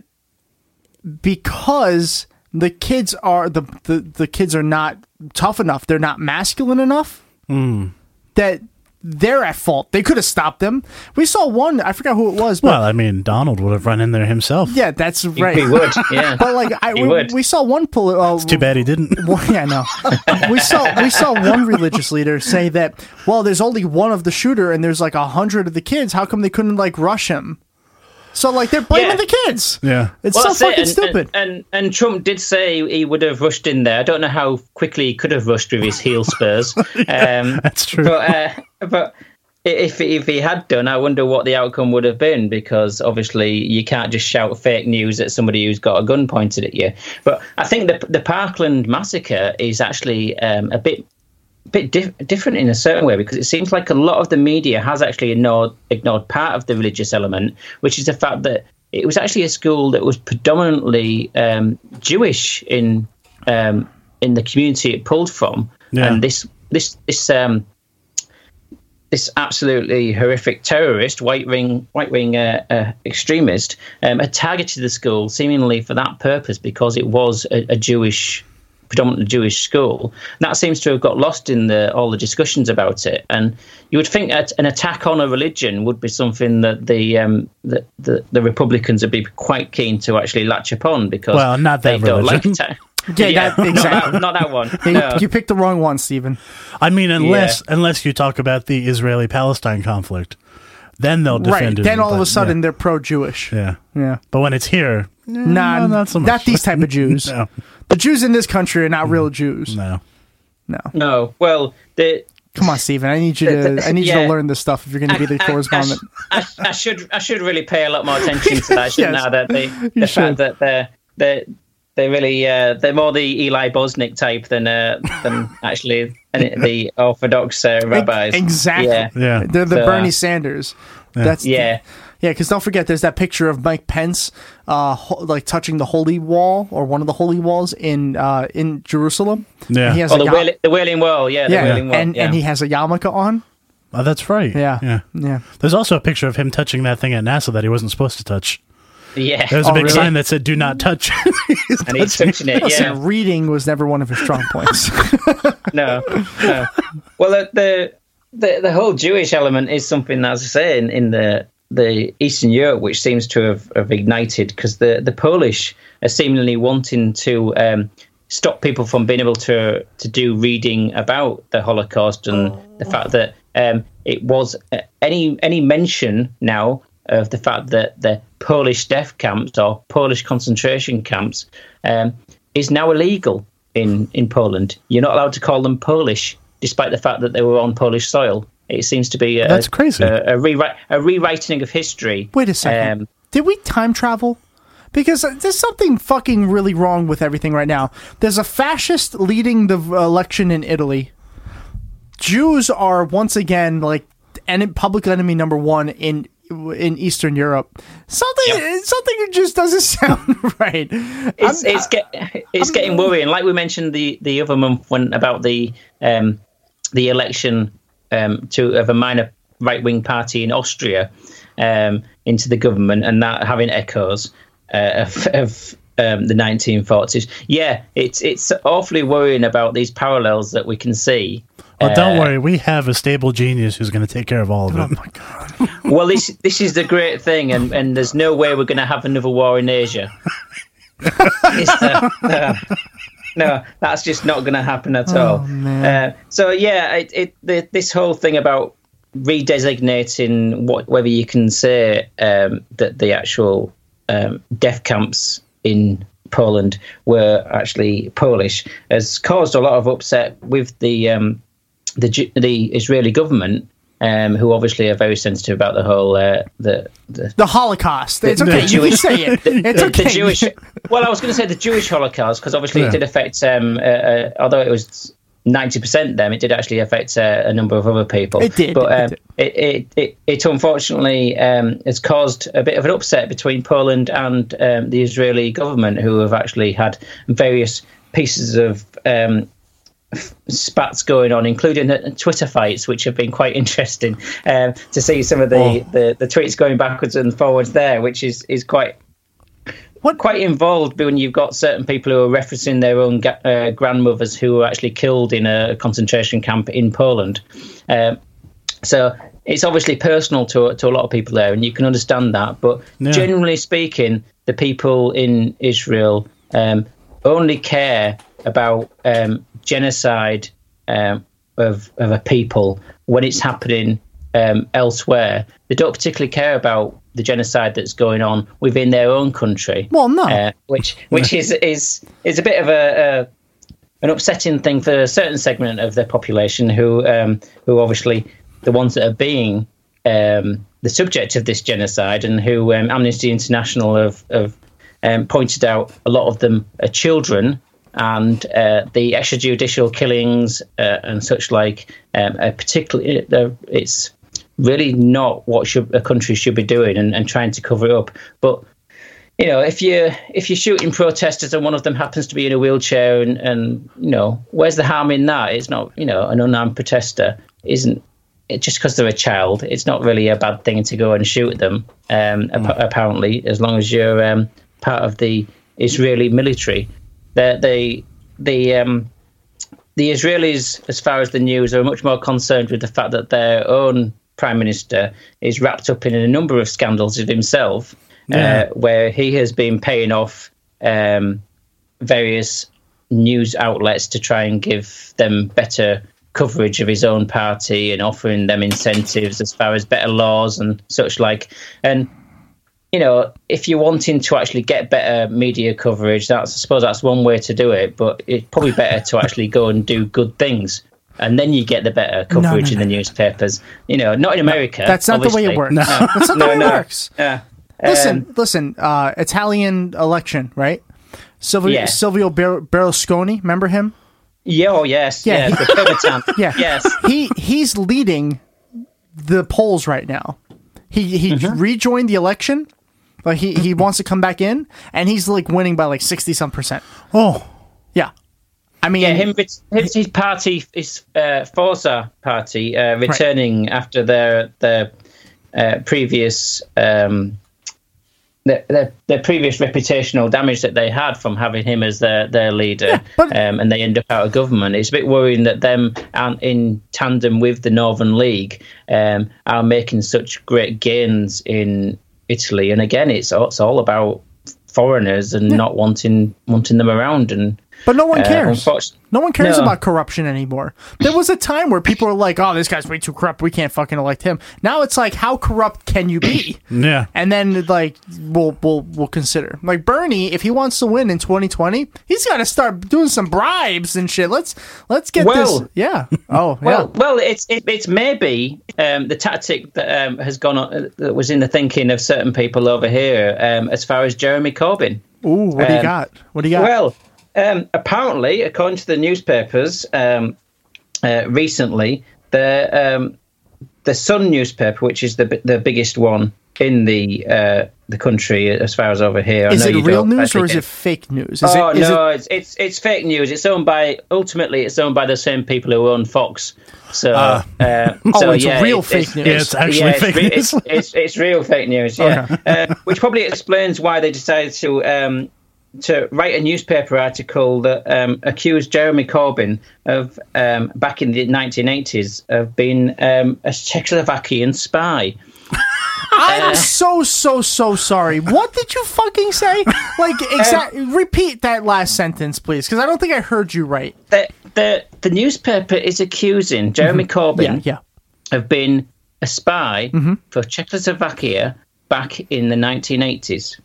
Speaker 3: because the kids are the the, the kids are not tough enough, they're not masculine enough
Speaker 4: Mm.
Speaker 3: that. They're at fault. They could have stopped them. We saw one. I forgot who it was. But
Speaker 4: Well, I mean, Donald would have run in there himself.
Speaker 3: yeah, that's right.
Speaker 4: he would, yeah.
Speaker 3: But like, I,
Speaker 4: He
Speaker 3: we,
Speaker 4: would.
Speaker 3: we saw one poli- uh,
Speaker 4: It's too bad he didn't.
Speaker 3: well, yeah, no. We saw we saw one religious leader say that. Well, there's only one of the shooter, and there's like a hundred of the kids. How come they couldn't like rush him? So like they're blaming
Speaker 7: Yeah.
Speaker 3: the kids.
Speaker 4: Yeah,
Speaker 3: it's
Speaker 7: Well, that's
Speaker 3: so
Speaker 7: it,
Speaker 3: fucking
Speaker 7: and-
Speaker 3: stupid.
Speaker 7: And, and and Trump did say he would have rushed in there. I don't know how quickly he could have rushed with his heel spurs. um,
Speaker 4: that's true.
Speaker 7: But uh, but i- if if he had done, I wonder what the outcome would have been because obviously you can't just shout fake news at somebody who's got a gun pointed at you. But I think the the Parkland massacre is actually um, a bit bit dif- different in a certain way because it seems like a lot of the media has actually ignored ignored part of the religious element, which is the fact that it was actually a school that was predominantly um, Jewish in um, in the community it pulled from,
Speaker 4: Yeah.
Speaker 7: and this this this um, this absolutely horrific terrorist, white wing white wing uh, uh, extremist, um, had targeted the school seemingly for that purpose because it was a, a Jewish, predominantly Jewish school. And that seems to have got lost in the all the discussions about it. And you would think that an attack on a religion would be something that the um, the, the the Republicans would be quite keen to actually latch upon because
Speaker 4: Well, not that
Speaker 7: they don't like
Speaker 4: religion.
Speaker 7: attack.
Speaker 3: Yeah, that-
Speaker 7: not
Speaker 3: exactly.
Speaker 7: Not that, one.
Speaker 3: They-
Speaker 7: no.
Speaker 3: You picked the wrong one, Stephen.
Speaker 4: I mean, unless unless you talk about the Israeli Palestine conflict, then they'll
Speaker 3: Right.
Speaker 4: defend it.
Speaker 3: Then all of
Speaker 4: but-
Speaker 3: a sudden they're pro-Jewish.
Speaker 4: yeah.
Speaker 3: Yeah.
Speaker 4: But when it's here,
Speaker 3: Nah,
Speaker 4: no, not so much.
Speaker 3: these type of Jews.
Speaker 4: No.
Speaker 3: The Jews in this country are not real Jews.
Speaker 4: Mm-hmm. No.
Speaker 3: No.
Speaker 7: No. Well, the
Speaker 3: Come on, Stephen. I need you to. I need you
Speaker 7: Yeah.
Speaker 3: to learn this stuff if you're going to be the correspondent.
Speaker 7: I, I should I should really pay a lot more attention to that, shouldn't
Speaker 3: Yes.
Speaker 7: I? That they, the
Speaker 3: should.
Speaker 7: fact that they're they they're really uh, they're more the Eli Bosnick type than uh, than actually any- the Orthodox uh, rabbis.
Speaker 3: Exactly.
Speaker 7: Yeah.
Speaker 3: They're the
Speaker 7: So, uh,
Speaker 3: Bernie Sanders. That's
Speaker 7: Yeah.
Speaker 3: yeah, because don't forget, there's that picture of Mike Pence, uh, ho- like touching the holy wall or one of the holy walls in uh, in Jerusalem.
Speaker 4: Yeah.
Speaker 3: and he has
Speaker 7: Oh,
Speaker 3: a
Speaker 7: the,
Speaker 3: ya-
Speaker 7: wailing, the Wailing Wall, yeah, the
Speaker 3: yeah,
Speaker 7: Wailing Wall,
Speaker 3: and
Speaker 7: yeah.
Speaker 3: and he has a yarmulke on.
Speaker 4: Oh, that's right.
Speaker 3: Yeah.
Speaker 4: Yeah.
Speaker 3: Yeah,
Speaker 4: There's also a picture of him touching that thing at NASA that he wasn't supposed to touch.
Speaker 7: Yeah.
Speaker 4: There was a
Speaker 3: Oh,
Speaker 4: big
Speaker 3: really?
Speaker 4: sign that said "Do not touch."
Speaker 7: and he's touching it.
Speaker 3: Listen,
Speaker 7: Yeah.
Speaker 3: reading was never one of his strong points.
Speaker 7: no, no. Well, the, the the the whole Jewish element is something that, as I say, in, in the the Eastern Europe, which seems to have, have ignited because the the Polish are seemingly wanting to um, stop people from being able to to do reading about the Holocaust and the fact that um, it was uh, any any mention now of the fact that the Polish death camps or Polish concentration camps um, is now illegal in, in Poland. You're not allowed to call them Polish, despite the fact that they were on Polish soil. It seems to be a,
Speaker 3: That's crazy.
Speaker 7: A, a, rewri- a rewriting of history.
Speaker 3: Wait a second.
Speaker 7: Um,
Speaker 3: Did we time travel? Because uh, there's something fucking really wrong with everything right now. There's a fascist leading the v- election in Italy. Jews are once again like en- public enemy number one in in Eastern Europe. Something something just doesn't sound right.
Speaker 7: it's it's, get, it's getting worrying. Like we mentioned the, the other month when about the um, the election um, to of a minor right wing party in Austria um, into the government, and that having echoes uh, of, of um, the 1940s. Yeah, it's it's awfully worrying about these parallels that we can see.
Speaker 4: Well, don't
Speaker 7: Uh,
Speaker 4: worry, we have a stable genius who's going to take care of all of
Speaker 3: Oh
Speaker 4: it.
Speaker 7: well, this this is the great thing, and, and there's no way we're going to have another war in Asia. It's, uh, uh, no, that's just not going to happen at
Speaker 3: Oh,
Speaker 7: all. Uh, so yeah, it, it the, this whole thing about redesignating what whether you can say um, that the actual um, death camps in Poland were actually Polish has caused a lot of upset with the um, the Ju- the Israeli government. Um, who obviously are very sensitive about the whole uh, the, the
Speaker 3: the Holocaust. It's okay. You can say it. It's
Speaker 7: the,
Speaker 3: okay.
Speaker 7: the Jewish. Well, I was going to say the Jewish Holocaust because obviously
Speaker 3: Yeah.
Speaker 7: it did affect. Um, uh, uh, although it was ninety percent them, it did actually affect uh, a number of other people.
Speaker 3: It did,
Speaker 7: but
Speaker 3: it
Speaker 7: um,
Speaker 3: did.
Speaker 7: It, it, it it unfortunately um, has caused a bit of an upset between Poland and um, the Israeli government, who have actually had various pieces of. Um, f- spats going on including uh, twitter fights which have been quite interesting um, to see some of the,
Speaker 3: Oh.
Speaker 7: the, the tweets going backwards and forwards there which is, is quite quite involved when you've got certain people who are referencing their own ga- uh, grandmothers who were actually killed in a concentration camp in Poland. Um, so it's obviously personal to to a lot of people there, and you can understand that. But
Speaker 4: Yeah.
Speaker 7: generally speaking, the people in Israel um, only care about um, genocide um, of of a people when it's happening um, elsewhere. They don't particularly care about the genocide that's going on within their own country.
Speaker 3: Well, no.
Speaker 7: Uh, which which is is is a bit of a. a an upsetting thing for a certain segment of their population who um, who obviously the ones that are being um, the subject of this genocide and who um, Amnesty International have, have um, pointed out a lot of them are children and uh, the extrajudicial killings uh, and such like um, are particularly they're- it's really not what should, a country should be doing and, and trying to cover it up but you know, if you if you're shooting protesters and one of them happens to be in a wheelchair and and you know, where's the harm in that? It's not you know, an unarmed protester isn't it, just because they're a child. It's not really a bad thing to go and shoot them. Um, ap- apparently, as long as you're um, part of the Israeli military, the the the um, the Israelis, as far as the news, are much more concerned with the fact that their own prime minister is wrapped up in a number of scandals of himself,
Speaker 4: Yeah.
Speaker 7: uh, where he has been paying off um, various news outlets to try and give them better coverage of his own party and offering them incentives as far as better laws and such like. And you know, if you're wanting to actually get better media coverage, that's I suppose that's one way to do it. But it's probably better to actually go and do good things, and then you get the better
Speaker 3: No, no,
Speaker 7: coverage
Speaker 3: no,
Speaker 7: in the newspapers. You know, not in America.
Speaker 3: That's not the way it
Speaker 7: obviously.
Speaker 3: works.
Speaker 7: No.
Speaker 3: That's not the
Speaker 7: No,
Speaker 3: way it
Speaker 7: no.
Speaker 3: works.
Speaker 7: Yeah.
Speaker 3: Listen, listen. Uh, Italian election, right? Silvio
Speaker 7: Yeah.
Speaker 3: Silvio Ber- Berlusconi, remember him?
Speaker 7: Yeah. Oh yes. Yeah.
Speaker 3: Yeah.
Speaker 7: the Turbotan.
Speaker 3: Yeah.
Speaker 7: Yes.
Speaker 3: He he's leading the polls right now. He he
Speaker 7: Mm-hmm.
Speaker 3: rejoined the election, but he he wants to come back in, and he's like winning by like sixty some percent.
Speaker 4: Oh,
Speaker 3: yeah. I mean,
Speaker 7: yeah, him, his, his party, his uh, Forza party, uh, returning after their their uh, previous um, their, their, their previous reputational damage that they had from having him as their, their leader um, and they end up out of government. It's a bit worrying that them and in tandem with the Northern League um, are making such great gains in Italy. And again, it's, it's all about foreigners and not wanting wanting them around. And
Speaker 3: But no one
Speaker 7: uh,
Speaker 3: cares.
Speaker 7: unfortunately-
Speaker 3: no one cares
Speaker 7: No.
Speaker 3: about corruption anymore. There was a time where people were like, "Oh, this guy's way too corrupt. We can't fucking elect him." Now it's like, how corrupt can you be?
Speaker 4: Yeah.
Speaker 3: And then like we'll we'll we'll consider like Bernie if he wants to win in 2020, he's got to start doing some bribes and shit. Let's let's get this.
Speaker 7: Well-
Speaker 3: Yeah. Oh
Speaker 7: Well,
Speaker 3: yeah.
Speaker 7: well, it's it, it's maybe um, the tactic that um, has gone on, that was in the thinking of certain people over here um, as far as Jeremy Corbyn.
Speaker 3: Ooh, what do you
Speaker 7: Um,
Speaker 3: got? What do you got?
Speaker 7: Well, um, apparently, according to the newspapers um, uh, recently, the um, the Sun newspaper, which is the bi- the biggest one in the uh, the country as far as over here, I
Speaker 3: is
Speaker 7: know
Speaker 3: it
Speaker 7: you
Speaker 3: real
Speaker 7: don't
Speaker 3: news or
Speaker 7: actually
Speaker 3: is
Speaker 7: get-
Speaker 3: it fake news? Is
Speaker 7: oh
Speaker 3: it, is
Speaker 7: no,
Speaker 3: it-
Speaker 7: it's, it's it's fake news. It's owned by ultimately it's owned by the same people who own Fox. So,
Speaker 4: Ah.
Speaker 7: uh,
Speaker 4: Oh,
Speaker 7: so,
Speaker 4: it's
Speaker 7: yeah,
Speaker 4: real
Speaker 7: it-
Speaker 4: fake news. Yeah, it's actually fake
Speaker 7: re-
Speaker 4: news.
Speaker 7: It's, it's, it's real fake news. Yeah, uh, which probably explains why they decided to um, to write a newspaper article that um, accused Jeremy Corbyn of um, back in the 1980s of being um, a Czechoslovakian spy.
Speaker 3: I'm so so so sorry. What did you fucking say? Like exact. repeat that last sentence, please, because I don't think I heard you right.
Speaker 7: the the the newspaper is accusing Jeremy
Speaker 4: Mm-hmm.
Speaker 7: Corbyn of being a spy for Czechoslovakia back in the 1980s,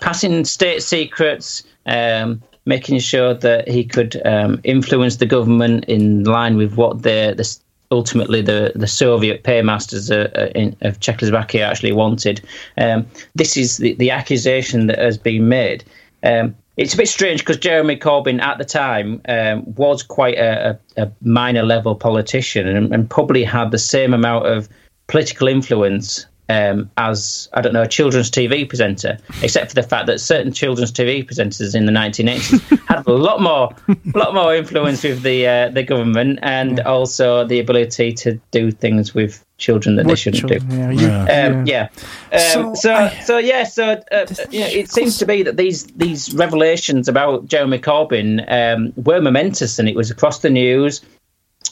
Speaker 7: passing state secrets, um, making sure that he could um, influence the government in line with what the, the ultimately the, the Soviet paymasters uh, uh, in, of Czechoslovakia actually wanted. Um, this is the, the accusation that has been made. Um, it's a bit strange because Jeremy Corbyn at the time um, was quite a, a, a minor level politician and, and probably had the same amount of political influence um, as I don't know a children's TV presenter, except for the fact that certain children's TV presenters in the 1980s had a lot more, lot more influence with the uh, the government and also the ability to do things with children that they shouldn't do.
Speaker 3: Yeah, you- eh.
Speaker 7: Um, yeah. Um, so, so, yeah. So, uh, you know, it seems to be that these these revelations about Jeremy Corbyn um, were momentous, and it was across the news.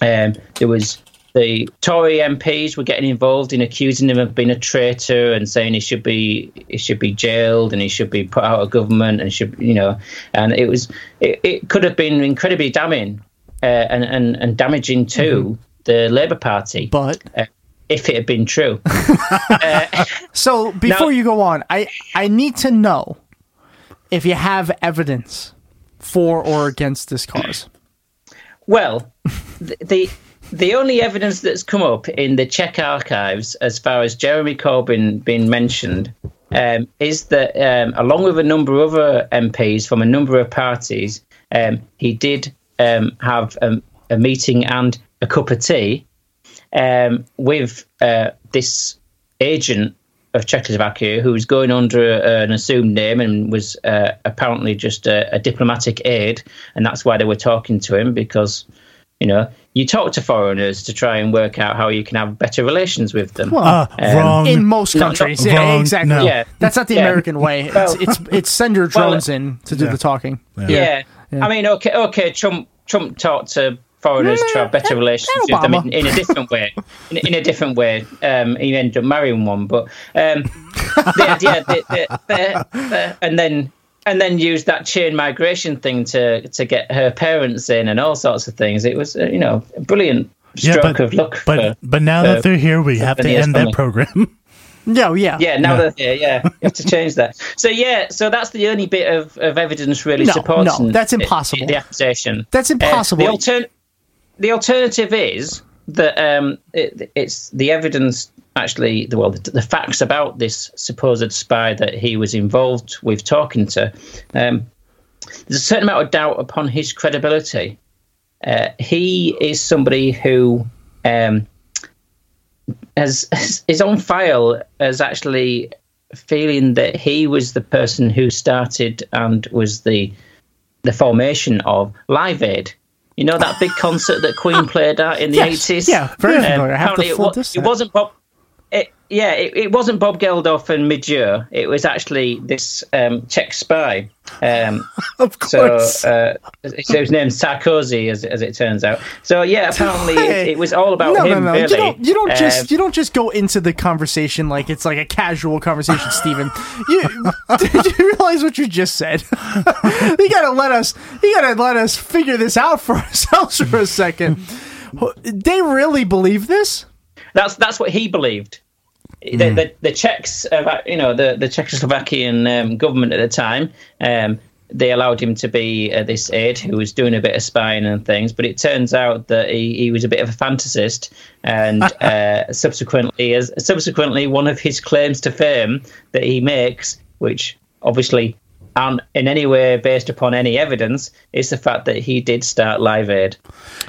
Speaker 7: Um, there was the Tory MPs were getting involved in accusing him of being a traitor and saying he should be he should be jailed and he should be put out of government and should you know, and it was it, it could have been incredibly damning uh, and, and and damaging to the Labour Party,
Speaker 3: but.
Speaker 7: Uh, if it had been true,
Speaker 3: So before you go on, I I need to know if you have evidence for or against this cause.
Speaker 7: Well, the, the the only evidence that's come up in the Czech archives, as far as Jeremy Corbyn being mentioned, um, is that um, along with a number of other MPs from a number of parties, um, he did um, have um, a meeting and a cup of tea um, with uh, this agent of Czechoslovakia who was going under uh, an assumed name and was uh, apparently just a, a diplomatic aide, and that's why they were talking to him because. You know, you talk to foreigners to try and work out how you can have better relations with them.
Speaker 3: Uh,
Speaker 7: Um,
Speaker 3: in most
Speaker 7: no, no,
Speaker 3: countries, yeah, exactly.
Speaker 7: Yeah.
Speaker 3: That's not the
Speaker 7: Yeah.
Speaker 3: American way. It's,
Speaker 7: Well-
Speaker 3: it's it's send your
Speaker 7: Well,
Speaker 3: drones in to do
Speaker 7: yeah.
Speaker 3: the talking.
Speaker 7: Yeah. I mean, okay, okay. Trump, Trump talked to foreigners to have better relations with them in, in a different way. In, in a different way, um, he ended up marrying one, but um, the idea, the, the, the, the, and then and then used that chain migration thing to to get her parents in and all sorts of things. It was, uh, you know, a brilliant stroke of luck.
Speaker 4: But
Speaker 7: for-
Speaker 4: but now
Speaker 7: for-
Speaker 4: that they're here, we
Speaker 7: for
Speaker 4: have to
Speaker 7: Phineas
Speaker 4: end
Speaker 7: Fleming.
Speaker 4: that program.
Speaker 3: No, yeah.
Speaker 7: Yeah, now that they're here, yeah, you have to change that. So yeah, so that's the only bit of, of evidence really
Speaker 3: No,
Speaker 7: supporting.
Speaker 3: no, that's
Speaker 7: it-
Speaker 3: impossible.
Speaker 7: The accusation.
Speaker 3: That's
Speaker 7: Uh,
Speaker 3: impossible.
Speaker 7: the, altern- the alternative is that um, it, it's the evidence actually, the well, the, the facts about this supposed spy that he was involved with talking to. Um, there's a certain amount of doubt upon his credibility. Uh, he is somebody who um, has, is on file as actually feeling that he was the person who started and was the the formation of Live Aid. You know that big concert that Queen played at in the
Speaker 3: Yes,
Speaker 7: eighties. Um,
Speaker 3: yeah, very familiar. I have to
Speaker 7: apparently it,
Speaker 3: full
Speaker 7: wa-
Speaker 3: disc
Speaker 7: it
Speaker 3: set.
Speaker 7: wasn't pop. it, yeah, it, it wasn't Bob Geldof and Midure. It was actually this um, Czech spy. Um,
Speaker 3: of
Speaker 7: course. So, uh, so his name's Sarkozy, as, as it turns out. So yeah, apparently it,
Speaker 3: Hey.
Speaker 7: it was all about
Speaker 3: no,
Speaker 7: him.
Speaker 3: No, no,
Speaker 7: Really.
Speaker 3: You don't, you don't
Speaker 7: Um,
Speaker 3: just you don't just go into the conversation like it's like a casual conversation, Stephen. You did you realize what you just said? you gotta let us you gotta let us figure this out for ourselves for a second. They really believe this?
Speaker 7: That's that's what he believed. The, the, the Czechs, uh, you know, the, the Czechoslovakian um, government at the time, um, they allowed him to be uh, this aide who was doing a bit of spying and things. But it turns out that he, he was a bit of a fantasist, and uh, subsequently, as subsequently, one of his claims to fame that he makes, which obviously aren't in any way based upon any evidence, is the fact that he did start Live Aid.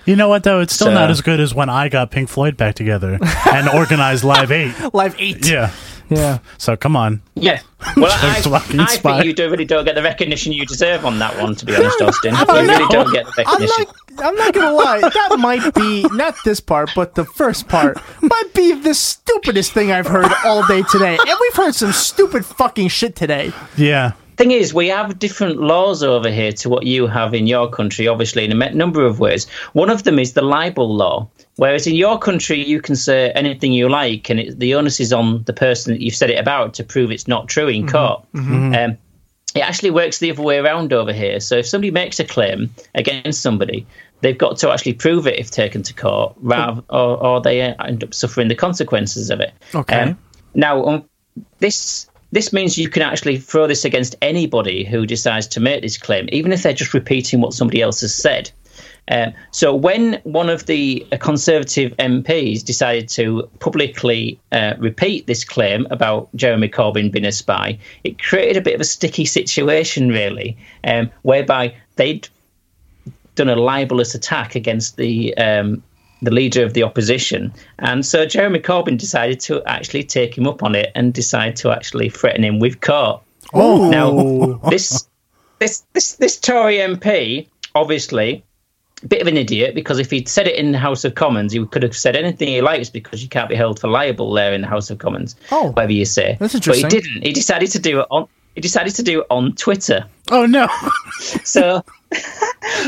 Speaker 4: You know what though? It's still
Speaker 7: So-
Speaker 4: not as good as when I got Pink Floyd back together and organized Live Eight.
Speaker 3: Live Eight.
Speaker 4: Yeah.
Speaker 3: Yeah.
Speaker 4: So come on.
Speaker 7: Yeah. Well, I,
Speaker 4: Czechoslovakian
Speaker 7: I
Speaker 4: spy.
Speaker 7: think you do really don't get the recognition you deserve on that one, to be honest, Austin. You really don't get the
Speaker 3: I'm
Speaker 7: recognition.
Speaker 3: not, I'm not gonna lie. That might be not this part, but the first part might be the stupidest thing I've heard all day today. And we've heard some stupid fucking shit today.
Speaker 4: Yeah.
Speaker 7: Thing is, we have different laws over here to what you have in your country, obviously, in a me- number of ways. One of them is the libel law, whereas in your country, you can say anything you like, and it, the onus is on the person that you've said it about to prove it's not true in court. Um, it actually works the other way around over here. So if somebody makes a claim against somebody, they've got to actually prove it if taken to court, rather, or, or they uh, end up suffering the consequences of it.
Speaker 3: Okay.
Speaker 7: now, um, this this means you can actually throw this against anybody who decides to make this claim, even if they're just repeating what somebody else has said. Um, so when one of the uh, Conservative MPs decided to publicly uh, repeat this claim about Jeremy Corbyn being a spy, it created a bit of a sticky situation, really, um, whereby they'd done a libelous attack against the um, the leader of the opposition, and so Jeremy Corbyn decided to actually take him up on it and decide to actually threaten him with court.
Speaker 4: Oh.
Speaker 7: now this this this this Tory MP obviously a bit of an idiot because if he'd said it in the House of Commons, he could have said anything he likes because you can't be held for liable there in the House of Commons.
Speaker 3: Oh.
Speaker 7: whatever you say.
Speaker 3: That's
Speaker 7: But
Speaker 3: interesting.
Speaker 7: he didn't. He decided to do it on. He decided to do it on Twitter.
Speaker 4: Oh no.
Speaker 7: So,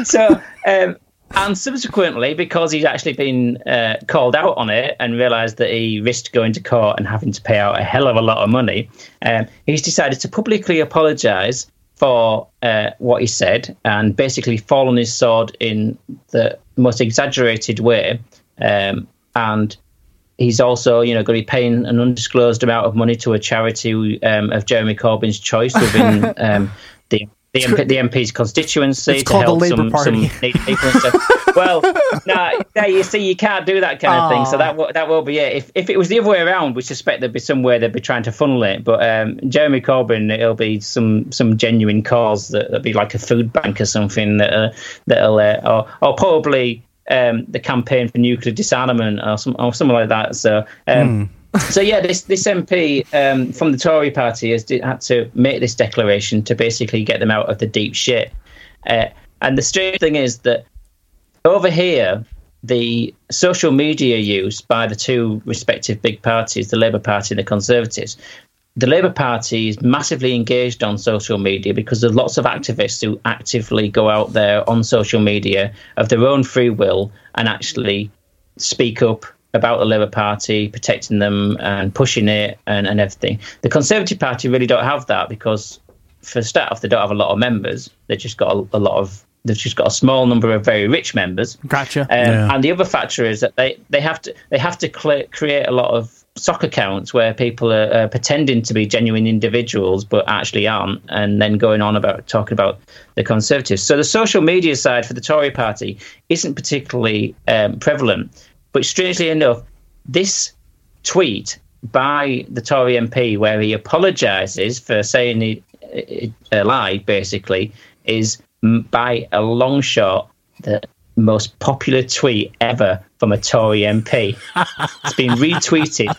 Speaker 7: so, um, and subsequently, because he's actually been uh, called out on it and realised that he risked going to court and having to pay out a hell of a lot of money, um, he's decided to publicly apologise for uh, what he said and basically fall on his sword in the most exaggerated way. Um, and he's also, you know, going to be paying an undisclosed amount of money to a charity um, of Jeremy Corbyn's choice within um, the the, MP, the MP's constituency
Speaker 3: It's
Speaker 7: to
Speaker 3: called the
Speaker 7: help
Speaker 3: Labour
Speaker 7: some, some
Speaker 3: Party.
Speaker 7: needy people and stuff. well, no, there you see, you can't do that kind of thing. So
Speaker 3: Aw.
Speaker 7: that will, that will be it. If, if it was the other way around, we suspect there'd be somewhere they'd be trying to funnel it. But um, Jeremy Corbyn, it'll be some some genuine cause that, that'll be like a food bank or something that uh, that'll uh, or, or probably um, the campaign for nuclear disarmament or some or something like that. So.
Speaker 3: Hmm.
Speaker 7: Um, So yeah, this this MP um, from the Tory party has d- had to make this declaration to basically get them out of the deep shit. Uh, and the strange thing is that over here, the social media use by the two respective big parties, the Labour Party and the Conservatives, the Labour Party is massively engaged on social media because there's lots of activists who actively go out there on social media of their own free will and actually speak up about the Labour Party, protecting them and pushing it and, and everything. The Conservative Party really don't have that because for a start off, they don't have a lot of members. They've just got a, a lot of they've just got a small number of very rich members.
Speaker 3: Gotcha.
Speaker 7: Um, And the other factor is that they, they have to they have to cl- create a lot of sock accounts where people are uh, pretending to be genuine individuals but actually aren't, and then going on about talking about the Conservatives. So the social media side for the Tory Party isn't particularly um, prevalent. But strangely enough, this tweet by the Tory MP where he apologises for saying he, he, a lie, basically, is mm, by a long shot the most popular tweet ever from a Tory MP. it's been retweeted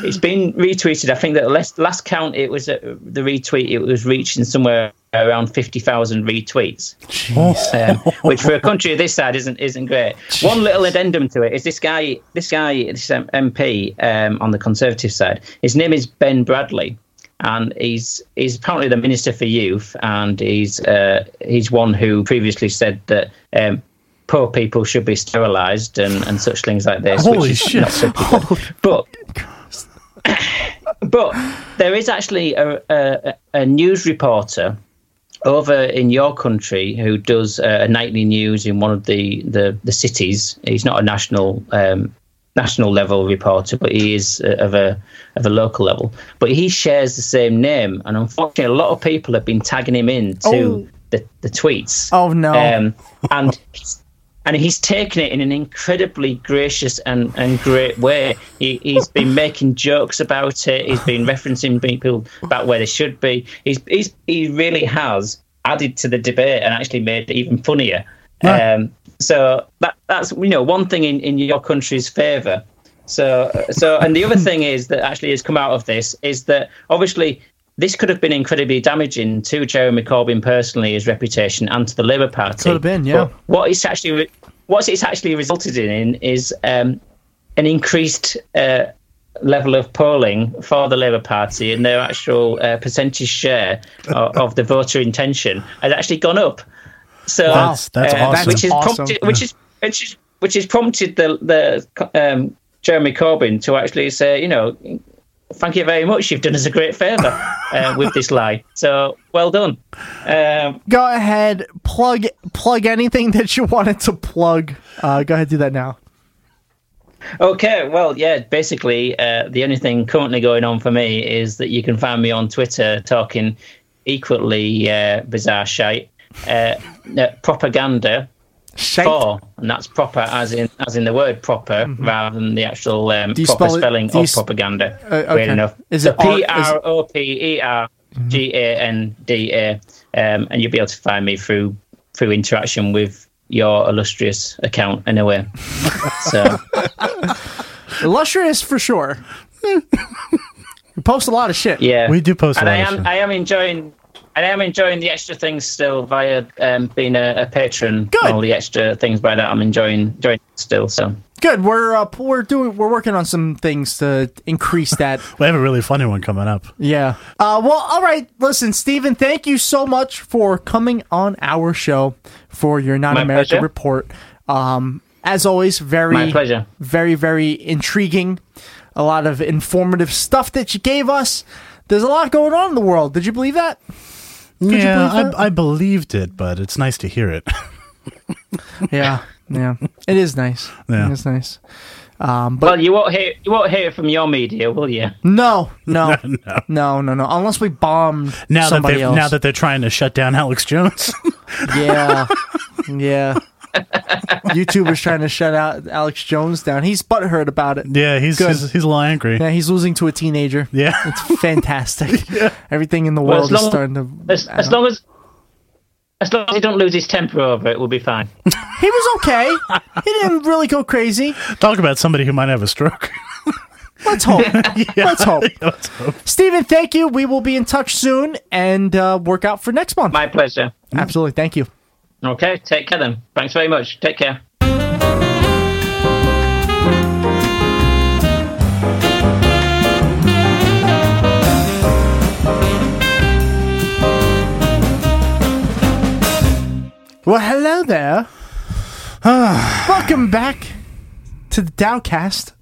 Speaker 7: it's been retweeted. I think that last, last count, it was uh, the retweet. It was reaching somewhere around fifty thousand retweets, um, which for a country of this side isn't isn't great. One little addendum to it is this guy. This guy, this um, MP um, on the Conservative side. His name is Ben Bradley, and he's he's apparently the Minister for Youth, and he's uh, he's one who previously said that. Um, Poor people should be sterilised and, and such things like this.
Speaker 4: Holy
Speaker 7: which is
Speaker 4: shit.
Speaker 7: Not particularly good. But but there is actually a, a, a news reporter over in your country who does uh, a nightly news in one of the, the, the cities. He's not a national um, national level reporter, but he is uh, of a of a local level. But he shares the same name, and unfortunately, a lot of people have been tagging him in to
Speaker 3: Oh.
Speaker 7: the, the tweets.
Speaker 3: Oh, no.
Speaker 7: Um, and he's- and he's taken it in an incredibly gracious and, and great way. He, he's been making jokes about it. He's been referencing people about where they should be. He's, he's he really has added to the debate and actually made it even funnier. Um, so that that's you know one thing in, in your country's favour. So so and the other thing is that actually has come out of this is that obviously this could have been incredibly damaging to Jeremy Corbyn personally, his reputation, and to the Labour Party.
Speaker 3: Could have been, yeah.
Speaker 7: But what it's actually re- what it's actually resulted in is um, an increased uh, level of polling for the Labour Party, and their actual uh, percentage share of, of the voter intention has actually gone up. So uh,
Speaker 4: Wow. That's- that's awesome.
Speaker 7: Which is
Speaker 4: That's
Speaker 7: prompted,
Speaker 4: awesome.
Speaker 7: which is which is which is prompted the the um, Jeremy Corbyn to actually say, you know, thank you very much. You've done us a great favour uh, with this lie. So well done. Um,
Speaker 3: Go ahead, plug plug anything that you wanted to plug. Uh, go ahead, do that now.
Speaker 7: Okay, well, yeah, basically, uh, the only thing currently going on for me is that you can find me on Twitter talking equally uh, bizarre shite, uh, no, propaganda. For, and that's proper as in as in the word proper rather than the actual um,
Speaker 3: Mm-hmm. Do you
Speaker 7: proper
Speaker 3: spell it-
Speaker 7: spelling
Speaker 3: do you
Speaker 7: of
Speaker 3: s-
Speaker 7: propaganda.
Speaker 3: Uh, okay.
Speaker 7: Weird enough.
Speaker 3: Is
Speaker 7: So
Speaker 3: it R- is
Speaker 7: P
Speaker 3: it-
Speaker 7: R O P E R G A N D A, um, and you'll be able to find me through through interaction with your illustrious account in a way. So.
Speaker 3: Illustrious for sure. we post a lot of shit.
Speaker 7: Yeah, and
Speaker 3: I
Speaker 7: I am, I am enjoying, and I am enjoying the extra things still via um, being a, a patron. Good. All the extra things by that I'm enjoying, enjoying still. So
Speaker 3: Good. We're uh, p- we're doing we're working on some things to increase that.
Speaker 4: We have a really funny one coming up.
Speaker 3: yeah. Uh, well, all right. Listen, Steven, thank you so much for coming on our show for your non-America
Speaker 7: pleasure.
Speaker 3: report. Um, as always, very
Speaker 7: My pleasure.
Speaker 3: Very very intriguing. A lot of informative stuff that you gave us. There's a lot going on in the world. Did you believe that? Could you
Speaker 4: yeah,
Speaker 3: believe that?
Speaker 4: I, I believed it, but it's nice to hear it.
Speaker 3: yeah, yeah. It is nice.
Speaker 4: Yeah.
Speaker 3: It is nice. Um, but
Speaker 7: well, you won't hear, you won't hear from your media, will you?
Speaker 3: no, no,
Speaker 4: no,
Speaker 3: no, no, no. Unless we bombed
Speaker 4: Now that
Speaker 3: Oh. somebody
Speaker 4: they
Speaker 3: else.
Speaker 4: now that they're trying to shut down Alex Jones.
Speaker 3: yeah, yeah. YouTube is trying to shut out Alex Jones down. He's buttheirt about it.
Speaker 4: yeah, he's,
Speaker 3: Good.
Speaker 4: he's he's a little angry.
Speaker 3: Yeah, he's losing to a teenager.
Speaker 4: Yeah,
Speaker 3: it's fantastic. Everything in the
Speaker 7: Well,
Speaker 3: world
Speaker 7: as
Speaker 3: is
Speaker 7: long-
Speaker 3: starting to.
Speaker 7: As, as long as. As long as you don't lose his temper over it, we'll be fine.
Speaker 3: He was okay. he didn't really go crazy.
Speaker 4: Talk about somebody who might have a stroke.
Speaker 3: Let's hope.
Speaker 4: Yeah.
Speaker 3: Let's hope.
Speaker 4: Let's hope.
Speaker 3: Steven, thank you. We will be in touch soon and uh, work out for next month.
Speaker 7: My pleasure.
Speaker 3: Absolutely. Thank you.
Speaker 7: Okay, take care then. Thanks very much. Take care.
Speaker 3: Well, hello there. Welcome back to the Dowcast.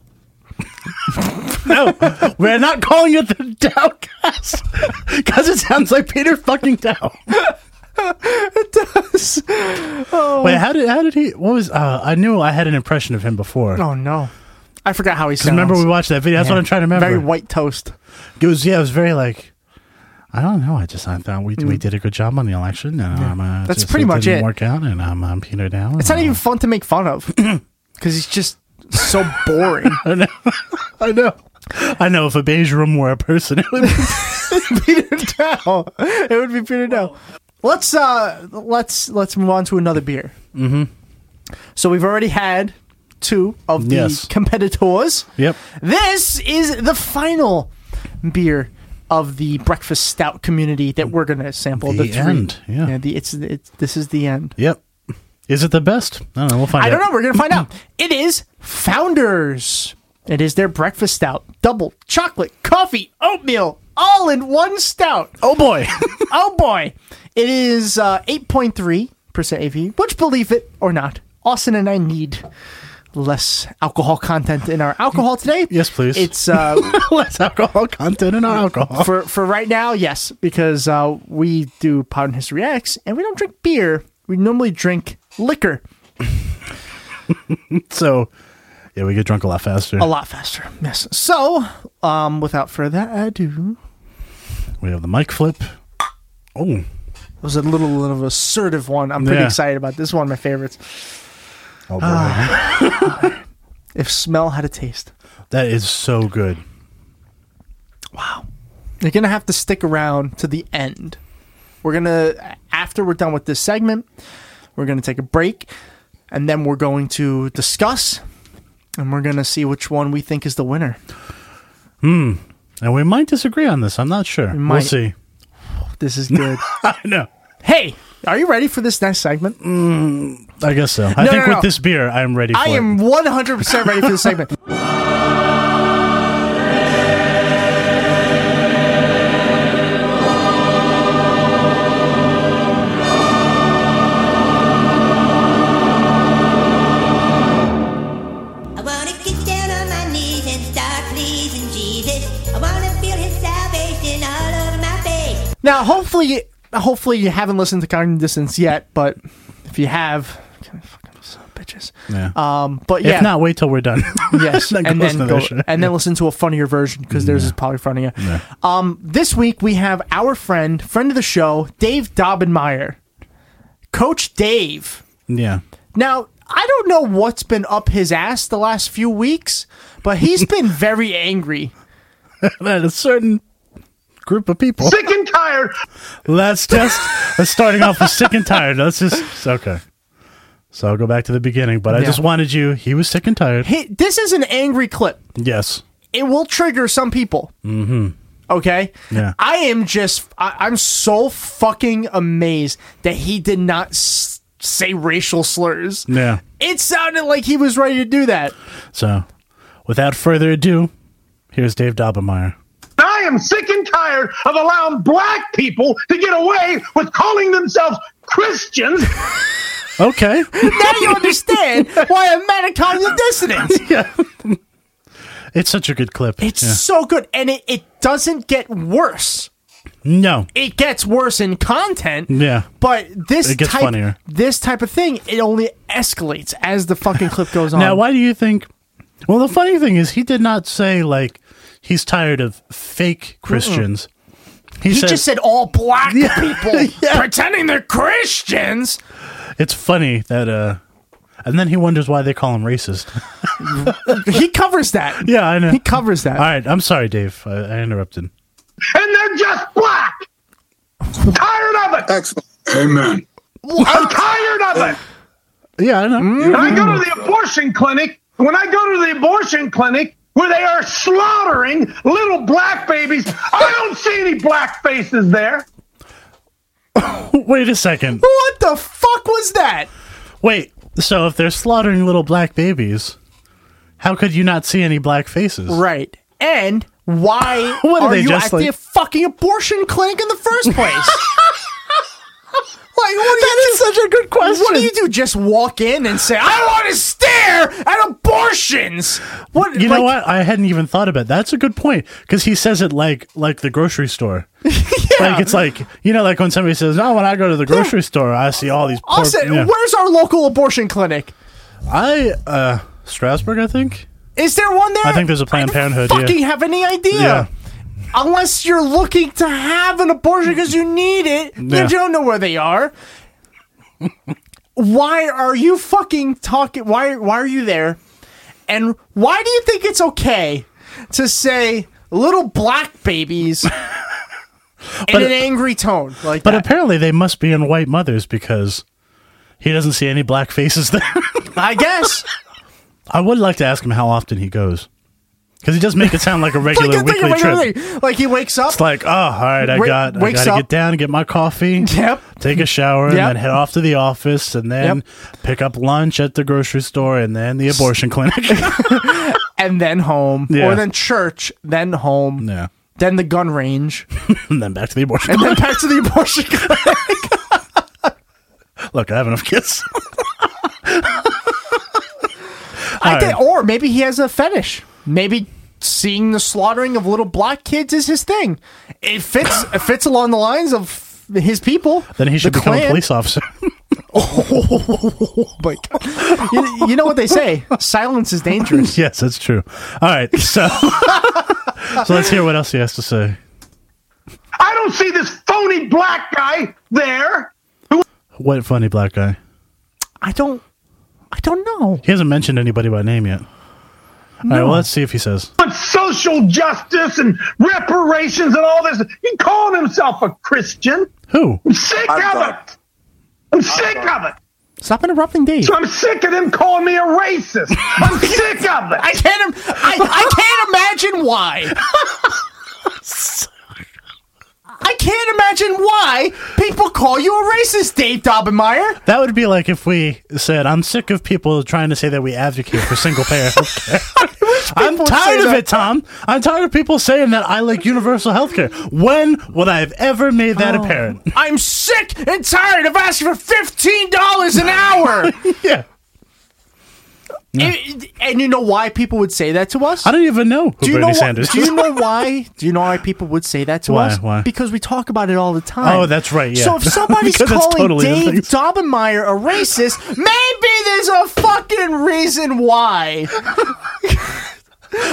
Speaker 4: no, we're not calling it the Dowcast because it sounds like Peter fucking Dow.
Speaker 3: Oh,
Speaker 4: Wait, how did how did he? What was? Uh, I knew I had an impression of him before.
Speaker 3: Oh no, I forgot how he
Speaker 4: Because
Speaker 3: sounds.
Speaker 4: remember we watched that video. That's
Speaker 3: Yeah.
Speaker 4: what I'm trying to remember.
Speaker 3: Very white toast.
Speaker 4: It was yeah. It was very like. I don't know. I just I thought we, we did a good job on the election. And, um, uh,
Speaker 3: Mm. That's
Speaker 4: just
Speaker 3: pretty much
Speaker 4: didn't
Speaker 3: it.
Speaker 4: Work out, and um, I'm Peter Dow. uh,
Speaker 3: It's not even fun to make fun of because he's just so boring.
Speaker 4: I know. I know. I know. If a beige room were a person, it would be
Speaker 3: Peter Dow. It would be Peter Dow. Let's uh, let's let's move on to another beer.
Speaker 4: Mhm.
Speaker 3: So we've already had two of the
Speaker 4: Yes.
Speaker 3: competitors.
Speaker 4: Yep.
Speaker 3: This is the final beer of the breakfast stout community that we're going to sample. The,
Speaker 4: The
Speaker 3: three.
Speaker 4: end, yeah.
Speaker 3: the, it's, it's this is the end.
Speaker 4: Yep. Is it the best? I don't know. We'll find
Speaker 3: I
Speaker 4: out.
Speaker 3: don't know. We're gonna find out. It is Founders. It is their breakfast stout, double chocolate, coffee, oatmeal, all in one stout.
Speaker 4: Oh boy!
Speaker 3: oh boy! It is uh, eight point three percent AV. Which, believe it or not, Austin and I need less alcohol content in our alcohol today.
Speaker 4: Yes, please.
Speaker 3: It's uh,
Speaker 4: less alcohol content in our alcohol.
Speaker 3: for for right now, yes, because uh, we do Pod and History X, and we don't drink beer. We normally drink liquor.
Speaker 4: so, yeah, we get drunk a lot faster.
Speaker 3: A lot faster. Yes. So, um, without further ado,
Speaker 4: We have the mic flip. Oh,
Speaker 3: it was a little, little of assertive one. I'm pretty
Speaker 4: Yeah.
Speaker 3: excited about this. One of my favorites.
Speaker 4: Oh, boy.
Speaker 3: Ah. if smell had a taste,
Speaker 4: that is so good.
Speaker 3: you're gonna have to stick around to the end. We're gonna after we're done with this segment, we're gonna take a break, and then we're going to discuss, and we're gonna see which one we think is the winner.
Speaker 4: Hmm. And we might disagree on this. I'm not sure. We will
Speaker 3: might.
Speaker 4: see.
Speaker 3: This is good.
Speaker 4: I know.
Speaker 3: Hey, are you ready for this next segment?
Speaker 4: I guess so. I
Speaker 3: No,
Speaker 4: think
Speaker 3: no, no.
Speaker 4: with this beer, I am ready for
Speaker 3: I
Speaker 4: it.
Speaker 3: am 100% ready for the segment.
Speaker 11: I wanna get down on my knees and start pleasing Jesus. I wanna feel his salvation all over my face.
Speaker 3: Now, hopefully, hopefully you haven't listened to Cognitive Distance yet, but if you have, fucking son of bitches.
Speaker 4: Yeah.
Speaker 3: Um, but
Speaker 4: If
Speaker 3: yeah,
Speaker 4: not, wait till we're done.
Speaker 3: yes,
Speaker 4: Then go
Speaker 3: and
Speaker 4: listen
Speaker 3: then
Speaker 4: to
Speaker 3: go,
Speaker 4: this shit.
Speaker 3: and then listen to a funnier version because theirs is probably funnier.
Speaker 4: Yeah.
Speaker 3: Um, this week we have our friend, friend of the show, Dave Dobbenmeyer, Coach Dave.
Speaker 4: yeah.
Speaker 3: Now, I don't know what's been up his ass the last few weeks, but he's been very angry.
Speaker 4: At a certain group of people. Sick
Speaker 11: and tired.
Speaker 4: Let's just let's starting off with sick and tired. Let's just okay. So I'll go back to the beginning, but I
Speaker 3: Yeah.
Speaker 4: just wanted you. He was sick and tired.
Speaker 3: He, this is an angry clip.
Speaker 4: yes.
Speaker 3: It will trigger some people.
Speaker 4: Mm-hmm.
Speaker 3: Okay.
Speaker 4: Yeah.
Speaker 3: I am just, I, I'm so fucking amazed that he did not s- say racial slurs.
Speaker 4: Yeah.
Speaker 3: It sounded like he was ready to do that.
Speaker 4: So, without further ado, here's Dave Dobbenmeyer.
Speaker 12: I am sick and tired of allowing black people to get away with calling themselves Christians.
Speaker 4: Okay.
Speaker 3: now you understand why I'm mad at cognitive dissonance.
Speaker 4: It's such a good clip.
Speaker 3: It's so good. And it, it doesn't get worse.
Speaker 4: No.
Speaker 3: It gets worse in content.
Speaker 4: Yeah.
Speaker 3: But this
Speaker 4: It gets
Speaker 3: type,
Speaker 4: funnier.
Speaker 3: this type of thing, it only escalates as the fucking clip goes on.
Speaker 4: Now, why do you think? Well, the funny thing is, he did not say like he's tired of fake Christians.
Speaker 3: he just said all black people
Speaker 4: Yeah.
Speaker 3: pretending they're Christians.
Speaker 4: it's funny that uh, and then he wonders why they call him racist.
Speaker 3: he covers that.
Speaker 4: yeah, I know. He
Speaker 3: covers that.
Speaker 4: All right, I'm sorry, Dave. I, I interrupted.
Speaker 12: and they're just black. tired of it. Excellent. Amen. I'm tired of it.
Speaker 4: Yeah, I know.
Speaker 12: When I go to the abortion clinic, when I go to the abortion clinic where they are slaughtering little black babies, I don't see any black faces there.
Speaker 4: Wait a second.
Speaker 3: What the fuck was that?
Speaker 4: Wait. So if they're slaughtering little black babies, how could you not see any black faces?
Speaker 3: Right. And why
Speaker 4: What are
Speaker 3: are,
Speaker 4: they
Speaker 3: you
Speaker 4: just
Speaker 3: at the
Speaker 4: like-
Speaker 3: fucking abortion clinic in the first place? like, what do you do?
Speaker 4: such a good question.
Speaker 3: What do you do? Just walk in and say, "I want to stare at abortions." What?
Speaker 4: You know
Speaker 3: like-
Speaker 4: what? I hadn't even thought about that. That's a good point because he says it like like the grocery store. Like it's like you know, like when somebody says, "Oh, when I go to the grocery store, I see all these." Poor,
Speaker 3: Austin,
Speaker 4: yeah.
Speaker 3: where's our local abortion clinic?
Speaker 4: I uh Strasbourg, I think.
Speaker 3: Is there one there?
Speaker 4: I think there's a Planned Parenthood. yeah.
Speaker 3: fucking have any idea.
Speaker 4: Yeah.
Speaker 3: Unless you're looking to have an abortion because you need it,
Speaker 4: Yeah.
Speaker 3: you don't know where they are. why are you fucking talking? Why why are you there? And why do you think it's okay to say little black babies in
Speaker 4: But-
Speaker 3: an angry tone like
Speaker 4: But
Speaker 3: that?
Speaker 4: apparently, they must be in white mothers because he doesn't see any black faces there.
Speaker 3: I guess.
Speaker 4: I would like to ask him how often he goes, because he does make it sound like a regular
Speaker 3: Like,
Speaker 4: weekly
Speaker 3: like,
Speaker 4: trip.
Speaker 3: like, like, he wakes up.
Speaker 4: It's like, oh, all right, I
Speaker 3: Wa-
Speaker 4: got, I
Speaker 3: wakes
Speaker 4: gotta
Speaker 3: up.
Speaker 4: get down, get my coffee,
Speaker 3: Yep.
Speaker 4: take a shower, and
Speaker 3: Yep.
Speaker 4: then head off to the office, and then pick up lunch at the grocery store, and then the abortion clinic.
Speaker 3: and then home,
Speaker 4: Yeah.
Speaker 3: or then church, then home,
Speaker 4: Yeah.
Speaker 3: then the gun range,
Speaker 4: and then back to the abortion.
Speaker 3: and then back to the abortion. clinic.
Speaker 4: Look, I have enough kids.
Speaker 3: I
Speaker 4: All
Speaker 3: think,
Speaker 4: right.
Speaker 3: or maybe he has a fetish. Maybe seeing the slaughtering of little black kids is his thing. It fits. it fits along the lines of his people.
Speaker 4: Then he should
Speaker 3: the
Speaker 4: become a
Speaker 3: Klan.
Speaker 4: police officer.
Speaker 3: You, you know what they say: silence is dangerous.
Speaker 4: yes, that's true. All right, so so let's hear what else he has to say.
Speaker 12: I don't see this phony black guy there.
Speaker 4: What funny black guy?
Speaker 3: I don't. I don't know.
Speaker 4: He hasn't mentioned anybody by name yet. All right,
Speaker 12: No.
Speaker 4: well, let's see if he says.
Speaker 12: want social justice and reparations and all this. He called himself a Christian.
Speaker 4: Who?
Speaker 12: I'm sick of it. I'm sick of it.
Speaker 3: Stop interrupting Dave.
Speaker 12: So I'm sick of them calling me a racist. I'm sick of it.
Speaker 3: I can't. im- I, I can't imagine why. I can't imagine why people call you a racist, Dave Dobbenmeyer.
Speaker 4: That would be like if we said, "I'm sick of people trying to say that we advocate for single payer." healthcare." I'm
Speaker 3: people
Speaker 4: tired
Speaker 3: say
Speaker 4: of
Speaker 3: that?
Speaker 4: it, Tom. I'm tired of people saying that I like universal health care. When would I have ever made
Speaker 12: Oh.
Speaker 4: that apparent?
Speaker 3: I'm sick and tired of asking for fifteen dollars an hour.
Speaker 4: yeah.
Speaker 3: And, and you know why people would say that to us?
Speaker 4: I don't even know who
Speaker 3: do you
Speaker 4: Bernie
Speaker 3: know why-
Speaker 4: Sanders
Speaker 3: Do
Speaker 4: is.
Speaker 3: you know why? Do you know why people would say that to
Speaker 4: Why?
Speaker 3: us?
Speaker 4: Why?
Speaker 3: Because we talk about it all the time.
Speaker 4: Oh, that's right, yeah.
Speaker 3: So if somebody's
Speaker 4: Because it's
Speaker 3: calling
Speaker 4: totally the
Speaker 3: Dave
Speaker 4: things.
Speaker 3: Dobbenmeyer a racist, maybe there's a fucking reason why.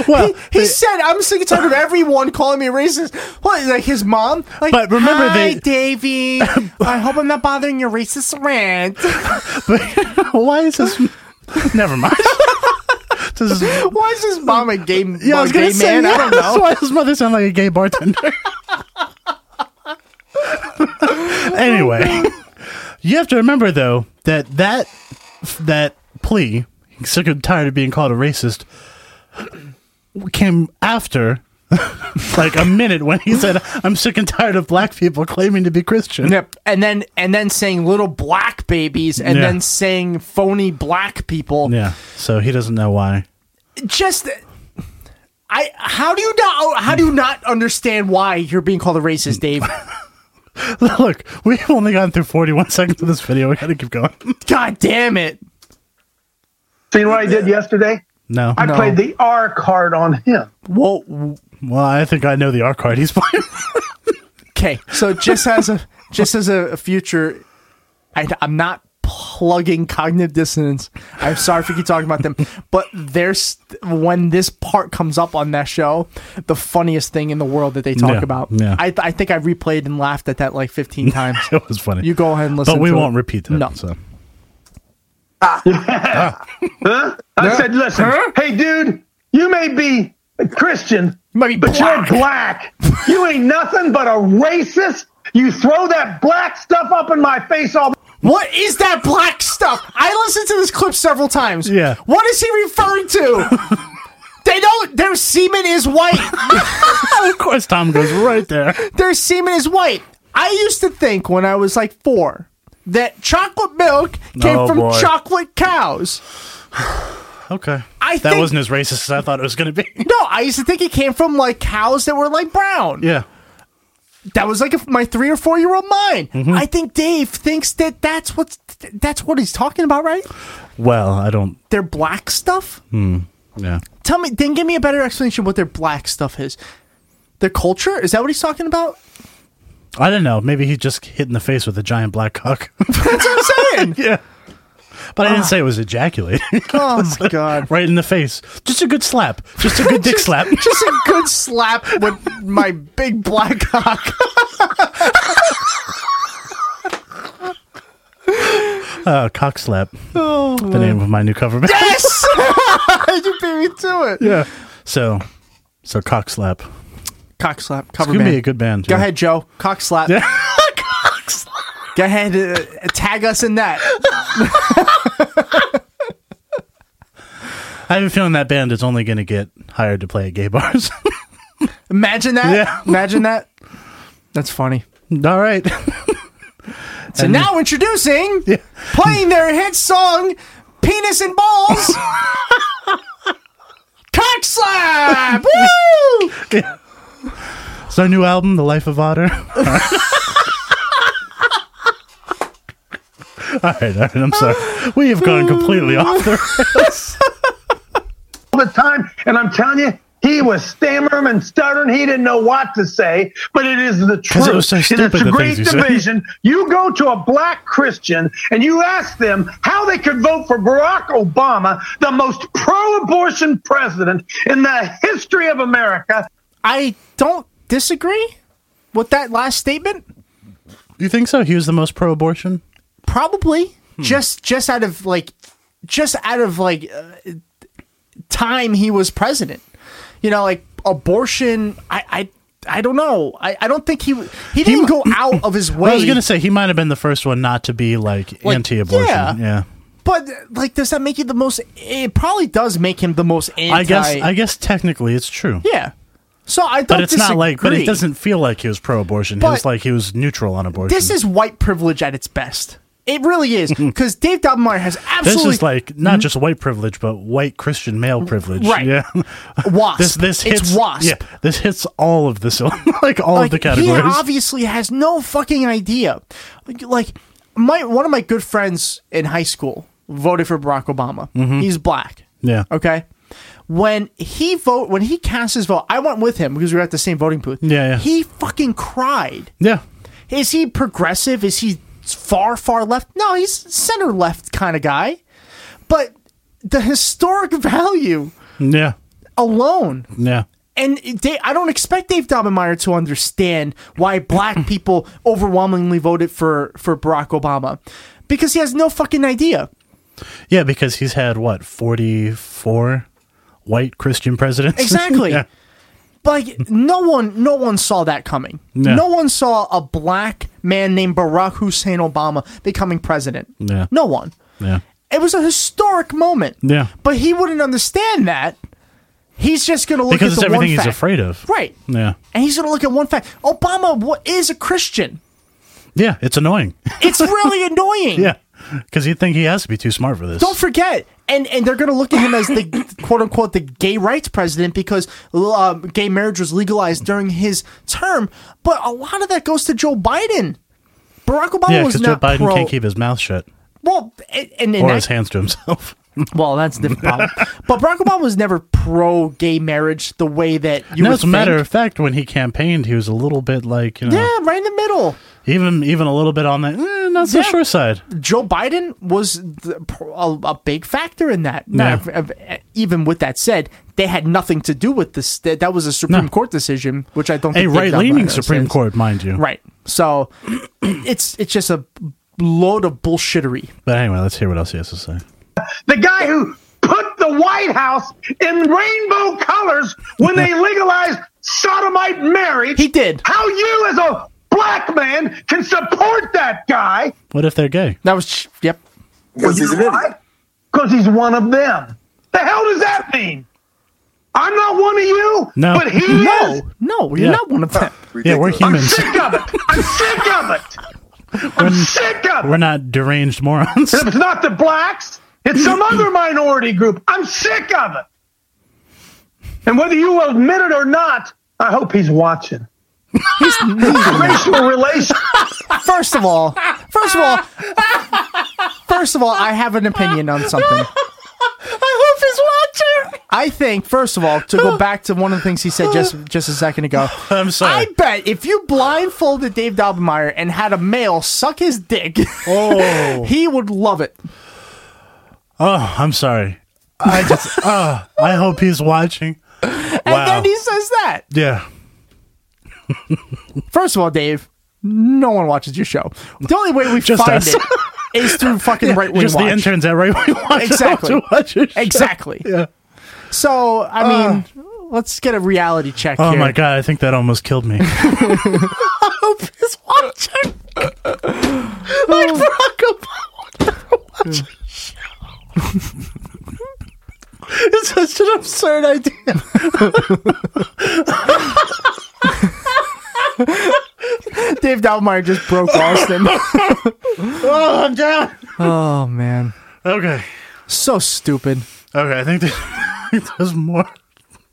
Speaker 4: Well,
Speaker 3: he, he said, "I'm sick and tired of everyone calling me racist." What, like his mom? Like,
Speaker 4: But remember
Speaker 3: Hi,
Speaker 4: they-
Speaker 3: Davey. I hope I'm not bothering your racist rant.
Speaker 4: why is this? Never mind. This is-
Speaker 3: Why is his mom a gay?
Speaker 4: yeah, I was
Speaker 3: a gay
Speaker 4: gonna say
Speaker 3: man? I don't
Speaker 4: yeah,
Speaker 3: know.
Speaker 4: That's why his mother sounded like a gay bartender. anyway, you have to remember though that that that plea, sick and tired of being called a racist, came after. like a minute when he said, "I'm sick and tired of black people claiming to be Christian."
Speaker 3: Yep. And then and then saying little black babies and
Speaker 4: Yeah.
Speaker 3: then saying phony black people.
Speaker 4: Yeah, so he doesn't know why.
Speaker 3: Just I how do you not how do you not understand why you're being called a racist, Dave?
Speaker 4: Look, we've only gone through 41 seconds of this video. We gotta keep going.
Speaker 3: God damn it.
Speaker 12: Seen what I did yesterday?
Speaker 4: No.
Speaker 12: I played the R card on him.
Speaker 3: Well,
Speaker 4: Well, I think I know the R card he's playing.
Speaker 3: okay. So just as a just as a, a future I, I'm not plugging cognitive dissonance. I'm sorry if we keep talking about them, but there's when this part comes up on that show, the funniest thing in the world that they talk
Speaker 4: Yeah,
Speaker 3: about.
Speaker 4: yeah.
Speaker 3: I, I think I replayed and laughed at that like 15 times.
Speaker 4: it was funny.
Speaker 3: You go ahead and listen.
Speaker 4: But we
Speaker 3: to
Speaker 4: won't
Speaker 3: it.
Speaker 4: repeat that.
Speaker 3: No.
Speaker 4: So.
Speaker 12: Huh? I said, listen, hey, dude, you may be a Christian, but you're black. you ain't nothing but a racist. You throw that black stuff up in my face all
Speaker 3: What is that black stuff? I listened to this clip several times.
Speaker 4: Yeah.
Speaker 3: What is he referring to? they don't. Their semen is white.
Speaker 4: of course, Tom goes right there.
Speaker 3: their semen is white. I used to think when I was like four that chocolate milk came
Speaker 4: Oh,
Speaker 3: from
Speaker 4: boy.
Speaker 3: chocolate cows.
Speaker 4: Okay.
Speaker 3: I
Speaker 4: that
Speaker 3: think-
Speaker 4: wasn't as racist as I thought it was going to be.
Speaker 3: No, I used to think it came from like cows that were like brown.
Speaker 4: Yeah.
Speaker 3: That was like a, my three or four year old mind.
Speaker 4: Mm-hmm.
Speaker 3: I think Dave thinks that that's what that's what he's talking about, right?
Speaker 4: Well, I don't.
Speaker 3: Their black stuff.
Speaker 4: Hmm. Yeah.
Speaker 3: Tell me, then give me a better explanation of what their black stuff is. Their culture is that what he's talking about?
Speaker 4: I don't know. Maybe he just hit in the face with a giant black cock.
Speaker 3: That's what I'm saying.
Speaker 4: yeah. But I didn't say it was ejaculating.
Speaker 3: Ah. oh my god.
Speaker 4: right in the face. Just a good slap. Just a good dick slap.
Speaker 3: Just a good slap with my big black cock.
Speaker 4: Uh, cock slap.
Speaker 3: Oh,
Speaker 4: The name of my new cover band.
Speaker 3: Yes! you beat me to it.
Speaker 4: Yeah. So, so cock slap.
Speaker 3: Cock slap.
Speaker 4: It's
Speaker 3: Cover
Speaker 4: gonna
Speaker 3: band.
Speaker 4: be a good band.
Speaker 3: Go
Speaker 4: yeah.
Speaker 3: ahead, Joe. Cock slap. Go ahead. Uh, tag us in that.
Speaker 4: I have a feeling that band is only going to get hired to play at gay bars.
Speaker 3: Imagine that. Imagine that. That's funny.
Speaker 4: All right.
Speaker 3: so
Speaker 4: And-
Speaker 3: now introducing, playing their hit song, Penis and Balls. Cock slap! Woo!
Speaker 4: It's our new album, The Life of Otter. all right, all right. I'm sorry. We have gone completely off the rails.
Speaker 12: all the time. And I'm telling you, he was stammering and stuttering. He didn't know what to say, but it is the
Speaker 4: 'Cause
Speaker 12: truth.
Speaker 4: it was so
Speaker 12: and
Speaker 4: stupid,
Speaker 12: it's
Speaker 4: the
Speaker 12: a great
Speaker 4: things he said.
Speaker 12: division. You go to a black Christian and you ask them how they could vote for Barack Obama, the most pro-abortion president in the history of America.
Speaker 3: I don't disagree with that last statement.
Speaker 4: You think so? He was the most pro-abortion.
Speaker 3: Probably
Speaker 4: Hmm.
Speaker 3: just just out of like just out of like uh, time he was president. You know, like abortion. I I, I don't know. I, I don't think he w- he didn't go out of his way.
Speaker 4: Well, I was going to say he might have been the first one not to be like,
Speaker 3: Like,
Speaker 4: anti-abortion.
Speaker 3: yeah.
Speaker 4: Yeah.
Speaker 3: But like, does that make you the most? It probably does make him the most anti.
Speaker 4: I guess I guess technically it's true.
Speaker 3: Yeah. So I don't.
Speaker 4: But it's not like but it
Speaker 3: disagree.
Speaker 4: doesn't feel like he was pro-abortion.
Speaker 3: But-
Speaker 4: it was like he was neutral on abortion.
Speaker 3: This is white privilege at its best. It really is because Dave Dobblemeyer has absolutely.
Speaker 4: Hmm.
Speaker 3: Mm-hmm.
Speaker 4: This is like not just white privilege, but white Christian male privilege.
Speaker 3: Right.
Speaker 4: Yeah.
Speaker 3: Wasp.
Speaker 4: This this
Speaker 3: It's
Speaker 4: hits
Speaker 3: wasp.
Speaker 4: Yeah. This hits all of this like all
Speaker 3: like,
Speaker 4: of the
Speaker 3: He
Speaker 4: categories.
Speaker 3: obviously has no fucking idea. Like- Like my one of my good friends in high school voted for Barack Obama.
Speaker 4: Mhm.
Speaker 3: He's black.
Speaker 4: yeah.
Speaker 3: Okay. When he vote when he cast his vote, I went with him because we were at the same voting booth.
Speaker 4: Yeah, yeah.
Speaker 3: He fucking cried.
Speaker 4: Yeah.
Speaker 3: Is he progressive? Is he far far left? No, he's center left kind of guy. But the historic value
Speaker 4: Yeah.
Speaker 3: alone
Speaker 4: Yeah.
Speaker 3: and they, I don't expect Dave Dobemeyer to understand why black people overwhelmingly voted for, for Barack Obama because he has no fucking idea.
Speaker 4: Yeah, because he's had what, 44 white Christian presidents?
Speaker 3: Exactly.
Speaker 4: yeah.
Speaker 3: Like no one no one saw that coming.
Speaker 4: No.
Speaker 3: one saw a black man named Barack Hussein Obama becoming president.
Speaker 4: Yeah.
Speaker 3: No one.
Speaker 4: Yeah.
Speaker 3: It was a historic moment.
Speaker 4: Yeah.
Speaker 3: But he wouldn't understand that. He's just going to look at
Speaker 4: Because it's
Speaker 3: the one
Speaker 4: everything he's
Speaker 3: fact.
Speaker 4: afraid of.
Speaker 3: Right.
Speaker 4: Yeah.
Speaker 3: And he's going to look at one fact. Obama wa- is a Christian.
Speaker 4: Yeah, it's annoying.
Speaker 3: It's really annoying.
Speaker 4: yeah. Cuz you'd think he has to be too smart for this.
Speaker 3: Don't forget. And and they're going to look at him as the quote unquote the gay rights president because um, gay marriage was legalized during his term. But a lot of that goes to Joe Biden. Barack Obama
Speaker 4: yeah,
Speaker 3: was
Speaker 4: cuz Joe
Speaker 3: not
Speaker 4: Biden
Speaker 3: pro.
Speaker 4: can't keep his mouth shut
Speaker 3: well, and, and, and
Speaker 4: or
Speaker 3: that-
Speaker 4: his hands to himself.
Speaker 3: well, that's a different problem. but Barack Obama was never pro gay marriage the way that you.
Speaker 4: no,
Speaker 3: would
Speaker 4: as a matter
Speaker 3: think.
Speaker 4: of fact, when he campaigned, he was a little bit like you know,
Speaker 3: Yeah, right in the middle.
Speaker 4: even even a little bit on that eh, not so
Speaker 3: Yeah.
Speaker 4: sure side.
Speaker 3: Joe Biden was the, a, a big factor in that. Now,
Speaker 4: Yeah.
Speaker 3: if- if- even with that said, they had nothing to do with this. That, that was a Supreme Court decision, which I don't
Speaker 4: A
Speaker 3: think they've
Speaker 4: right
Speaker 3: done
Speaker 4: leaning
Speaker 3: by those
Speaker 4: Supreme
Speaker 3: days.
Speaker 4: Court, mind you.
Speaker 3: Right. So it's it's just a load of bullshittery.
Speaker 4: But anyway, let's hear what else he has to say.
Speaker 12: The guy who put the White House in rainbow colors when they legalized sodomite marriage. He
Speaker 3: did.
Speaker 12: How you, as a black man, can support that guy
Speaker 4: What if they're gay?
Speaker 3: That was yep.
Speaker 12: Because he's Because he's one of them. The hell does that mean? I'm not one of you.
Speaker 4: No.
Speaker 12: But he
Speaker 4: No,
Speaker 12: is.
Speaker 3: no,
Speaker 4: you're Yeah. not
Speaker 3: one of them.
Speaker 4: Yeah, we're humans.
Speaker 12: Sick of it. I'm sick of it. I'm sick of it.
Speaker 4: We're not deranged morons.
Speaker 12: And if it's not the blacks, it's some other minority group. I'm sick of it. And whether you will admit it or not, I hope he's watching.
Speaker 3: He's
Speaker 12: racial relations.
Speaker 3: First of all, first of all, first of all, I have an opinion on something.
Speaker 4: I hope he's watching.
Speaker 3: I think, first of all, to go back to one of the things he said just just a second ago.
Speaker 4: I'm
Speaker 3: I
Speaker 4: sorry.
Speaker 3: bet if you blindfolded Dave Dobemeyer and had a male suck his dick,
Speaker 4: Oh.
Speaker 3: he would love it.
Speaker 4: Oh, I'm sorry. I just oh, I hope he's watching.
Speaker 3: And
Speaker 4: Wow.
Speaker 3: then he says that.
Speaker 4: yeah.
Speaker 3: First of all, Dave, no one watches your show. The only way we
Speaker 4: Just
Speaker 3: find
Speaker 4: us.
Speaker 3: it is through fucking
Speaker 4: Yeah,
Speaker 3: right wing
Speaker 4: Just
Speaker 3: watch.
Speaker 4: the interns at right wing watch.
Speaker 3: Exactly.
Speaker 4: Watch your show.
Speaker 3: Exactly.
Speaker 4: Yeah. Oh
Speaker 3: So I mean, let's get a reality check.
Speaker 4: Uh. Oh
Speaker 3: here.
Speaker 4: my god, I think that almost killed me.
Speaker 3: I hope he's watching.
Speaker 4: like Barack Obama. It's
Speaker 3: absurd idea. Dave Dalmeyer just broke Austin.
Speaker 4: oh, I'm down.
Speaker 3: oh man.
Speaker 4: Okay.
Speaker 3: So stupid.
Speaker 4: Okay, I think there- there's more.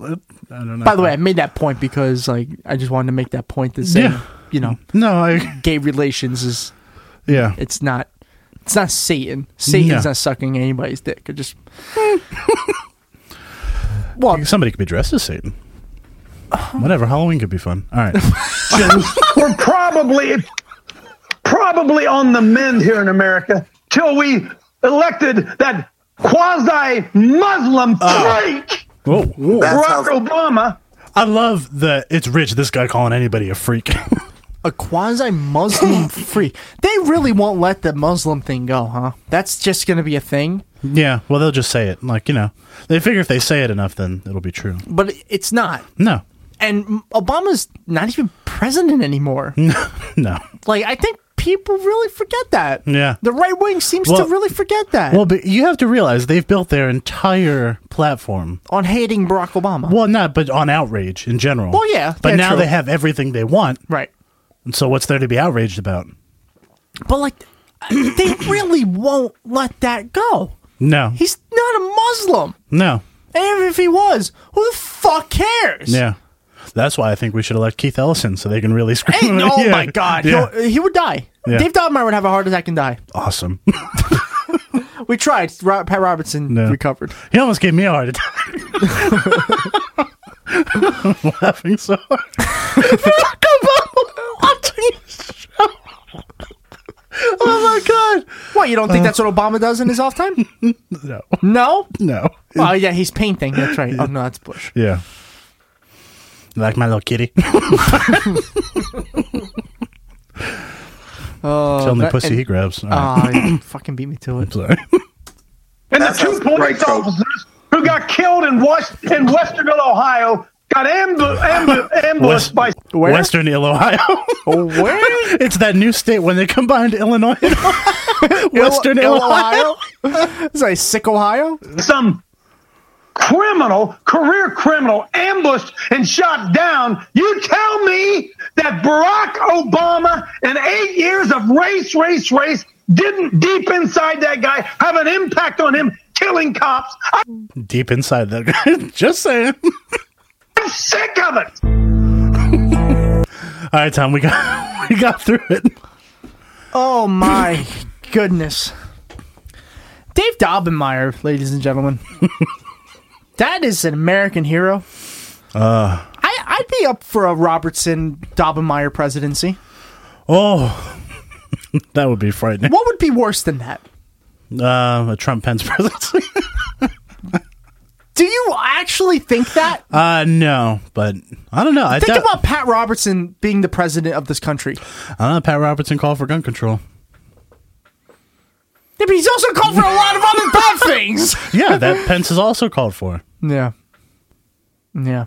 Speaker 4: I don't know.
Speaker 3: By the way, I made that point because like I just wanted to make that point that saying,
Speaker 4: Yeah.
Speaker 3: you know,
Speaker 4: no,
Speaker 3: gay relations is
Speaker 4: Yeah.
Speaker 3: it's not it's not Satan. Satan's
Speaker 4: No.
Speaker 3: not sucking anybody's dick. It just
Speaker 4: Well, somebody could be dressed as Satan. Whatever. Halloween could be fun. All right.
Speaker 12: We're probably probably on the mend here in America till we elected that quasi Muslim freak
Speaker 4: Whoa.
Speaker 12: Barack Obama.
Speaker 4: I love the it's rich. This guy calling anybody a freak.
Speaker 3: a quasi Muslim free. They really won't let the Muslim thing go, huh? That's just gonna be a thing.
Speaker 4: yeah. Well, they'll just say it. Like you know, they figure if they say it enough, then it'll be true.
Speaker 3: But it's not.
Speaker 4: No.
Speaker 3: And Obama's not even president anymore.
Speaker 4: No.
Speaker 3: Like I think people really forget that.
Speaker 4: Yeah.
Speaker 3: The right wing seems
Speaker 4: Well-
Speaker 3: to really forget that.
Speaker 4: Well, but you have to realize they've built their entire platform
Speaker 3: on hating Barack Obama.
Speaker 4: Well, not but on outrage in general.
Speaker 3: Well, yeah,
Speaker 4: But
Speaker 3: yeah,
Speaker 4: now
Speaker 3: true.
Speaker 4: they have everything they want.
Speaker 3: Right.
Speaker 4: And so what's there to be outraged about?
Speaker 3: but like they really won't let that go.
Speaker 4: No.
Speaker 3: He's not a Muslim.
Speaker 4: No.
Speaker 3: And if he was, who the fuck cares?
Speaker 4: Yeah. That's why I think we should elect Keith Ellison so they can really screw.
Speaker 3: Hey,
Speaker 4: him.
Speaker 3: oh
Speaker 4: Yeah.
Speaker 3: my God,
Speaker 4: Yeah.
Speaker 3: He'll- he would die.
Speaker 4: Yeah.
Speaker 3: Dave Dodmeyer would have a heart attack and die.
Speaker 4: Awesome.
Speaker 3: We tried. Ro- Pat Robertson
Speaker 4: No.
Speaker 3: recovered.
Speaker 4: He almost gave me a heart attack. I'm laughing so hard. Barack Obama watching his show.
Speaker 3: Oh my God! What you don't think
Speaker 4: Uh,
Speaker 3: that's what Obama does in his off time?
Speaker 4: No.
Speaker 3: No.
Speaker 4: No.
Speaker 3: Oh yeah, he's painting. That's right. Oh no, that's Bush.
Speaker 4: Yeah. Like my little kitty.
Speaker 3: Oh,
Speaker 4: It's the only
Speaker 3: that-
Speaker 4: pussy he grabs.
Speaker 3: Oh,
Speaker 4: All right.
Speaker 3: you fucking beat me to it.
Speaker 4: Sorry.
Speaker 12: And the two police officers who got killed in West in Westerville, Ohio, got ambu- ambu- ambushed
Speaker 4: West-
Speaker 12: by
Speaker 4: Western Ill Ohio.
Speaker 3: Oh, Where?
Speaker 4: it's that new state when they combined Illinois and Ohio. Western
Speaker 3: Ill-
Speaker 4: Ill- Ohio.
Speaker 3: Is that sick Ohio?
Speaker 12: some criminal, career criminal, ambushed and shot down. You tell me that Barack Obama and eight years of race, race, race didn't deep inside that guy have an impact on him killing cops. I'm
Speaker 4: Deep inside that guy. Just saying.
Speaker 12: sick of it.
Speaker 4: All right, Tom, we got we got through it.
Speaker 3: Oh my goodness. Dave Dobbenmeyer, ladies and gentlemen. that is an American hero.
Speaker 4: Uh,
Speaker 3: I, I'd be up for a Robertson Dobbenmeyer presidency.
Speaker 4: oh, that would be frightening.
Speaker 3: What would be worse than that?
Speaker 4: Uh, a Trump Pence presidency.
Speaker 3: Do you actually think that?
Speaker 4: Uh, no, but I don't know. I
Speaker 3: think
Speaker 4: doubt-
Speaker 3: about Pat Robertson being the president of this country.
Speaker 4: I don't know. Pat Robertson called for gun control.
Speaker 3: Yeah, but he's also called for a lot of other bad things.
Speaker 4: Yeah, that Pence has also called for.
Speaker 3: Yeah. Yeah.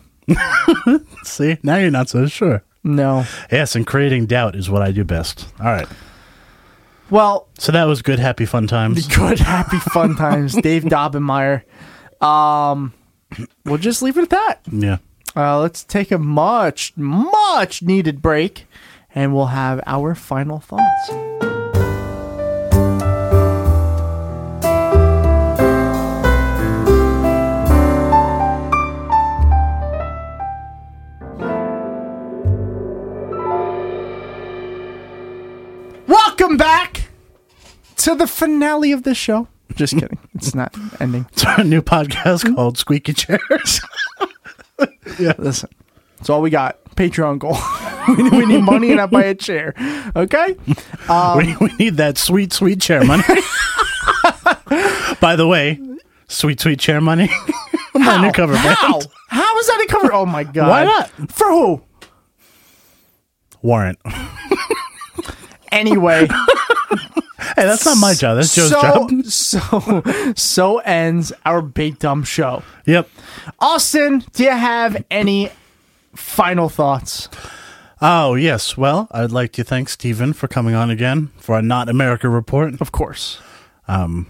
Speaker 4: See, now you're not so sure.
Speaker 3: No.
Speaker 4: Yes, and creating doubt is what I do best. All right.
Speaker 3: Well,
Speaker 4: So that was good, happy, fun times.
Speaker 3: good happy fun times dave dobbenmeyer um we'll just leave it at that
Speaker 4: Yeah.
Speaker 3: uh, let's take a much much needed break and we'll have our final thoughts welcome back to the finale of this show just kidding it's not ending
Speaker 4: It's our new podcast called Squeaky Chairs. yeah.
Speaker 3: Listen, that's all we got. Patreon goal. we, need, we need money and I buy a chair. Okay? Um,
Speaker 4: we, we need that sweet, sweet chair money. By the way, sweet, sweet chair money. My new cover band.
Speaker 3: How? How is that a cover? Oh my god.
Speaker 4: Why not?
Speaker 3: For who?
Speaker 4: Warrant.
Speaker 3: Anyway.
Speaker 4: Hey, that's not my job. Oh, That's Joe's
Speaker 3: so,
Speaker 4: job.
Speaker 3: So so ends our big dumb show.
Speaker 4: Yep.
Speaker 3: Austin, do you have any final thoughts?
Speaker 4: Oh, yes. Well, I'd like to thank Steven for coming on again for our Not America report.
Speaker 3: Of course.
Speaker 4: Um,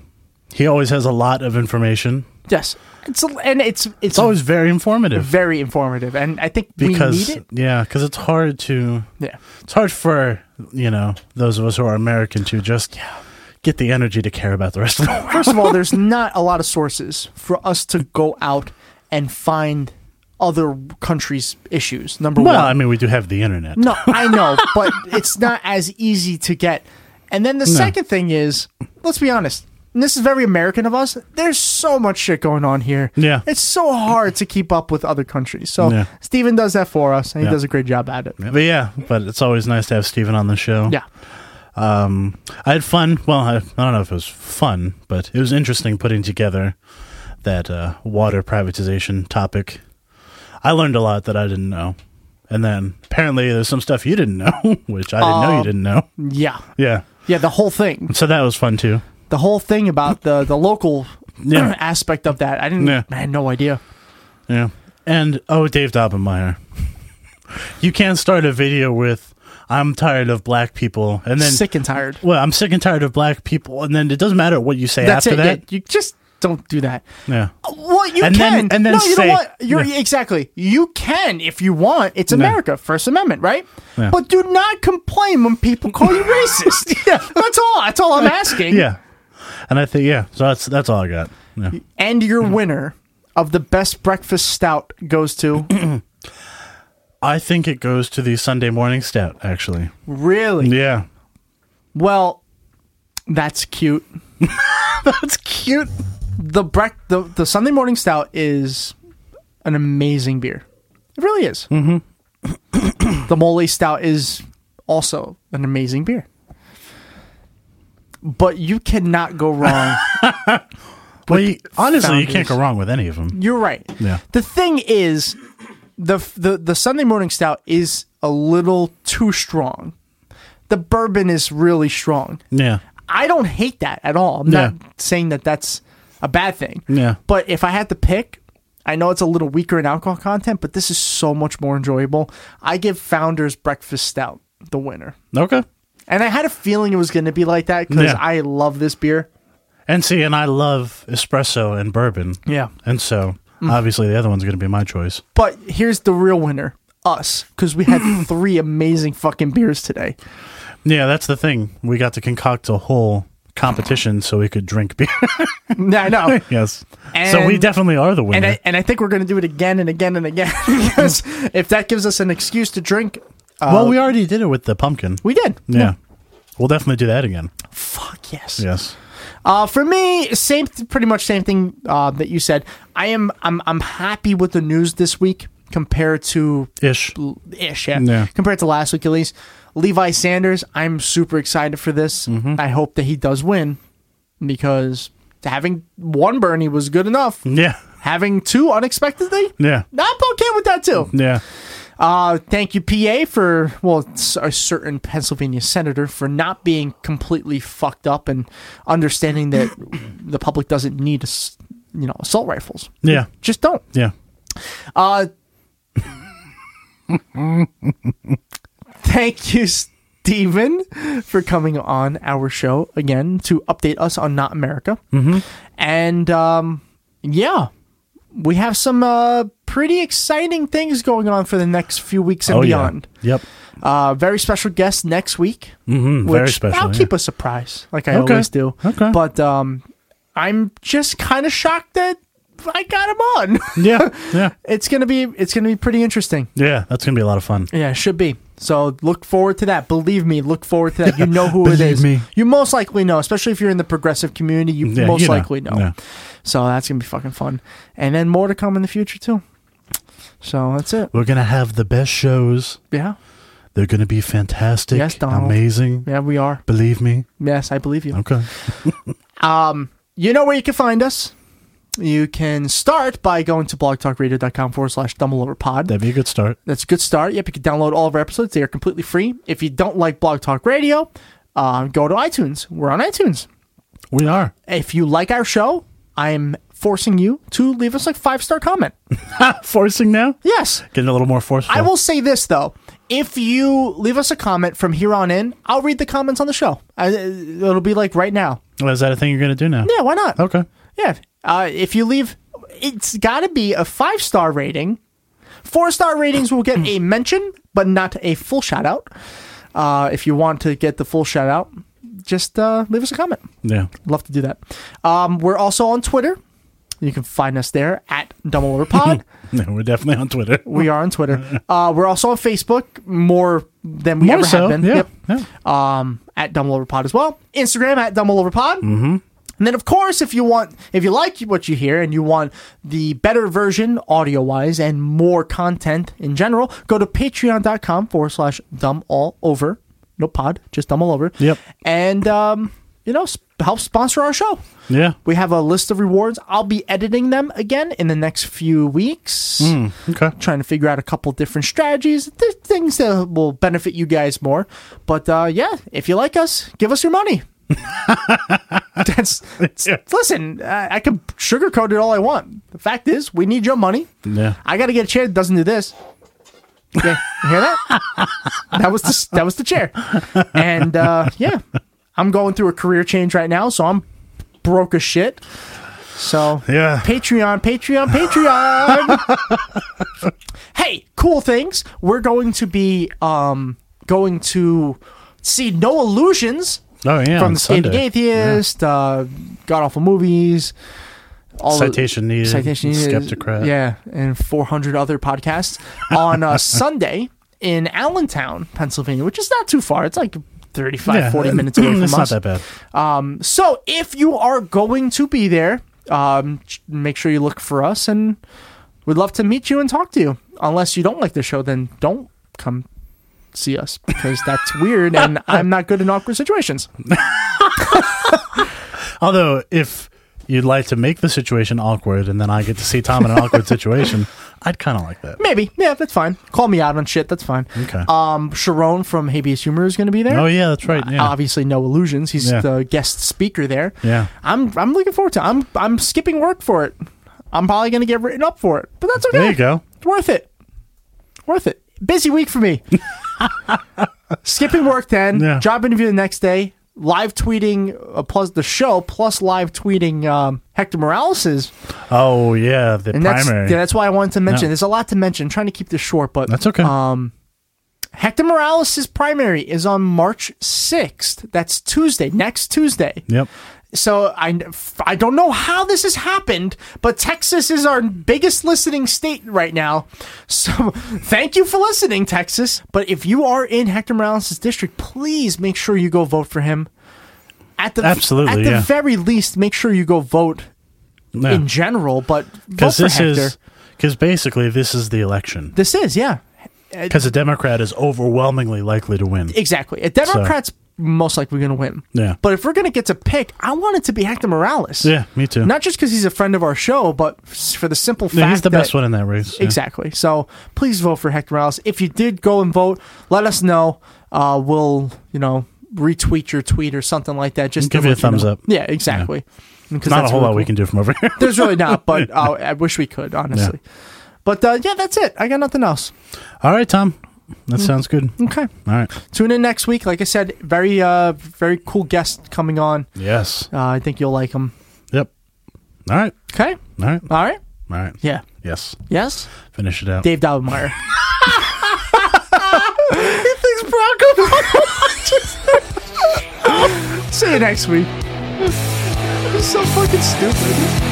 Speaker 4: He always has a lot of information.
Speaker 3: Yes. It's, and it's, it's
Speaker 4: always very informative.
Speaker 3: Very informative, and I think
Speaker 4: because
Speaker 3: we need it.
Speaker 4: yeah, because it's hard to
Speaker 3: yeah,
Speaker 4: it's hard for you know those of us who are American to just get the energy to care about the rest of the world.
Speaker 3: First of all, there's not a lot of sources for us to go out and find other countries' issues. Number
Speaker 4: Well,
Speaker 3: one,
Speaker 4: I mean, we do have the internet.
Speaker 3: No, I know, but it's not as easy to get. And then the
Speaker 4: No.
Speaker 3: second thing is, let's be honest. And this is very American of us. There's so much shit going on here.
Speaker 4: Yeah.
Speaker 3: It's so hard to keep up with other countries. So
Speaker 4: Yeah.
Speaker 3: Steven does that for us and
Speaker 4: Yeah.
Speaker 3: he does a great job at it.
Speaker 4: But yeah, but it's always nice to have Steven on the show.
Speaker 3: Yeah.
Speaker 4: Um, I had fun. Well, I, I don't know if it was fun, but it was interesting putting together that uh, water privatization topic. I learned a lot that I didn't know. And then apparently there's some stuff you didn't know, which I didn't know you
Speaker 3: Um,
Speaker 4: didn't know.
Speaker 3: Yeah.
Speaker 4: Yeah.
Speaker 3: Yeah, the whole thing.
Speaker 4: So that was fun too.
Speaker 3: The whole thing about the the local
Speaker 4: Yeah.
Speaker 3: aspect of that. I didn't
Speaker 4: Yeah.
Speaker 3: I had no idea.
Speaker 4: Yeah. And oh, Dave Dobbenmeyer. you can't start a video with I'm tired of black people and then
Speaker 3: Sick and tired.
Speaker 4: Well, I'm sick and tired of black people and then it doesn't matter what you say
Speaker 3: That's
Speaker 4: after
Speaker 3: it. yeah.
Speaker 4: that.
Speaker 3: you just don't do that.
Speaker 4: Yeah.
Speaker 3: Well, you
Speaker 4: And
Speaker 3: can.
Speaker 4: then- and then
Speaker 3: no, you
Speaker 4: say-
Speaker 3: know what? You're
Speaker 4: Yeah.
Speaker 3: exactly. You can if you want. It's
Speaker 4: Yeah.
Speaker 3: America, First Amendment, right?
Speaker 4: Yeah.
Speaker 3: But do not complain when people call you racist. yeah, that's all. That's all I'm asking.
Speaker 4: Yeah. And I think yeah, so that's that's all I got. Yeah.
Speaker 3: And your winner of the best breakfast stout goes to
Speaker 4: I think it goes to the Sunday morning stout actually.
Speaker 3: really.
Speaker 4: Yeah.
Speaker 3: Well, that's cute.
Speaker 4: that's cute.
Speaker 3: The break the the Sunday morning stout is an amazing beer. It really is. Mm-hmm. the mole stout is also an amazing beer. But you cannot go wrong.
Speaker 4: Well,
Speaker 3: with
Speaker 4: you, honestly, you
Speaker 3: Founders.
Speaker 4: can't go wrong with any of them.
Speaker 3: You're right.
Speaker 4: Yeah.
Speaker 3: The thing is, the the the Sunday morning stout is a little too strong. The bourbon is really strong.
Speaker 4: Yeah.
Speaker 3: I don't hate that at all. I'm
Speaker 4: Yeah.
Speaker 3: not saying that that's a bad thing.
Speaker 4: Yeah.
Speaker 3: But if I had to pick, I know it's a little weaker in alcohol content, but this is so much more enjoyable. I give Founders Breakfast Stout the winner.
Speaker 4: Okay.
Speaker 3: And I had a feeling it was going to be like that because
Speaker 4: Yeah.
Speaker 3: I love this beer.
Speaker 4: And see, and I love espresso and bourbon.
Speaker 3: Yeah.
Speaker 4: And so
Speaker 3: Mm.
Speaker 4: obviously the other one's going to be my choice.
Speaker 3: But here's the real winner us, because we had three amazing fucking beers today.
Speaker 4: Yeah, that's the thing. We got to concoct a whole competition so we could drink beer.
Speaker 3: Yeah, I know.
Speaker 4: yes. so we
Speaker 3: And-
Speaker 4: definitely are the winner.
Speaker 3: And I, and I think we're going to do it again and again and again because if that gives us an excuse to drink. Uh,
Speaker 4: well, we already did it with the pumpkin.
Speaker 3: We did.
Speaker 4: Yeah. We'll definitely do that again.
Speaker 3: Fuck yes.
Speaker 4: Yes.
Speaker 3: Uh, for me, same, th- pretty much same thing uh, that you said. I am, I'm, I'm happy with the news this week compared to
Speaker 4: ish,
Speaker 3: ish, yeah.
Speaker 4: Yeah.
Speaker 3: compared to last week at least. Levi Sanders, I'm super excited for this.
Speaker 4: Mm-hmm.
Speaker 3: I hope that he does win because having one Bernie was good enough.
Speaker 4: Yeah,
Speaker 3: having two unexpectedly,
Speaker 4: Yeah.
Speaker 3: I'm okay with that too.
Speaker 4: Yeah.
Speaker 3: Uh, thank you, PA, for well, s- a certain Pennsylvania senator for not being completely fucked up and understanding that the public doesn't need, ass- you know, assault rifles.
Speaker 4: Yeah.
Speaker 3: just don't.
Speaker 4: Yeah.
Speaker 3: Uh, thank you, Steven, for coming on our show again to update us on Not America.
Speaker 4: Mm-hmm.
Speaker 3: And um, yeah, we have some uh, pretty exciting things going on for the next few weeks and
Speaker 4: Oh, yeah.
Speaker 3: beyond.
Speaker 4: Yep.
Speaker 3: Uh, very special guest next week.
Speaker 4: Mhm,
Speaker 3: which
Speaker 4: very special,
Speaker 3: I'll
Speaker 4: yeah.
Speaker 3: keep a surprise, like I
Speaker 4: Okay.
Speaker 3: always do. Okay. But um, I'm just kind of shocked that I got him on.
Speaker 4: Yeah. Yeah.
Speaker 3: it's gonna be it's gonna be pretty interesting.
Speaker 4: Yeah. That's going to be a lot of fun.
Speaker 3: Yeah, it should be. So look forward to that. Believe me, look forward to that. You know who it
Speaker 4: Believe
Speaker 3: is.
Speaker 4: me.
Speaker 3: You most likely know, especially if you're in the progressive community. You
Speaker 4: Yeah,
Speaker 3: most
Speaker 4: you know.
Speaker 3: likely know.
Speaker 4: Yeah.
Speaker 3: So that's gonna be fucking fun, and then more to come in the future too. So that's it.
Speaker 4: We're going to have the best shows.
Speaker 3: Yeah.
Speaker 4: They're going to be fantastic.
Speaker 3: Yes, Donald.
Speaker 4: Amazing.
Speaker 3: Yeah, we are.
Speaker 4: Believe me.
Speaker 3: Yes, I believe you.
Speaker 4: Okay.
Speaker 3: Um, you know where you can find us. You can start by going to blogtalkradio.com forward slash dumbleoverpod.
Speaker 4: That'd be a good start.
Speaker 3: That's a good start. Yep, you can download all of our episodes. They are completely free. If you don't like Blog Talk Radio, uh, go to iTunes. We're on iTunes.
Speaker 4: We are.
Speaker 3: If you like our show, I'm forcing you to leave us a five star comment.
Speaker 4: Forcing now?
Speaker 3: Yes.
Speaker 4: Getting a little more forceful.
Speaker 3: I will say this though: if you leave us a comment from here on in, I'll read the comments on the show. I, it'll uh, be like right now.
Speaker 4: Well, Oh, is that a thing you're going to do now?
Speaker 3: Yeah, why not?
Speaker 4: Okay.
Speaker 3: Yeah. Uh, if you leave, it's got to be a five star rating. Four star ratings will get a mention, but not a full shout out. Uh, if you want to get the full shout out, just uh, leave us a comment.
Speaker 4: Yeah.
Speaker 3: Love to do that. Um, we're also on Twitter. You can find us there at Dumb Order Pod.
Speaker 4: No, Hmm. we're definitely on Twitter.
Speaker 3: we are on Twitter. Uh, we're also on Facebook more than we
Speaker 4: More
Speaker 3: ever
Speaker 4: so,
Speaker 3: have been.
Speaker 4: yeah,
Speaker 3: Um, at Dumb Lover Pod as well. Instagram at Dumb Lover Pod. Mm-hmm. And then, of course, if you want, if you like what you hear and you want the better version audio wise and more content in general, go to patreon.com forward slash dumb all over. No pod, just dumb all over. Yep. And, um, you know, sp- help sponsor our show.
Speaker 4: Yeah.
Speaker 3: We have a list of rewards. I'll be editing them again in the next few weeks.
Speaker 4: okay.
Speaker 3: Trying to figure out a couple different strategies, th- things that will benefit you guys more. But uh, yeah, if you like us, give us your money. That's, listen. I, I can sugarcoat it all I want. The fact is, we need your money.
Speaker 4: Yeah.
Speaker 3: I got to get a chair that doesn't do this. Yeah, you hear that? that was the that was the chair, and uh, yeah, I'm going through a career change right now, so I'm broke as shit. So
Speaker 4: yeah,
Speaker 3: Patreon, Patreon, Patreon. hey, cool things. We're going to be um going to see No Illusions.
Speaker 4: Oh, yeah,
Speaker 3: from
Speaker 4: on
Speaker 3: the State of the
Speaker 4: Sunday.
Speaker 3: Atheist, uh, God Awful movies. the-
Speaker 4: Citation Needed,
Speaker 3: citation needed,
Speaker 4: Skeptocrat.
Speaker 3: yeah, and 400 other podcasts on uh, Sunday in Allentown, Pennsylvania, which is not too far. It's like 35,
Speaker 4: Yeah, uh,
Speaker 3: 40 minutes away from
Speaker 4: it's
Speaker 3: us.
Speaker 4: not that bad.
Speaker 3: Um, so if you are going to be there, um, ch- make sure you look for us, and we'd love to meet you and talk to you. Unless you don't like the show, then don't come see us because that's weird, and I'm not good in awkward situations.
Speaker 4: Although, if you'd like to make the situation awkward and then I get to see Tom in an awkward situation, I'd kind of like that.
Speaker 3: Maybe, yeah, that's fine. Call me out on shit. That's fine.
Speaker 4: Okay.
Speaker 3: Um, Sharon from Habeas Humor is going to be there.
Speaker 4: Oh, yeah, that's right, yeah.
Speaker 3: Obviously, no illusions. He's
Speaker 4: Yeah.
Speaker 3: the guest speaker there.
Speaker 4: Yeah.
Speaker 3: I'm I'm looking forward to. It. I'm I'm skipping work for it. I'm probably going to get written up for it, but that's okay.
Speaker 4: There you go.
Speaker 3: It's worth it. Worth it. Busy week for me. Skipping work then. Job interview the next day. Live tweeting uh, plus the show plus live tweeting um, Hector Morales's
Speaker 4: Oh, yeah, the
Speaker 3: and that's
Speaker 4: primary.
Speaker 3: yeah, that's why I wanted to mention.
Speaker 4: No.
Speaker 3: There's a lot to mention. I'm trying to keep this short, but
Speaker 4: That's okay.
Speaker 3: Um, Hector Morales' primary is on March 6th. That's Tuesday, next Tuesday.
Speaker 4: Yep.
Speaker 3: So I, I don't know how this has happened, but Texas is our biggest listening state right now. So thank you for listening, Texas. But if you are in Hector Morales' district, please make sure you go vote for him. At the
Speaker 4: Absolutely,
Speaker 3: at the
Speaker 4: yeah.
Speaker 3: very least, make sure you go vote
Speaker 4: Yeah.
Speaker 3: in general. But vote
Speaker 4: Because
Speaker 3: for
Speaker 4: this
Speaker 3: Hector.
Speaker 4: is. Because basically, this is the election.
Speaker 3: This is, yeah. Uh,
Speaker 4: Because a Democrat is overwhelmingly likely to win.
Speaker 3: Exactly. A Democrat's most likely going to win.
Speaker 4: Yeah.
Speaker 3: But if we're going to get to pick, I want it to be Hector Morales.
Speaker 4: Yeah, me too.
Speaker 3: Not just because he's a friend of our show, but s- for the simple fact
Speaker 4: Yeah, he's the
Speaker 3: that-
Speaker 4: best one in that race. yeah.
Speaker 3: Exactly. So please vote for Hector Morales. If you did go and vote, let us know. Uh, we'll, you know, retweet your tweet or something like that. Just to
Speaker 4: Give you
Speaker 3: let
Speaker 4: a thumbs
Speaker 3: know.
Speaker 4: up.
Speaker 3: Yeah, exactly.
Speaker 4: Not
Speaker 3: 'Cause
Speaker 4: a
Speaker 3: that's
Speaker 4: whole
Speaker 3: really
Speaker 4: lot we
Speaker 3: cool.
Speaker 4: can do from over here.
Speaker 3: There's really not, but uh, I wish we could, honestly. But uh, yeah, that's it. I got nothing else.
Speaker 4: All right, Tom. That sounds good.
Speaker 3: Okay.
Speaker 4: All right.
Speaker 3: Tune in next week. Like I said, very uh very cool guest coming on.
Speaker 4: Yes.
Speaker 3: Uh, I think you'll like him.
Speaker 4: Yep. All right.
Speaker 3: Okay.
Speaker 4: All right.
Speaker 3: All right.
Speaker 4: All right.
Speaker 3: Yeah.
Speaker 4: Yes.
Speaker 3: Yes.
Speaker 4: Finish it out.
Speaker 3: Dave Doublemeyer.
Speaker 11: he thinks Bronco
Speaker 3: See you next week. This is so fucking stupid.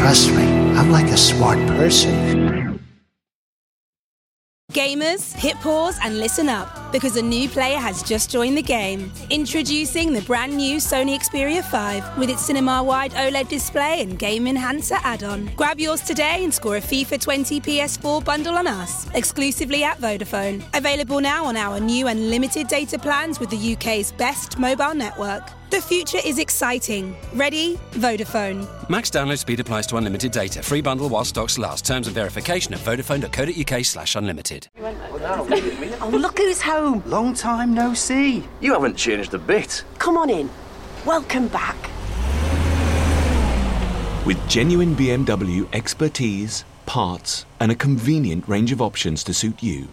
Speaker 2: Trust me, I'm like a smart person.
Speaker 13: Gamers, hit pause and listen up because a new player has just joined the game. Introducing the brand new Sony Xperia 5 with its cinema wide OLED E display and game enhancer add on. Grab yours today and score a FIFA 20 PS4 bundle on us, exclusively at Vodafone. Available now on our new and limited data plans with the UK's best mobile network. The future is exciting. Ready? Vodafone.
Speaker 14: Max download speed applies to unlimited data. Free bundle while stocks last. Terms and verification at vodafone.co.uk slash unlimited.
Speaker 15: Oh, look who's home. Long time no see.
Speaker 16: You haven't changed a bit.
Speaker 15: Come on in. Welcome back.
Speaker 17: With genuine BMW expertise, parts, and a convenient range of options to suit you,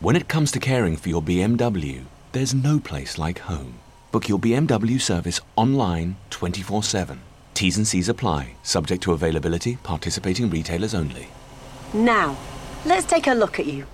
Speaker 17: when it comes to caring for your BMW, there's no place like home. Book your BMW service online 24 7. T's and C's apply, subject to availability, participating retailers only.
Speaker 15: Now, let's take a look at you.